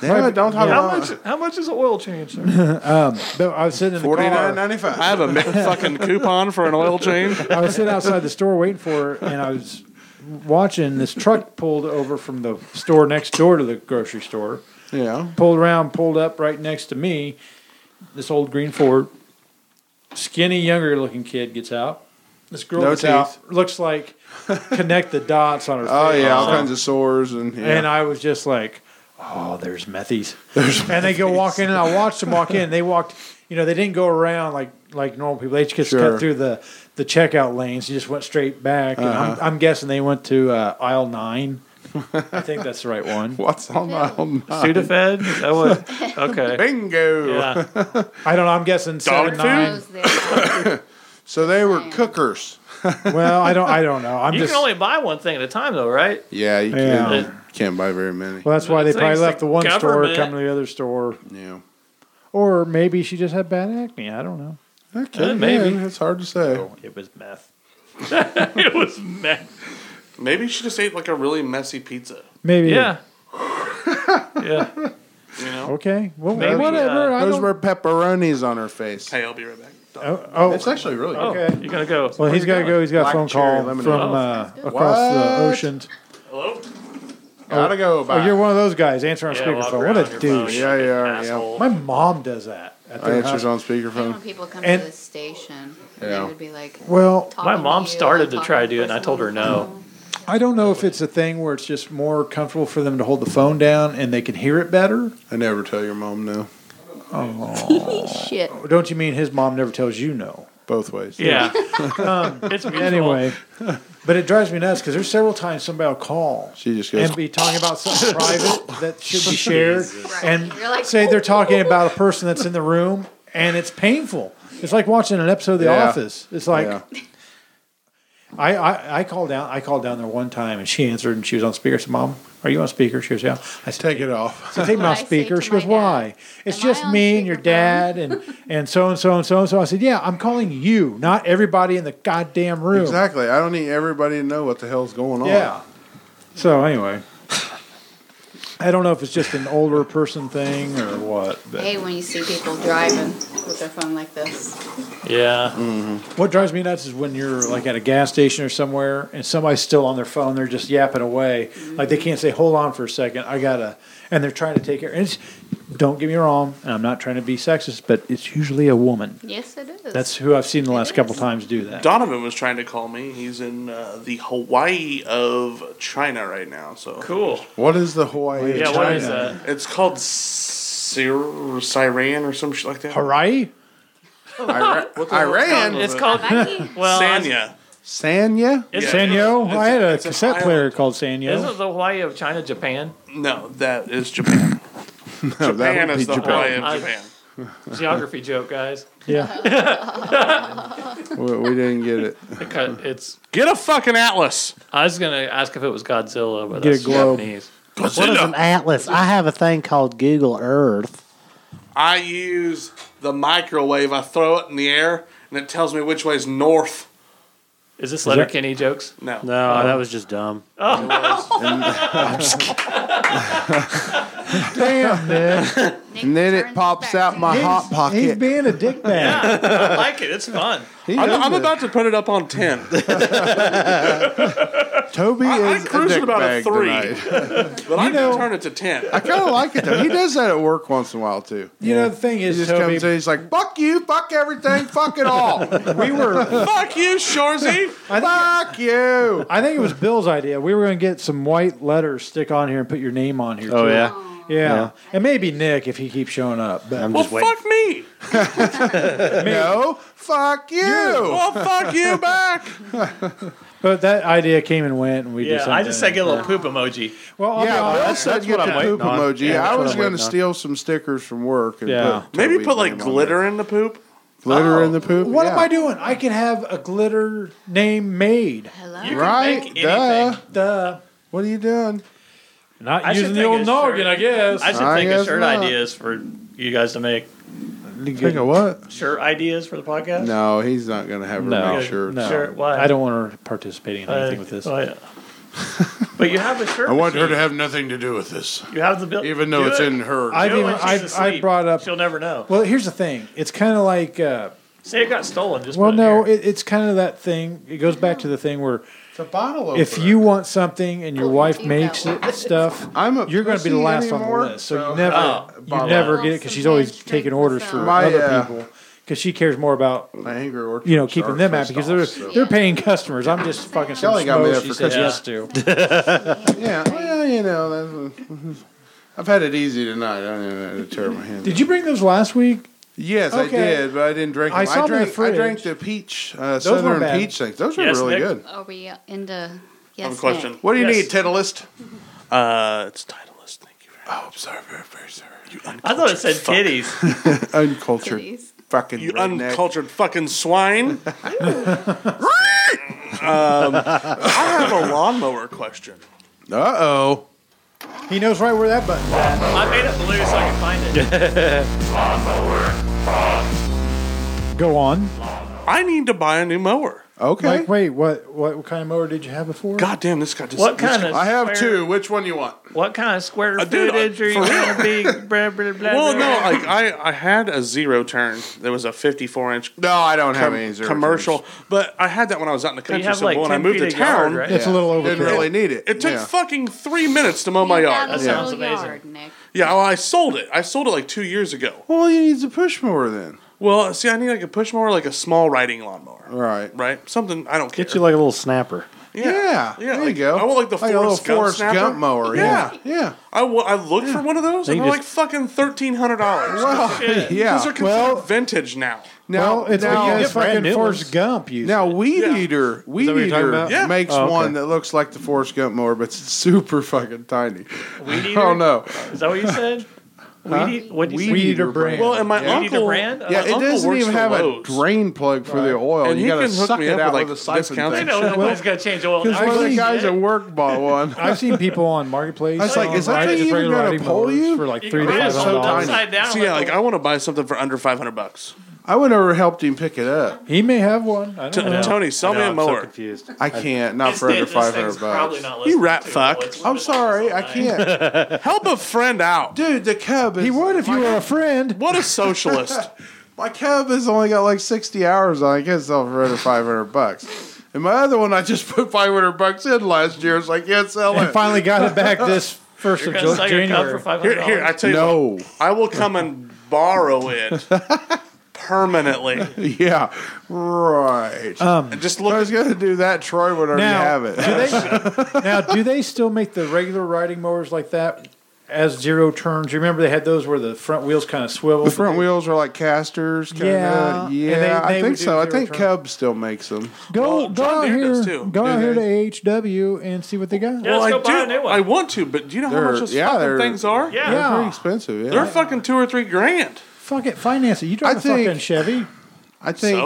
S7: Damn it, don't talk
S4: How
S7: about
S4: much? How much is an oil change? sir?
S9: um, but I was sitting in the car.
S7: ninety-five.
S5: I have a Mc fucking coupon for an oil change.
S9: I was sitting outside the store waiting for her, and I was watching this truck pulled over from the store next door to the grocery store.
S7: Yeah.
S9: Pulled around, pulled up right next to me. This old green Ford, skinny, younger looking kid gets out. This girl
S7: No
S9: gets
S7: teeth.
S9: out, looks like connect the dots on her.
S7: Oh
S9: face.
S7: yeah, all kinds of sores and uh, yeah.
S9: And I was just like, oh, there's methies. and they go walk in, and I watched them walk in. They walked, you know, they didn't go around like like normal people. They just
S7: Sure.
S9: cut through the the checkout lanes. They just went straight back. And I'm,
S7: Uh-huh.
S9: I'm guessing they went to uh, aisle nine. I think that's the right one.
S7: What's on aisle nine?
S4: Sudafed? Is That what? Okay.
S7: Bingo.
S4: Yeah.
S9: I don't know. I'm guessing seven nine.
S7: so they were cookers.
S9: Well, I don't. I don't know. I'm
S4: you
S9: just.
S4: can only buy one thing at a time, though, right?
S7: Yeah, you
S9: Yeah.
S7: Can't, can't buy very many.
S9: well, that's why they
S4: Things
S9: probably left
S4: like
S9: the one store,
S4: government.
S9: come to the other store,
S7: yeah.
S9: or maybe she just had bad acne. I don't know.
S7: Okay,
S4: Uh, maybe.
S7: yeah, it's hard to say.
S4: It was meth. it was meth.
S5: Maybe she just ate like a really messy pizza.
S9: Maybe.
S4: Yeah. yeah.
S5: You know?
S9: Okay. Well,
S4: Maybe,
S9: whatever.
S4: uh,
S9: I
S7: Those
S9: don't-
S7: were pepperonis on her face.
S5: Hey, I'll be right back.
S9: oh, oh.
S7: It's actually really good.
S9: Okay.
S4: You're gonna go.
S9: Well,
S4: Where
S9: he's
S4: you
S9: got to
S4: going?
S9: go. He's got
S7: Black
S9: a phone
S7: cherry
S9: call
S7: lemonade.
S9: from
S7: Oh,
S9: uh, across the
S7: What?
S9: ocean.
S4: Hello.
S7: Gotta go. Bye.
S9: Oh, you're one of those guys answering on
S4: Yeah, walk
S9: speakerphone.
S4: around
S9: What a
S4: your
S5: Oh,
S9: douche.
S7: yeah, yeah,
S4: Asshole.
S9: My mom does that. At
S7: yeah. I
S9: their
S7: answers
S9: house.
S7: on
S13: When
S7: speakerphone.
S13: people come
S9: And-
S13: to the station,
S7: Yeah.
S13: they would be like,
S9: Well,
S4: My mom started to try to do it, and I told her no.
S9: I don't know if it's a thing where it's just more comfortable for them to hold the phone down and they can hear it better.
S7: I never tell your mom no.
S13: shit.
S7: Oh.
S9: Don't you mean his mom never tells you no?
S7: Both ways.
S4: Yeah. Um, it's mutual.
S9: Anyway, but it drives me nuts because there's several times somebody will call
S7: She just goes.
S9: and be talking about something private that should be shared, and
S13: You're like,
S9: say they're talking about a person that's in the room, and it's painful. It's like watching an episode of The
S7: Yeah.
S9: Office. It's like
S7: Yeah.
S9: I, I I called down I called down there one time, and she answered, and she was on speaker. I said, "Mom, are you on speaker?" She goes, "Yeah." I said,
S7: Take it off.
S9: so I take
S13: What
S9: my
S13: I say
S9: speaker.
S13: to
S9: She
S13: my
S9: goes,
S13: dad,
S9: "Why?" It's just me and your dad and and so and so and so and so. I said, "Yeah, I'm calling you, not everybody in the goddamn room."
S7: Exactly. I don't need everybody to know what the hell's going on.
S9: Yeah. Oh. So anyway, I don't know if it's just an older person thing or what. But
S13: Hey, when you see people driving with their phone like this,
S4: Yeah.
S9: what drives me nuts is when you're like at a gas station or somewhere and somebody's still on their phone. They're just yapping away,
S13: Mm-hmm.
S9: like they can't say, "Hold on for a second, I gotta," and they're trying to take care. And it's, don't get me wrong, and I'm not trying to be sexist, but it's usually a woman.
S13: yes, it is.
S9: That's who I've seen the last couple times do that.
S5: Donovan was trying to call me. He's in uh, the Hawaii of China right now. So
S4: Cool.
S7: What is the Hawaii?
S4: Yeah. What is that?
S5: It's called Sir Siren or some shit like that.
S9: Hawaii?
S7: Ira-
S5: What the hell is
S7: Iran.
S5: wrong with
S4: It's
S5: it?
S4: called. Well,
S5: Sanya.
S7: Sanya.
S4: It's,
S9: Sanyo? I had a
S5: it's a
S9: cassette
S5: island.
S9: player called
S4: Isn't
S9: Sanyo.
S4: the Hawaii of China Japan?
S5: No, that is Japan.
S7: No, that
S5: Japan
S7: would
S5: is
S7: be
S5: the
S7: Japan.
S5: Hawaii of
S4: I-
S5: Japan.
S4: Geography joke, guys.
S7: Yeah. we, we didn't get it.
S4: It cut- It's
S5: get a fucking atlas.
S4: I was gonna ask if it was Godzilla, but
S10: Get a
S4: that's
S10: globe.
S4: Japanese.
S10: What is an atlas? I have a thing called Google Earth.
S5: I use the microwave. I throw it in the air, and it tells me which way is north.
S4: Is
S10: Is letter- that-
S4: Any jokes?
S5: No.
S10: No, that was just dumb.
S5: Oh.
S7: I'm just Damn, man. And then it pops out my hot pocket.
S9: He's being a dickbag.
S4: Yeah, I like it. It's fun.
S7: He
S5: I'm,
S7: does
S5: I'm
S7: it.
S5: about to put it up on ten.
S7: Toby
S5: I, I
S7: is
S5: cruised
S7: a
S5: at about a
S7: dickbag
S5: three,
S7: tonight.
S5: but I can turn it to ten.
S7: I kind of like it though. He does that at work once in a while too.
S9: You know the thing is,
S7: he just
S9: Toby-
S7: comes in, he's like, "Fuck you, fuck everything, fuck it all."
S9: We were-
S5: fuck you, Shorzy.
S7: fuck you.
S9: I think it was Bill's idea. We were going to get some white letters stick on here and put your name on here.
S10: Oh,
S9: too.
S10: yeah?
S9: yeah,
S10: Yeah.
S9: and maybe Nick if he keeps showing up. But I'm
S5: Well, fuck me.
S7: no, fuck you.
S5: Well, fuck you back.
S9: But that idea came and went, and we
S4: yeah,
S9: just
S4: I just said get a little poop emoji.
S9: Well, I'll
S7: yeah,
S9: be
S7: Bill
S9: honest.
S7: said
S9: That's
S7: get
S9: what
S7: the
S9: I'm waiting
S7: poop
S9: on.
S7: emoji. I
S9: Yeah, that's what
S7: was
S9: I'm
S7: going to
S9: waiting on.
S7: steal some stickers from work. And
S9: Yeah.
S7: put
S5: Maybe
S7: Toby's
S5: put like
S7: name on
S5: glitter in the poop.
S7: it. glitter in the poop. Oh,
S9: What am
S7: Yeah.
S9: I doing? I can have a glitter name made. Hello.
S7: You can Right? make anything.
S9: Duh.
S7: What are you doing?
S9: Not
S4: I should
S9: using the
S4: think
S9: old
S4: of
S9: noggin,
S4: shirt-
S9: I guess.
S4: I should
S7: I
S4: think
S7: guess
S4: of shirt
S7: not.
S4: ideas for you guys to make.
S7: Think of what?
S4: Shirt ideas for the podcast?
S7: No, he's not going to have her
S9: No,
S7: make shirts.
S9: no.
S4: Sure, why?
S9: I don't want her participating in
S4: Uh,
S9: anything with this.
S4: oh, yeah. But you have a shirt.
S7: I want her to
S4: machine.
S7: have nothing to do with this.
S4: You have the bill.
S7: Even though
S4: Do
S7: it's
S4: it.
S7: in her.
S9: I've
S4: Do it
S9: even-
S4: when she's
S9: I've-
S4: asleep.
S9: I've brought up-
S4: She'll never know.
S9: Well, here's the thing. It's kind of like, uh,
S4: Say it got stolen. Just
S9: well,
S4: put it
S9: no,
S4: here.
S9: it, it's kind of that thing. It goes back to the thing where
S7: It's a bottle
S9: if you want something and your wife makes
S7: that
S9: it stuff, you're going to be
S7: pussy
S9: the last
S7: anymore,
S9: on the list. So,
S7: so-
S9: you never,
S7: Oh,
S9: you
S7: bother.
S9: never get it because she's always taking orders for
S7: My,
S9: other
S7: uh,
S9: people because she cares more about
S7: angry orchard
S9: you know keeping
S7: are
S9: them happy
S7: pissed
S9: because they're
S7: off, so-
S9: they're paying customers. I'm just fucking. some
S7: Kelly got me
S9: schmo
S7: that
S9: she
S7: for
S9: said yes to.
S7: Christmas. yeah, well, you know, that's, I've had it easy tonight. I don't even have to tear my hand.
S9: Did you bring those last week?
S7: Yes, I
S9: Okay.
S7: did, but I didn't drink them.
S9: I
S7: I,
S9: saw them in the
S7: drank, I drank the
S9: fridge.
S7: peach, uh,
S9: Those weren't
S7: southern
S9: bad.
S7: peach things. Those are
S5: Yes,
S7: really
S5: Nick. Oh,
S7: good.
S13: Are we into
S5: I
S13: yes?
S5: have a question.
S13: Nick.
S7: What do you need, Titleist?
S5: Uh, it's Titleist. Thank you very
S7: much. Oh, I'm sorry, very, very sorry.
S5: You
S4: I thought it said titties.
S7: uncultured fucking
S5: You
S7: redneck.
S5: uncultured fucking swine. um, I have a lawnmower question.
S7: Uh oh.
S9: He knows right where that button's at.
S4: I made it blue so I can find it.
S9: Go on.
S5: I need to buy a new mower.
S7: Okay.
S9: Like, wait, what, what kind of mower did you have before?
S5: God damn, this got just
S4: What kind of
S7: I have
S4: square-
S7: two. Which one you want?
S4: What kind of square
S5: Uh, dude,
S4: footage
S5: I-
S4: are you
S5: for
S4: gonna be? Blah, blah, blah,
S5: Well,
S4: blah.
S5: no, like I, I had a zero turn. There was a 54 inch
S7: No, I don't have any zero
S5: commercial,
S7: turns.
S5: but I had that when I was out in the
S4: you
S5: country.
S4: have,
S5: So
S4: like,
S5: when I
S4: 10
S5: moved to
S4: feet of yard,
S5: town,
S4: right?
S9: That's a little overkill.
S7: Didn't really need it.
S5: it took
S7: Yeah.
S5: fucking three minutes to mow my yard.
S13: Got a
S7: Yeah.
S13: little
S4: Sounds amazing.
S13: yard, Nick.
S5: Yeah, well, I sold it. I sold it like two years ago.
S7: Well, you need a push mower then.
S5: Well, see, I need like a push mower, like a small riding lawnmower,
S7: All right.
S5: right? Something I don't care.
S10: Get you like a little snapper.
S7: Yeah. there
S5: like,
S7: you go.
S5: I want like the
S7: like a little
S5: Forrest,
S7: Forrest
S5: Gump,
S7: Gump,
S5: snapper.
S7: mower.
S5: Yeah.
S7: Yeah. Yeah.
S5: I, wa- I looked for one of those,
S10: They
S5: and they're
S10: just-
S5: like fucking thirteen hundred dollars.
S7: Well, yeah.
S5: Those are considered
S9: Well-
S5: vintage now.
S7: Now,
S9: well, it's
S7: now,
S9: because
S10: brand
S9: fucking
S10: new
S9: Forrest
S10: ones.
S9: Gump used
S7: now Weed
S5: Yeah.
S7: Eater, Weed
S10: what you're talking
S7: Eater
S10: about?
S5: Yeah.
S7: makes
S10: Oh, okay.
S7: one that looks like the Forrest Gump mower, but it's super fucking tiny.
S4: Weed
S7: Oh
S4: eater? Uh,
S7: no.
S4: Is that what you said?
S7: Huh?
S4: Weed eat- what'd you
S7: Weed
S4: say?
S9: Weed Eater
S7: Eater
S9: brand.
S7: brand.
S5: Well, and my
S4: Yeah.
S5: uncle,
S4: Eater brand?
S5: my
S4: Yeah,
S7: Yeah, it
S5: uncle
S7: doesn't
S5: works
S7: even
S5: for
S7: have a
S5: Lowees.
S7: drain plug for the oil.
S5: And
S7: you
S5: he
S7: got to
S5: can hook
S7: suck
S5: me
S7: it
S5: up
S7: out
S5: with,
S7: with,
S5: like,
S7: a siphon
S5: discounts.
S7: thing.
S4: Oh, I know nobody's gonna change oil.
S7: Because one of the
S4: You
S7: guys at work bought one.
S9: I've seen people on Marketplace.
S7: I was like,
S9: on
S7: is that
S9: riding-
S7: thing
S9: just
S7: even
S9: regular
S7: gonna
S9: riding
S7: pull
S9: mowers
S7: you?
S9: For like
S4: can
S9: three to
S4: put it
S9: five hundred dollars.
S4: upside down.
S5: So yeah, like
S4: the-
S5: I want to buy something for under five hundred bucks.
S7: I would have helped him pick it up.
S9: He may have one. I
S5: T-
S9: don't know.
S5: Tony, sell
S10: No,
S5: me a
S10: I'm so
S5: mower.
S10: confused.
S7: I can't. Not
S4: It's
S7: for
S4: dead.
S7: under
S4: This
S7: five
S4: thing's
S7: hundred
S4: probably
S7: bucks.
S4: not
S5: You
S4: listening
S5: rat
S4: to it.
S5: fuck.
S4: It's
S7: I'm
S4: limited
S7: sorry, I
S4: license on it.
S7: can't.
S5: Help a friend out.
S7: Dude, the cub is.
S9: He would if you were a friend.
S5: What a socialist.
S7: My cub has only got like sixty hours on. it. I can't sell for under five hundred bucks. And my other one, I just put five hundred bucks in last year. It's like can't sell
S9: And
S7: it.
S9: finally got it back this first
S4: You're
S9: of
S4: gonna
S9: Ju-
S4: sell your cup for
S9: January.
S4: five hundred
S5: Here, here, I
S4: dollars.
S5: tell you, what,
S7: No.
S5: I will come and borrow it permanently.
S7: Yeah. Right.
S5: And just
S7: I
S5: look.
S7: was gonna do that. Troy would already
S9: Uh, Now,
S7: have it.
S9: do they, now, do they still make the regular riding mowers like that as zero turns? You remember they had those where the front wheels kind of swivel.
S7: The front wheels are like casters, kind
S9: Yeah.
S7: of. Yeah,
S9: And they- they
S7: I
S9: would
S7: think
S9: do
S7: so. I
S9: zero
S7: think
S9: turn.
S7: Cub still makes them.
S9: Go,
S5: Well,
S9: go
S5: John
S9: out
S5: Deere
S9: here,
S5: does too.
S9: go out
S7: Do
S9: here
S7: they?
S9: to AHW and see what they got.
S4: Yeah, let's
S5: I
S4: go buy a
S5: do.
S4: new one.
S5: I want to, but do you know how
S7: They're-
S5: much those
S7: yeah,
S5: fucking
S7: they're-
S5: things are?
S4: yeah.
S7: They're
S9: Yeah.
S7: pretty expensive. Yeah,
S5: They're fucking two or three grand.
S9: Fuck it, finance it. You drive
S7: I
S9: a
S7: think-
S9: fucking Chevy.
S7: I think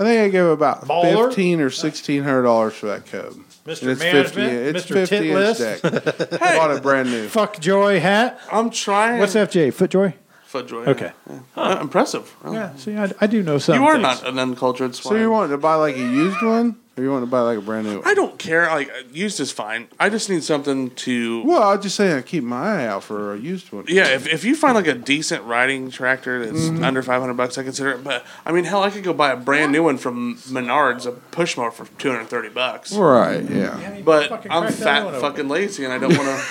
S7: I think I gave about
S9: Baller?
S7: fifteen or sixteen hundred dollars for that cub.
S9: Mr.
S7: And it's
S9: Management,
S7: it's
S9: Mr.
S7: fifty inch
S9: Tit
S7: deck. Bought it brand new.
S9: Fuck Joy hat.
S5: I'm trying.
S9: What's FJ? Footjoy?
S5: Footjoy.
S9: Okay.
S5: Uh, impressive.
S9: Yeah, see, I, I do know something.
S5: you are not an uncultured swine.
S7: So you wanted to buy like a used one, or you wanted to buy like a brand new? one?
S5: I don't care. Like used is fine. I just need something to.
S7: Well, I was just saying I keep my eye out for a used one.
S5: Yeah, if, if you find like a decent riding tractor that's under five hundred bucks, I consider it. But I mean, hell, I could go buy a brand new one from Menards, a Pushmo for two hundred thirty bucks.
S7: Right. Yeah.
S5: But I'm fat, fucking lazy, and I don't want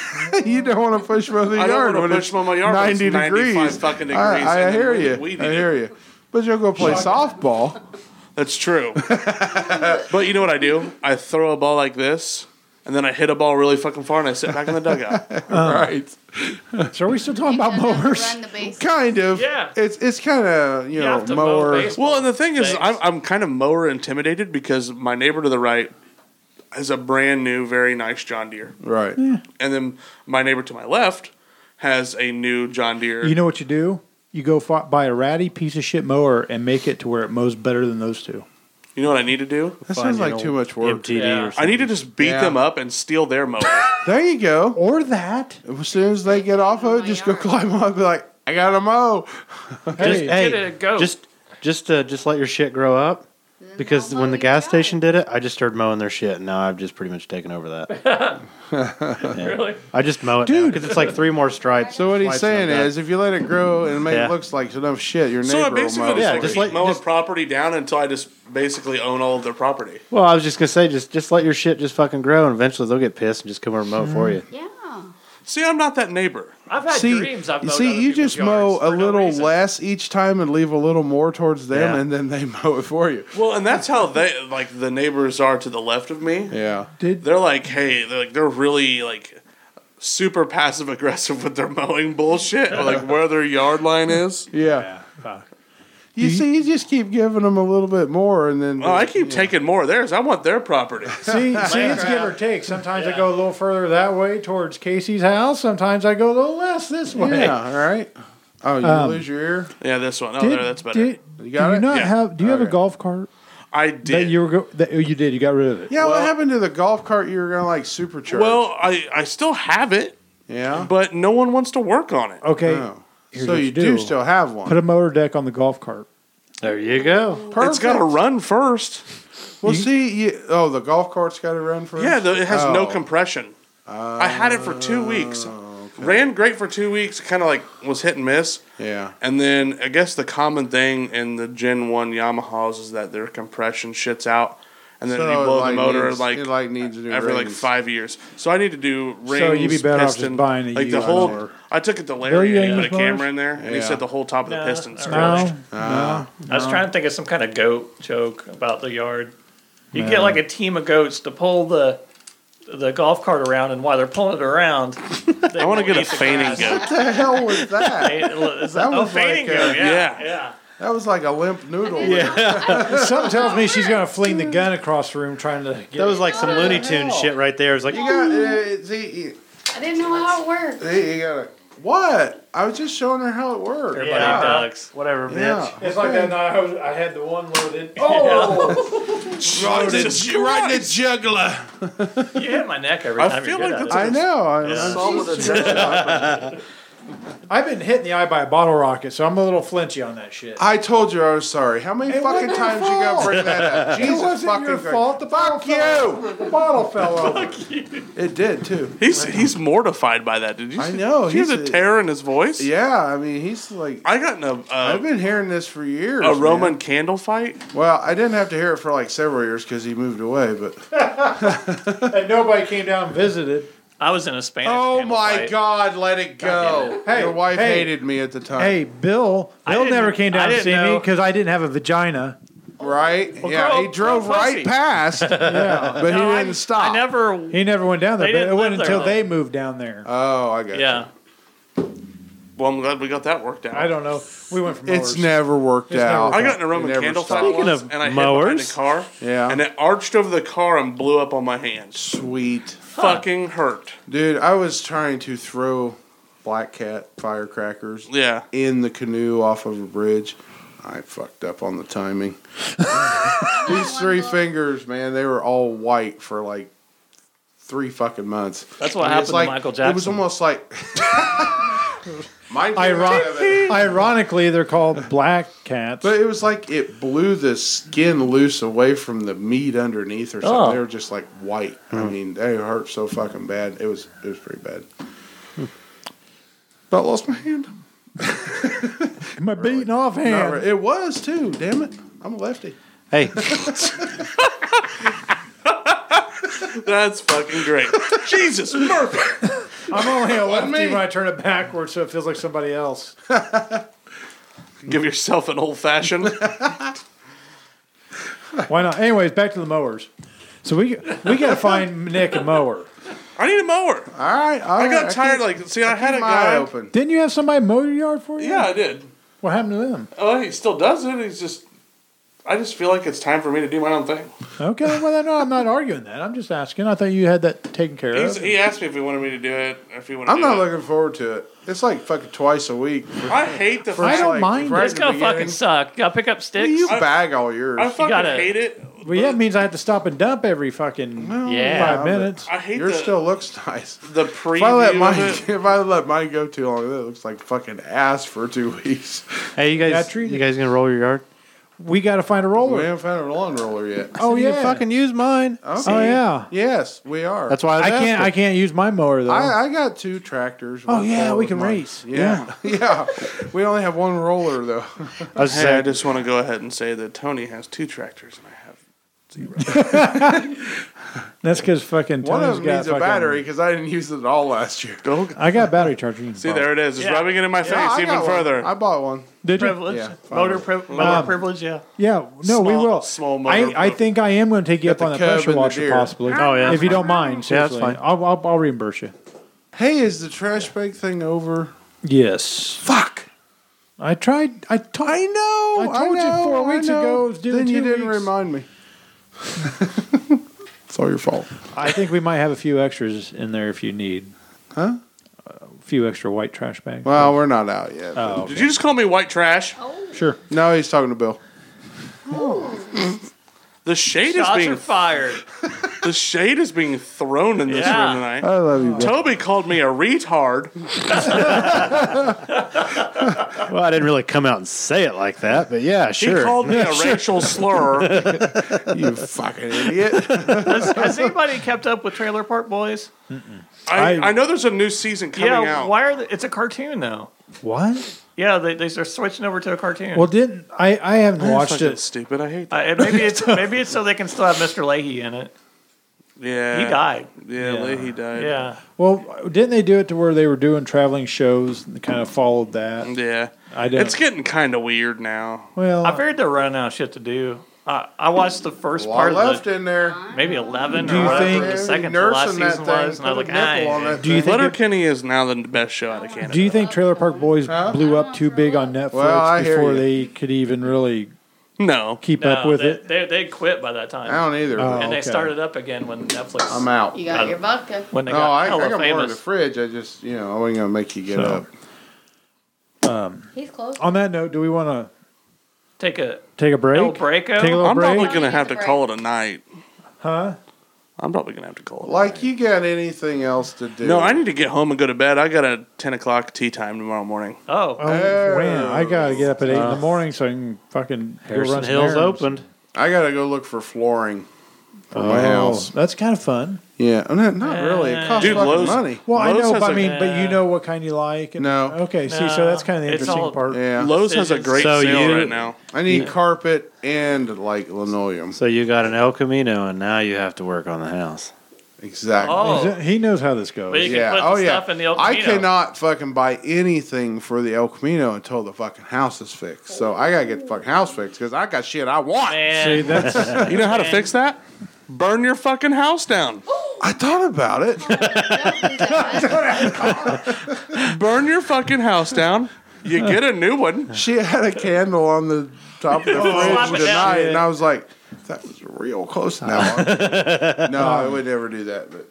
S5: to.
S7: you don't want to push from the
S5: I don't
S7: yard
S5: wanna
S7: when
S5: push
S7: it's
S5: mow my yard when it's
S7: 90
S5: 95
S7: degrees.
S5: fucking
S7: I-
S5: degrees,
S7: I,
S5: and then
S7: hear
S5: we-
S7: you.
S5: we need
S7: I
S5: it.
S7: hear you. But you'll go play softball.
S5: That's true. but you know what I do? I throw a ball like this, and then I hit a ball really fucking far, and I sit back in the dugout.
S7: right.
S9: So are we still talking about mowers?
S7: Kind of. Yeah. It's it's kind of you, know mower.
S5: well, and the thing is, I'm, I'm kind of mower intimidated because my neighbor to the right has a brand new, very nice John Deere,
S7: right.
S5: and then my neighbor to my left has a new John Deere.
S9: You know what you do? You go fi- buy a ratty piece of shit mower and make it to where it mows better than those two.
S5: You know what I need to do?
S7: That sounds like too much work. MTD or
S5: I need to just beat
S7: Yeah.
S5: them up and steal their mower.
S7: There you go.
S9: Or that.
S7: As soon as they get off of it, just go climb up. and Be like, I got to mow.
S10: Just, hey, just just uh, just let your shit grow up. Because when the gas station did it, I just started mowing their shit, and now I've just pretty much taken over that. Yeah.
S7: Really?
S10: I just mow it
S7: Dude.
S10: because it's like three more stripes.
S7: So what he's saying is, if you let it grow and make
S10: Yeah.
S7: it looks like enough shit, your neighbor
S5: So I
S7: will
S5: basically
S7: mow.
S5: just, like, mow a property down until I just basically own all of their property.
S10: well, I was just gonna say, just just let your shit just fucking grow, and eventually they'll get pissed and just come over and mow it for you.
S5: See, I'm not that neighbor.
S4: I've had
S7: See,
S4: dreams. I've
S7: you
S4: mowed
S7: see,
S4: other
S7: you just mow a little less each time and leave a little more towards them,
S5: Yeah.
S7: and then they mow it for you.
S5: Well, and that's how they like the neighbors are to the left of me.
S7: Yeah.
S5: They're like, hey, they're like they're really like super passive aggressive with their mowing bullshit, or, like where their yard line is.
S7: Yeah. You see, you just keep giving them a little bit more, and then
S5: Oh, I keep taking more of theirs. I want their property.
S9: See, see, it's give or take. Sometimes I go a little further that way towards Casey's house. Sometimes I go a little less this way.
S7: Yeah, all right. Oh, you
S9: Um,
S7: lose your ear?
S5: Yeah, this one. Oh,
S9: Did-
S5: there, that's better.
S9: did- do you not have? Do you have a golf cart?
S5: I did.
S9: That you were go- that oh, you did. You got rid of it.
S7: Yeah, what happened to the golf cart you were going to like supercharge?
S5: Well, I I still have it.
S7: Yeah.
S5: But no one wants to work on it.
S9: Okay. here's
S7: So
S9: what
S7: you do still have one.
S9: Put a motor deck on the golf cart.
S10: There you go.
S5: It's got to run first.
S7: Well, see, you, oh, the golf cart's got to run first?
S5: Yeah, the, it has no
S7: Oh.
S5: compression. I had it for two weeks. Ran great for two weeks. Kind of like was hit and miss.
S7: Yeah.
S5: And then I guess the common thing in the Gen One Yamahas is that their compression shits out, and then
S7: So
S5: you
S7: it,
S5: blow
S7: like,
S5: the motor
S7: needs-
S5: like
S7: it, like, needs to do
S5: every like
S7: rings.
S5: five years. So I need to do rings.
S9: So you'd be better off just
S5: piston,
S9: buying a
S5: like the
S9: used
S5: whole.
S9: motor.
S5: I took it to
S9: They're
S5: Larry and he put a
S9: used motors?
S5: camera in there, and he
S4: Yeah.
S5: said the whole top of the
S4: Nah,
S5: piston's
S4: not
S5: squished.
S4: really. I was trying to think of some kind of goat joke about the yard. You
S9: Yeah.
S4: get like a team of goats to pull the the golf cart around, and while they're pulling it around, I
S5: want to get a fainting
S7: What the hell was that? that
S4: oh,
S7: was
S4: fainting
S7: like
S4: goat,
S7: a-
S4: yeah, yeah.
S7: That was like a limp noodle.
S9: Something tells me she's gonna fling the gun across the room trying to. get
S10: That was like some Looney Tune shit right there. It was like
S7: You got uh, see,
S13: I didn't know how it worked.
S7: you, you got it. What? I was just showing her how it worked.
S4: Everybody ducks.
S10: Whatever,
S7: Yeah.
S9: It's like that. night I, was, I had the one loaded.
S5: Right in the ju- right in the juggler.
S4: You hit my neck every
S9: I
S4: time.
S9: feel
S4: you're
S9: like
S4: good
S9: that's
S4: at
S9: a-
S4: it.
S9: I know, I-
S4: Yeah.
S9: I- I've been hit in the eye by a bottle rocket, so I'm a little flinchy on that shit.
S7: I told you I was sorry. How many fucking times you got to bring that up? Jesus
S9: it wasn't
S7: fucking
S9: your
S7: Christ.
S9: fault. The bottle
S7: Fuck
S9: fell
S7: you!
S9: The bottle fell over.
S7: It did too.
S5: He's he's mortified by that. Did you?
S7: I know,
S5: He's
S7: he's
S5: a
S7: a-
S5: terror in his voice.
S7: Yeah, I mean, he's like.
S5: I got in a. Uh,
S7: I've been hearing this for years.
S5: a
S7: man.
S5: Roman candle fight.
S7: Well, I didn't have to hear it for like several years because he moved away. But
S9: and nobody came down and visited.
S4: I was in a Spanish.
S7: oh
S4: candle
S7: my
S4: fight.
S7: God, let it go!
S9: Hey,
S7: Your wife
S9: hey.
S7: hated me at the time.
S9: Hey, Bill.
S7: I
S9: Bill
S7: didn't-
S9: never came
S7: I
S9: down to
S7: didn't
S9: see me
S7: know.
S9: because I didn't have a vagina.
S7: right? yeah,
S9: grow-
S7: he drove
S9: grow
S7: right
S9: pussy.
S7: past. yeah, but he
S9: No, I-
S7: didn't stop.
S9: I
S4: never.
S9: He never went down there.
S7: They
S9: But it
S7: didn't live there,
S9: wasn't until
S7: though.
S9: they moved down there.
S7: Oh, I got.
S4: Yeah.
S5: Well, I'm glad we got that worked out.
S9: I don't know. We went from
S7: It's
S9: mowers.
S7: never worked
S9: It's never
S7: out.
S5: I got in a Roman
S7: It never
S5: candle
S7: stopped.
S5: fight once, and I hit behind the car.
S7: Yeah.
S5: and it arched over the car and blew up on my hand.
S7: Sweet.
S5: Fucking hurt.
S7: Dude, I was trying to throw Black Cat firecrackers.
S5: Yeah.
S7: In the canoe off of a bridge. I fucked up on the timing. These three fingers, man, they were all white for like three fucking months.
S4: That's what
S7: I mean,
S4: happened
S7: it's
S4: to
S7: like-
S4: Michael
S7: It was
S4: Jackson.
S7: almost like. Mine came
S9: Iron-
S7: out of it.
S9: ironically, they're called black cats.
S7: But it was like it blew the skin loose away from the meat underneath or something.
S9: Oh.
S7: They were just like white. I mean, they hurt so fucking bad. It was it was pretty bad. But I lost my hand.
S9: my beaten off
S7: Not
S9: hand.
S7: re- It was too. Damn it! I'm a lefty.
S10: Hey,
S5: That's fucking great. Jesus, Murphy.
S9: I'm only a
S5: Wasn't
S9: lefty
S5: me.
S9: when I turn it backwards, so it feels like somebody else.
S5: Give yourself an old fashioned.
S9: Why not? Anyways, back to the mowers. So we we gotta find Nick a mower.
S5: I need a mower. All
S7: right.
S5: I got tired. like, see, I, had a guy.
S9: Didn't you have somebody mow your yard for you?
S5: Yeah, I did.
S9: What happened to them?
S5: Oh, he still does it. He's just. I just feel like it's time for me to do my own thing.
S9: Okay, well then, no, I'm not arguing that. I'm just asking. I thought you had that taken care
S5: He's,
S9: of.
S5: he asked me if he wanted me to do it. If he wanted
S7: I'm
S5: to do
S7: not
S5: it.
S7: looking forward to it. It's like fucking twice a week.
S5: I hate the.
S7: For I don't mind
S4: It's
S7: it.
S4: gonna fucking suck. Gotta pick up sticks.
S7: You bag all yours.
S5: I fucking
S4: gotta-
S5: hate it.
S9: Well, yeah, it means I have to stop and dump every fucking five minutes.
S5: I hate
S7: Yours
S5: the-
S7: still looks nice.
S5: The preview.
S7: If I let
S5: of
S7: mine,
S5: it.
S7: if I let mine go too long, that looks like fucking ass for two weeks.
S10: hey, you guys, you guys gonna roll your yard?
S9: We gotta find a roller.
S7: We haven't found a lawn roller yet.
S9: Oh
S10: You
S9: yeah,
S10: fucking use mine.
S9: Oh yeah.
S7: Yes, we are.
S10: That's why I was
S9: I can't.
S10: asking.
S9: I can't use my mower though.
S7: I, I got two tractors.
S9: Oh,
S7: One
S9: yeah,
S7: car
S9: we
S7: was
S9: can
S7: mine.
S9: race.
S7: Yeah, yeah. we only have one roller though.
S10: I was
S5: hey, I
S10: saying-
S5: just want to go ahead and say that Tony has two tractors and I have zero.
S9: That's because fucking
S7: one of
S9: Tony's
S7: them
S9: got
S7: needs a
S9: fucking-
S7: battery because I didn't use it at all last year.
S9: I got battery charger. You can
S5: See,
S9: borrow.
S5: there it is. It's
S4: Yeah.
S5: rubbing it in my face
S7: I
S5: even
S7: got one.
S5: further.
S7: I bought one.
S9: Did you?
S4: privilege,
S7: Yeah,
S4: motor, pri- motor
S9: Um,
S4: privilege. Yeah.
S9: Yeah, no, we
S5: Small-
S9: will.
S5: small motor
S9: I, I
S5: boat.
S9: think I am going to take you up
S7: Got
S9: on
S7: the
S9: that
S7: cub
S9: pressure
S7: and the
S9: washer,
S7: deer.
S9: possibly.
S10: Oh, yeah.
S9: if you don't mind.
S10: Yeah, that's
S9: Seriously.
S10: fine.
S9: I'll, I'll, I'll reimburse you.
S7: Hey, is the trash bag thing over?
S9: Yes.
S7: Fuck.
S9: I tried. I told.
S7: Oh, I know.
S9: I told you
S7: know,
S9: four
S7: I
S9: weeks ago, it was due in
S7: Then you
S9: two
S7: didn't
S9: weeks.
S7: remind me. it's all your fault.
S9: I think we might have a few extras in there if you need.
S7: Huh?
S9: A few extra white trash bags.
S7: Well, we're not out yet. but-
S9: oh,
S5: Did you just call me white trash?
S9: sure.
S7: No, he's talking to Bill.
S5: The shade is
S4: Shots
S5: being
S4: are fired.
S5: the shade is being thrown in this
S4: Yeah.
S5: room tonight.
S7: I love you, Bill.
S5: Toby called me a retard.
S10: Well, I didn't really come out and say it like that, but yeah, sure.
S5: He called me a racial slur.
S7: you fucking idiot.
S4: Has, has anybody kept up with Trailer Park Boys?
S5: I,
S9: I-
S5: I know there's a new season coming
S4: yeah.
S5: out.
S4: Why are they, it's a cartoon though?
S9: What?
S4: Yeah, they they are switching over to a cartoon.
S9: Well, didn't I? I haven't
S5: You're
S9: watched
S5: fucking
S9: it.
S5: Stupid. I hate that.
S4: Uh, and maybe it's maybe it's so they can still have Mr. Leahy in it.
S5: Yeah.
S4: He died.
S5: Yeah,
S9: Yeah.
S5: Leahy died.
S4: Yeah.
S9: Well, didn't they do it to where they were doing traveling shows and kind of followed that?
S5: Yeah.
S9: I don't.
S5: It's getting kind of weird now.
S9: well,
S4: I figured they're running out of shit to do. I I watched the first
S7: Well,
S4: part
S7: left
S4: of
S7: in there.
S4: the, maybe eleven
S9: Do
S4: or
S9: you
S4: whatever
S9: think-
S4: the second to last
S7: Nursing that
S4: season
S7: thing,
S4: was, and I was like,
S7: put a nipple on
S4: ah,
S7: that
S9: do you
S7: thing.
S9: think? It,
S5: Letterkenny is now the best show out of Canada.
S9: do you think Trailer Park Boys blew up too big on Netflix
S7: Well, I hear
S9: before
S7: you.
S9: they could even really
S5: no.
S9: keep up
S4: no,
S9: with
S4: they,
S9: it?
S4: They they quit by that time,
S7: I don't either.
S9: Oh.
S4: and they
S9: okay.
S4: started up again when Netflix.
S7: I'm out.
S13: You
S7: No,
S13: got your vodka.
S4: When they got
S7: I, I
S4: hella
S7: got more in the
S4: famous.
S7: fridge. I just, you know, I wasn't going to make you get
S9: So-
S7: up.
S13: He's close.
S9: On that note, do we want to
S4: Take a
S9: take a break?
S4: El Breako?
S9: Take a little
S5: I'm
S9: break,
S5: probably going to
S13: Break.
S5: have to call it a night.
S9: huh?
S5: I'm probably going to have to call it a
S7: Like, you got anything else to do?
S5: No, I need to get home and go to bed. I got a 10 o'clock tea time tomorrow morning.
S9: Oh,
S4: oh
S9: man, I gotta get up at eight in the morning so I can fucking go
S10: Harrison
S9: run some
S10: Hills
S9: errands.
S10: opened.
S7: I got to go look for flooring for
S9: Oh,
S7: my house.
S9: that's kind of fun.
S7: Yeah, and that- not really.
S4: Uh,
S7: It costs
S5: Dude,
S7: fucking
S5: Lowe's-
S7: money.
S9: Well, I
S5: Lowe's
S9: know,
S5: has
S9: but I
S5: a-
S9: mean, but you know what kind you like. and-
S7: No.
S9: Okay. See,
S4: No.
S9: so that's kind of the
S4: It's
S9: interesting
S4: all-
S9: part.
S7: Yeah.
S5: Lowe's has a great
S10: So
S5: sale
S10: you-
S5: right now.
S7: I need carpet and, like, linoleum.
S10: So you got an El Camino, and now you have to work on the house.
S7: Exactly.
S4: Oh.
S9: Is it- He knows how this goes.
S4: But you
S7: yeah.
S4: can put
S7: oh,
S4: the
S7: yeah.
S4: stuff in the El
S7: I
S4: Camino.
S7: cannot fucking buy anything for the El Camino until the fucking house is fixed. So I gotta get the fucking house fixed because I got shit I want.
S9: See,
S4: Man,
S9: that's
S5: You know how to fix that? Burn your fucking house down.
S7: I thought about it.
S5: Burn your fucking house down. You get a new one.
S7: she had a candle on the top of the
S4: Slap
S7: fridge
S4: it down.
S7: tonight, and I was like, "That was real close." Now, no, I would never do that. But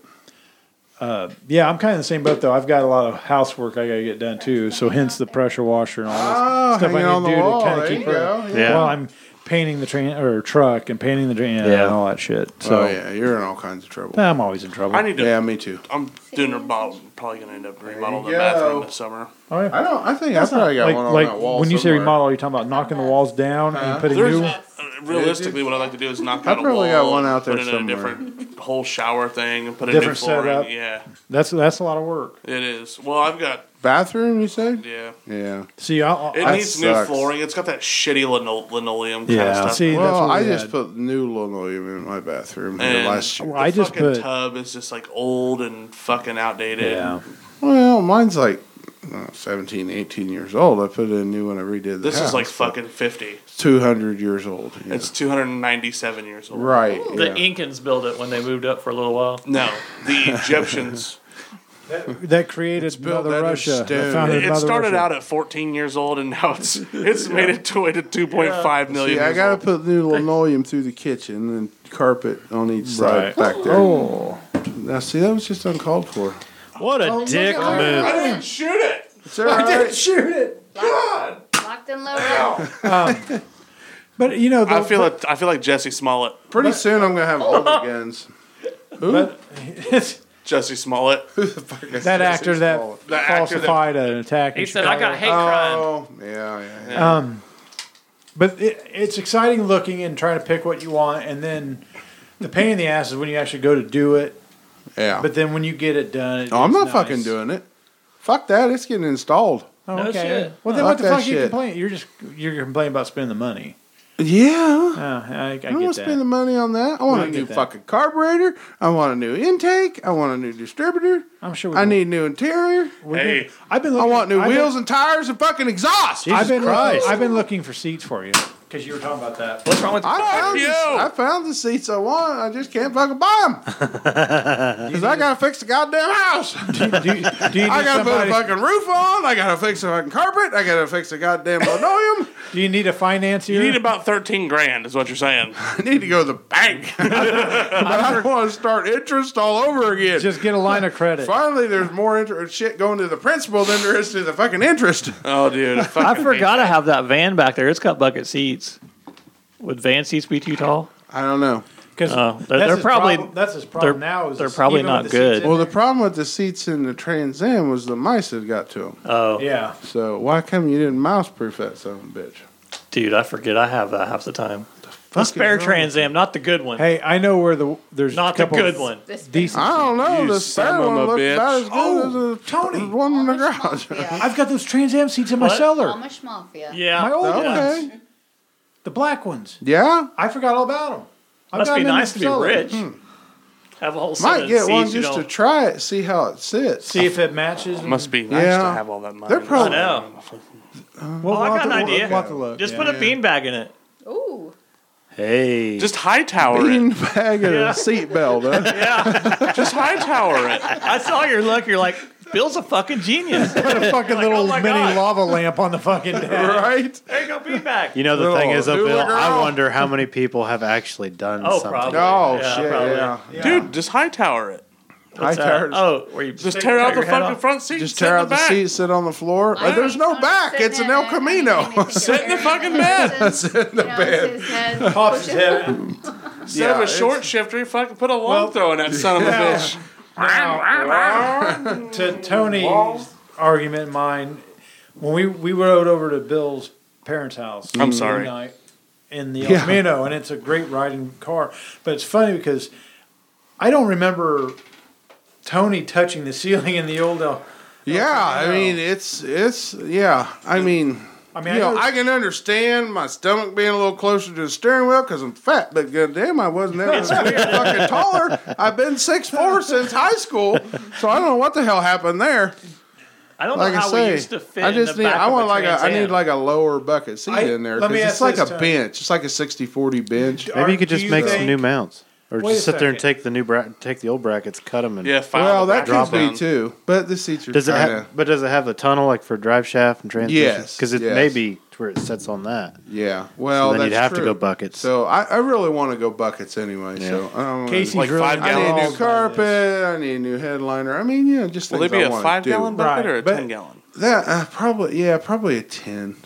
S9: Uh, yeah, I'm kind of in the same boat though. I've got a lot of housework I got to get done too, so hence the pressure washer and all this
S7: Ah,
S9: stuff I
S7: hanging on
S9: need
S7: the
S9: to do
S7: wall.
S9: to kind
S7: There
S9: of keep
S7: you
S9: her.
S7: go, yeah.
S9: Well, I'm painting the train or truck and painting the train
S7: Yeah.
S9: and all that shit. So
S7: Oh, yeah, you're in all kinds of trouble.
S9: I'm always in trouble.
S5: I need to.
S7: Yeah, me too.
S5: I'm doing a remodel. Probably gonna end up remodeling the
S7: you
S5: bathroom
S7: go.
S5: this summer.
S9: Oh, yeah.
S7: I don't. I think
S9: That's
S7: I probably
S9: not-
S7: got
S9: like,
S7: one on
S9: like
S7: that wall.
S9: when you say
S7: somewhere. Uh-huh.
S9: remodel, you're talking about knocking the walls down and putting
S5: There's-
S9: new.
S5: uh, realistically, what I like to do is knock
S7: I
S5: down a wall.
S7: probably got one out there
S5: Put in
S7: somewhere.
S5: a different whole shower thing and put a new
S9: different
S5: flooring.
S9: setup.
S5: Yeah,
S9: that's that's a lot of work.
S5: it is. Well, I've got.
S7: Bathroom, you say?
S5: Yeah.
S7: Yeah.
S9: See, I,
S5: It
S9: I,
S5: needs new flooring. It's got that shitty lino- linoleum kind of
S7: Yeah.
S5: stuff.
S7: well, I
S9: we
S7: just
S9: had.
S7: put new linoleum in my bathroom here
S5: And
S7: last year.
S5: the fucking tub is just like old and fucking outdated.
S7: Yeah. Well, mine's like uh, 17, 18 years old. I put in a new one. I redid the
S5: This is like
S7: house.
S5: fucking fifty.
S7: It's 200 years old. yeah.
S5: It's two hundred and ninety-seven years old.
S7: Right,
S4: The
S7: yeah.
S4: Incans built it when they moved up for a little while.
S5: No, the Egyptians.
S9: that created
S5: built
S9: Mother
S5: out of
S9: Russia. That
S5: It,
S9: founded
S5: it
S9: Mother
S5: started
S9: Russia.
S5: out at 14 years old, and now it's it's made it to to 2.5 million.
S7: See, I
S5: years
S7: gotta put new linoleum through the kitchen and carpet on each
S5: Right.
S7: side back there.
S5: Oh.
S7: now see, that was just uncalled for.
S10: What a dick
S7: at
S10: move.
S5: I didn't shoot it.
S7: I didn't
S9: shoot it.
S5: God.
S13: Locked and loaded.
S9: Um, but you know,
S5: I feel it. I feel like Jesse Smollett.
S7: Pretty soon I'm gonna have older guns. Who?
S5: Jesse Smollett. Who the fuck is
S9: that actor that falsified an attack. in
S4: He said, "I got hate crime."
S7: Oh, yeah, yeah.
S9: Um, but it, it's exciting looking and trying to pick what you want, and then the pain in the ass is when you actually go to do it.
S7: Yeah.
S9: But then when you get it done, it
S7: No, I'm
S9: is
S7: not
S9: nice.
S7: fucking doing it. Fuck that. It's getting installed.
S9: Oh,
S7: No
S9: okay.
S7: shit.
S9: Well, then
S7: Fuck
S9: what the
S7: that
S9: fuck you
S7: shit.
S9: complaining? You're just you're complaining about spending the money. Oh,
S7: Yeah.
S9: I, I
S7: I, don't
S9: get
S7: want to spend the money on that. I
S9: No,
S7: want
S9: I
S7: a
S9: get
S7: new
S9: that.
S7: fucking carburetor. I want a new intake. I want a new distributor.
S9: I'm sure.
S7: I need new interior.
S5: Hey,
S9: I've been.
S7: I want new
S9: I've been-
S7: wheels and tires and fucking exhaust.
S9: I've been I've been looking for seats for you because you were talking about that. What's wrong with
S7: I found, the, I found the seats I want. I just can't fucking buy them because I gotta fix the goddamn house.
S9: do you
S7: I
S9: need
S7: gotta put
S9: somebody-
S7: a fucking roof on. I gotta fix the fucking carpet. I gotta fix the goddamn linoleum.
S9: Do you need a financier?
S5: You need about 13 grand, is what you're saying.
S7: I need to go to the bank. but I don't want to start interest all over again.
S9: Just get a line of credit.
S7: Finally, there's more inter- shit going to the principal than there is to the fucking interest.
S5: Oh, dude.
S4: I forgot I have that van back there. It's got bucket seats. Would van seats be too tall?
S7: I don't know.
S9: Because
S4: Uh, they're,
S9: that's
S4: they're
S9: his
S4: probably
S9: problem- that's his problem
S4: they're,
S9: now is
S4: they're
S9: the-
S4: probably
S9: even
S4: not
S9: with the
S4: good.
S7: Well, the problem with the seats in the Trans Am was the mice had got to them.
S4: Oh
S9: yeah,
S7: So why come you didn't mouse proof that son of a bitch?
S4: dude, I forget I have that half the time. The spare Trans Am, not the good one.
S9: Hey, I know where the there's
S4: Not the
S9: a couple
S4: good one.
S9: Decent.
S7: I don't know.
S9: You
S7: the
S9: son
S7: spare
S9: of
S7: one
S9: a
S7: looked
S9: bitch.
S7: about as good
S9: Oh,
S7: as the Tony. one in the garage.
S9: I've got those Trans Am seats in my
S4: What?
S9: cellar.
S13: Amish Mafia.
S4: Yeah.
S9: My old
S7: Okay.
S9: ones. The black ones.
S7: Yeah.
S9: I forgot all about them. I've
S4: Must
S9: got
S4: be
S9: 'em in
S4: nice
S9: the
S4: to be
S9: cellar.
S4: rich. Have a whole set
S7: Might
S4: of
S7: get one
S4: seats you
S7: just to
S4: don't-
S7: try it, see how it sits.
S9: See if it matches.
S5: Must be nice to have all that money.
S7: They're probably.
S4: I know.
S9: Well,
S4: oh, I
S9: we'll
S4: got
S9: have
S4: an
S9: to- we'll-
S4: idea.
S9: we'll have to look,
S4: Just
S9: yeah.
S4: put a bean bag in it.
S13: Ooh.
S10: Hey.
S5: Just high tower it.
S7: Bean bag and
S4: Yeah.
S7: a seatbelt, huh?
S5: Just high tower it.
S4: I saw your look. You're like, Bill's a fucking genius.
S9: Put a fucking
S4: Like, oh
S9: little
S4: my
S9: mini
S4: God.
S9: lava lamp on the fucking deck.
S7: right?
S4: There you go, bean bag.
S10: You know the
S9: Little
S10: thing is, though,
S9: do
S10: Bill,
S9: it, girl.
S10: I wonder how many people have actually done
S4: Oh,
S10: something.
S4: probably.
S7: Oh,
S4: Yeah,
S7: shit,
S4: probably.
S7: yeah.
S5: Dude, just high tower it.
S7: High tires.
S4: Oh, where you
S5: Just tear out the fucking front seat.
S7: Just
S5: sit
S7: tear
S5: in
S7: out the,
S5: back.
S7: seat, sit on the floor. Like, there's no back. It's an El Camino.
S5: Sit in the fucking bed.
S7: Sit in the bed.
S9: Pops his head. out.
S5: Instead of
S7: Yeah,
S5: a short shifter, you fucking put a long throw in that son of a
S9: Yeah.
S5: bitch.
S9: Now, to Tony's argument, and mine, when we, we rode over to Bill's parents' house,
S5: I'm
S9: one
S5: sorry.
S9: night in the El
S7: Yeah.
S9: Camino, and it's a great riding car. But it's funny because I don't remember Tony touching the ceiling in the old El.
S7: Yeah, I mean it's it's yeah. I mean,
S9: I mean,
S7: you
S9: I
S7: know,
S9: know-
S7: I can understand my stomach being a little closer to the steering wheel because I'm fat, but goddamn, I wasn't ever fucking taller. I've been six four since high school, so I don't know what the hell happened there.
S4: I don't
S7: Like
S4: know
S7: I
S4: how
S7: say,
S4: we used to fit
S7: I just
S4: in the
S7: need
S4: back
S7: I want
S4: of a
S7: like a,
S4: Trans
S7: I need
S4: Am.
S7: like a lower bucket seat
S9: I-
S7: in there
S9: let me
S7: because
S9: ask
S7: it's like
S9: this,
S7: a
S9: Tony.
S7: bench. It's like a 60-40 bench.
S10: Maybe you could
S9: do
S10: just
S9: you
S10: make some
S9: think-
S10: new mounts, or
S9: Wait a
S10: just sit there and
S9: second.
S10: take the new bra- take the old brackets, cut them, and
S5: Yeah, file
S7: Well, that
S10: Drop
S7: could be
S10: down.
S7: too, but the seats are
S10: Does it
S7: kind
S10: have?
S7: of
S10: But does it have a tunnel like for drive shaft and transmission?
S7: Yes,
S10: because it
S7: yes.
S10: may be to where it sets on that.
S7: Yeah. Well,
S10: then you'd
S7: that's
S10: have to
S7: true.
S10: go buckets.
S7: So I, I really want to go buckets anyway.
S10: Yeah.
S7: So I don't wanna-
S10: Casey's Like really five
S7: I need a
S10: gallons.
S7: new carpet. I need a new headliner. I mean, yeah, just
S5: Will it
S7: things
S5: be
S7: I
S5: a
S7: wanna
S5: five
S7: do.
S5: gallon bucket or a
S7: But
S5: ten gallon?
S7: That uh, probably yeah, probably a ten.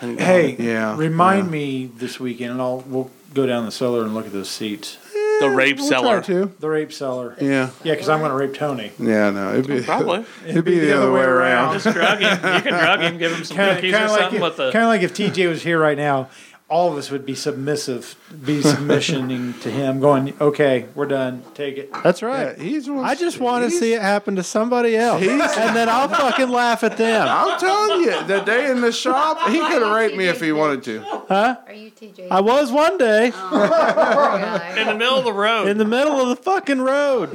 S9: Hey,
S7: yeah,
S9: remind me this weekend, and I'll we'll go down the cellar and look at those seats.
S5: The rape
S9: we'll
S5: cellar.
S9: try The rape cellar.
S7: Yeah.
S9: yeah, because I'm going to rape Tony.
S7: Yeah, no, it'd be
S9: Probably.
S7: it'd be the other way around.
S4: Just drug him. You can drug him, give him some
S9: Kind
S4: cookies or
S9: of like,
S4: something
S9: if-
S4: with the.
S9: kinda like if TJ was here right now, all of us would be submissive, be submissioning to him, going, "Okay, we're done. Take it."
S10: That's right.
S7: he's
S10: I just want to see it happen to somebody else,
S7: He's-
S10: and then I'll fucking laugh at them.
S7: I'm telling you, the day in the shop, he could have raped me if he wanted to.
S10: Huh?
S13: Are you TJ?
S10: I was one day.
S4: In the middle of the road.
S10: In the middle of the fucking road.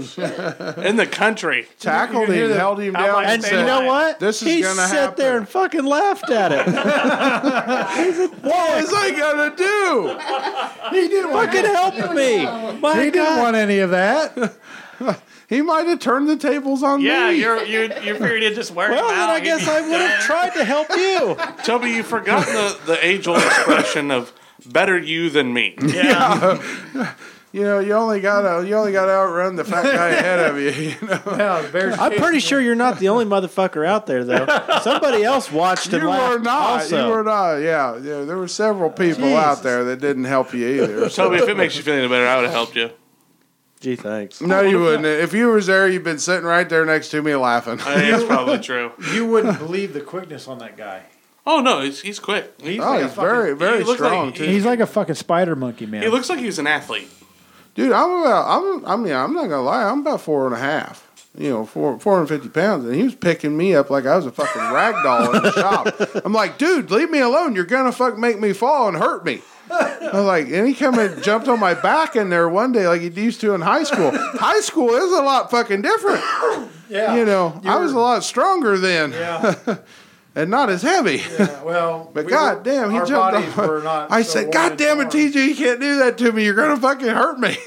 S5: In the country.
S7: Tackled him, held him down,
S10: And you know what?
S7: This is
S10: he
S7: gonna
S10: sat
S7: happen.
S10: there and fucking laughed at it.
S7: What was I gonna do?
S9: He didn't
S10: fucking help me. My
S7: he didn't
S10: God.
S7: want any of that. he might have turned the tables on
S4: yeah,
S7: me.
S4: you're you you figured it just worked.
S10: Well, then
S4: out.
S10: I guess I would have tried to help you.
S5: Toby, you've forgotten the, the age old expression of better you than me.
S7: Yeah. you know, you only got to you only got to outrun the fat guy ahead of you. You know,
S10: I'm pretty sure you're not the only motherfucker out there, though. Somebody else watched and
S7: you
S10: laughed.
S7: were not.
S10: Also.
S7: You were not. Yeah, yeah. There were several people out there that didn't help you either. so-
S5: Toby, if it makes you feel any better, I would have helped you.
S10: Gee, thanks.
S7: No, you wouldn't. If you was there, you'd been sitting right there next to me laughing.
S5: That's probably true.
S9: You wouldn't believe the quickness on that guy.
S5: Oh, no, he's, he's quick.
S9: He's
S7: Oh, he's very, very
S5: looks like-
S7: strong too.
S9: He's like a fucking spider monkey, man.
S5: He looks like he was an athlete.
S7: Dude, I'm about. I'm. I mean, I'm not gonna lie. I'm about four and a half. You know, four four hundred fifty pounds, and he was picking me up like I was a fucking rag doll in the shop. I'm like, dude, leave me alone. You're gonna fuck make me fall and hurt me. I was like, and he come and jumped on my back in there one day, like he used to in high school. high school is a lot fucking different.
S9: Yeah,
S7: you know, I was a lot stronger then.
S9: Yeah.
S7: and not as heavy.
S9: well,
S7: But god damn, he
S9: our
S7: jumped
S9: bodies
S7: on.
S9: were not
S7: I
S9: so
S7: said,
S9: warm
S7: God
S9: and
S7: damn it, TJ, you can't do that to me. You're gonna fucking hurt me.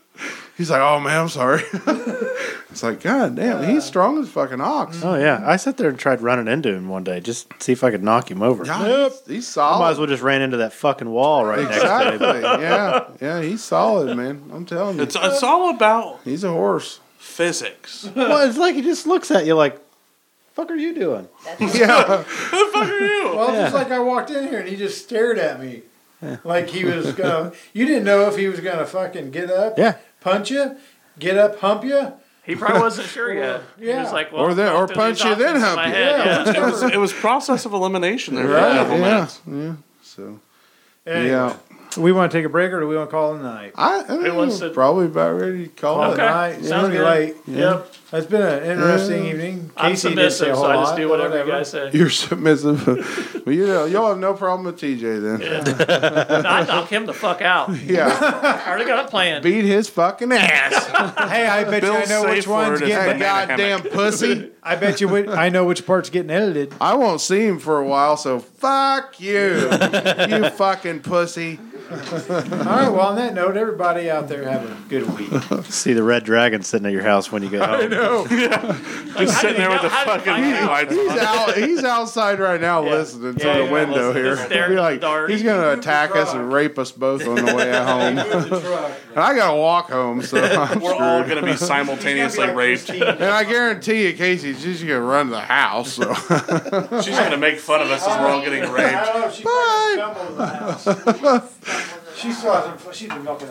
S7: he's like, Oh man, I'm sorry. it's like, God damn, he's strong as fucking ox.
S9: Mm-hmm.
S10: Oh yeah, I sat there and tried running into him one day just to see if I could knock him over.
S7: Yeah, he's,
S10: I
S7: he's
S10: might as
S7: solid.
S10: well just ran into that fucking wall right next to
S7: Exactly.
S10: him.
S7: yeah. Yeah, he's solid, man. I'm telling you.
S5: It's, it's all about
S7: he's a horse.
S5: physics.
S10: Well, it's like he just looks at you like, "Fuck are you doing?"
S7: Yeah.
S5: Who the fuck are you?
S9: Well,
S10: Yeah.
S9: just like I walked in here and he just stared at me, like he was gonna. you didn't know if he was gonna fucking get up,
S10: Yeah.
S9: punch you, get up, hump you.
S4: He probably wasn't sure yet. He was like, well,
S7: Or then-
S4: I'll
S7: or
S4: do
S7: punch
S4: these
S7: you, then
S4: options in
S7: hump
S4: my
S7: you.
S4: head,
S7: Yeah,
S4: yeah.
S5: it, was, it was process of elimination there for a couple
S7: Yeah.
S5: minutes.
S7: Yeah. So
S9: Anyway,
S7: Yeah.
S9: Do we want to take a break or do we want to call it a night?
S7: I, I think
S4: wants
S7: we're
S4: to-
S7: probably about ready to call
S9: Call
S7: it.
S9: it a night. It's
S4: Sounds
S9: pretty
S4: good.
S9: late.
S4: Yep.
S9: It's been an interesting evening.
S4: I'm
S9: Casey did say
S4: submissive,
S9: a whole
S4: so I just
S9: lot,
S4: do
S9: but
S4: whatever you guys say.
S7: You're submissive. well, you know, y'all have no problem with TJ then.
S4: I knock him the fuck out.
S7: yeah.
S4: I already got a plan.
S7: Beat his fucking ass.
S9: Hey, I bet you I
S5: Bill's
S9: know
S5: safe
S9: which one's
S5: word is
S9: getting.
S7: That
S5: Banana
S7: goddamn pussy.
S9: I bet you which, I know which part's getting edited.
S7: I won't see him for a while, so fuck you. you fucking pussy.
S9: All right. Well, on that note, everybody out there have a good week.
S10: See the red dragon sitting at your house when you get home.
S7: No.
S5: Just sitting there with the
S4: how did
S5: fucking
S4: he
S5: headlights
S7: He's
S5: on.
S7: out he's outside right now listening
S4: Yeah,
S7: to the
S4: yeah,
S7: window
S4: listening.
S7: here.
S4: Just staring
S7: He'll be
S4: in the
S7: like,
S4: dark.
S7: he's gonna attack us and rape us both on the way home. and I gotta walk home, so I'm
S5: We're all
S7: screwed.
S5: going to be simultaneously raped. She's
S7: And I guarantee you, Casey's just gonna run to the house. So
S5: going to make fun of us as we're all getting raped.
S9: know. She
S7: Bye.
S9: stumbled in the house. she saw. She's been milking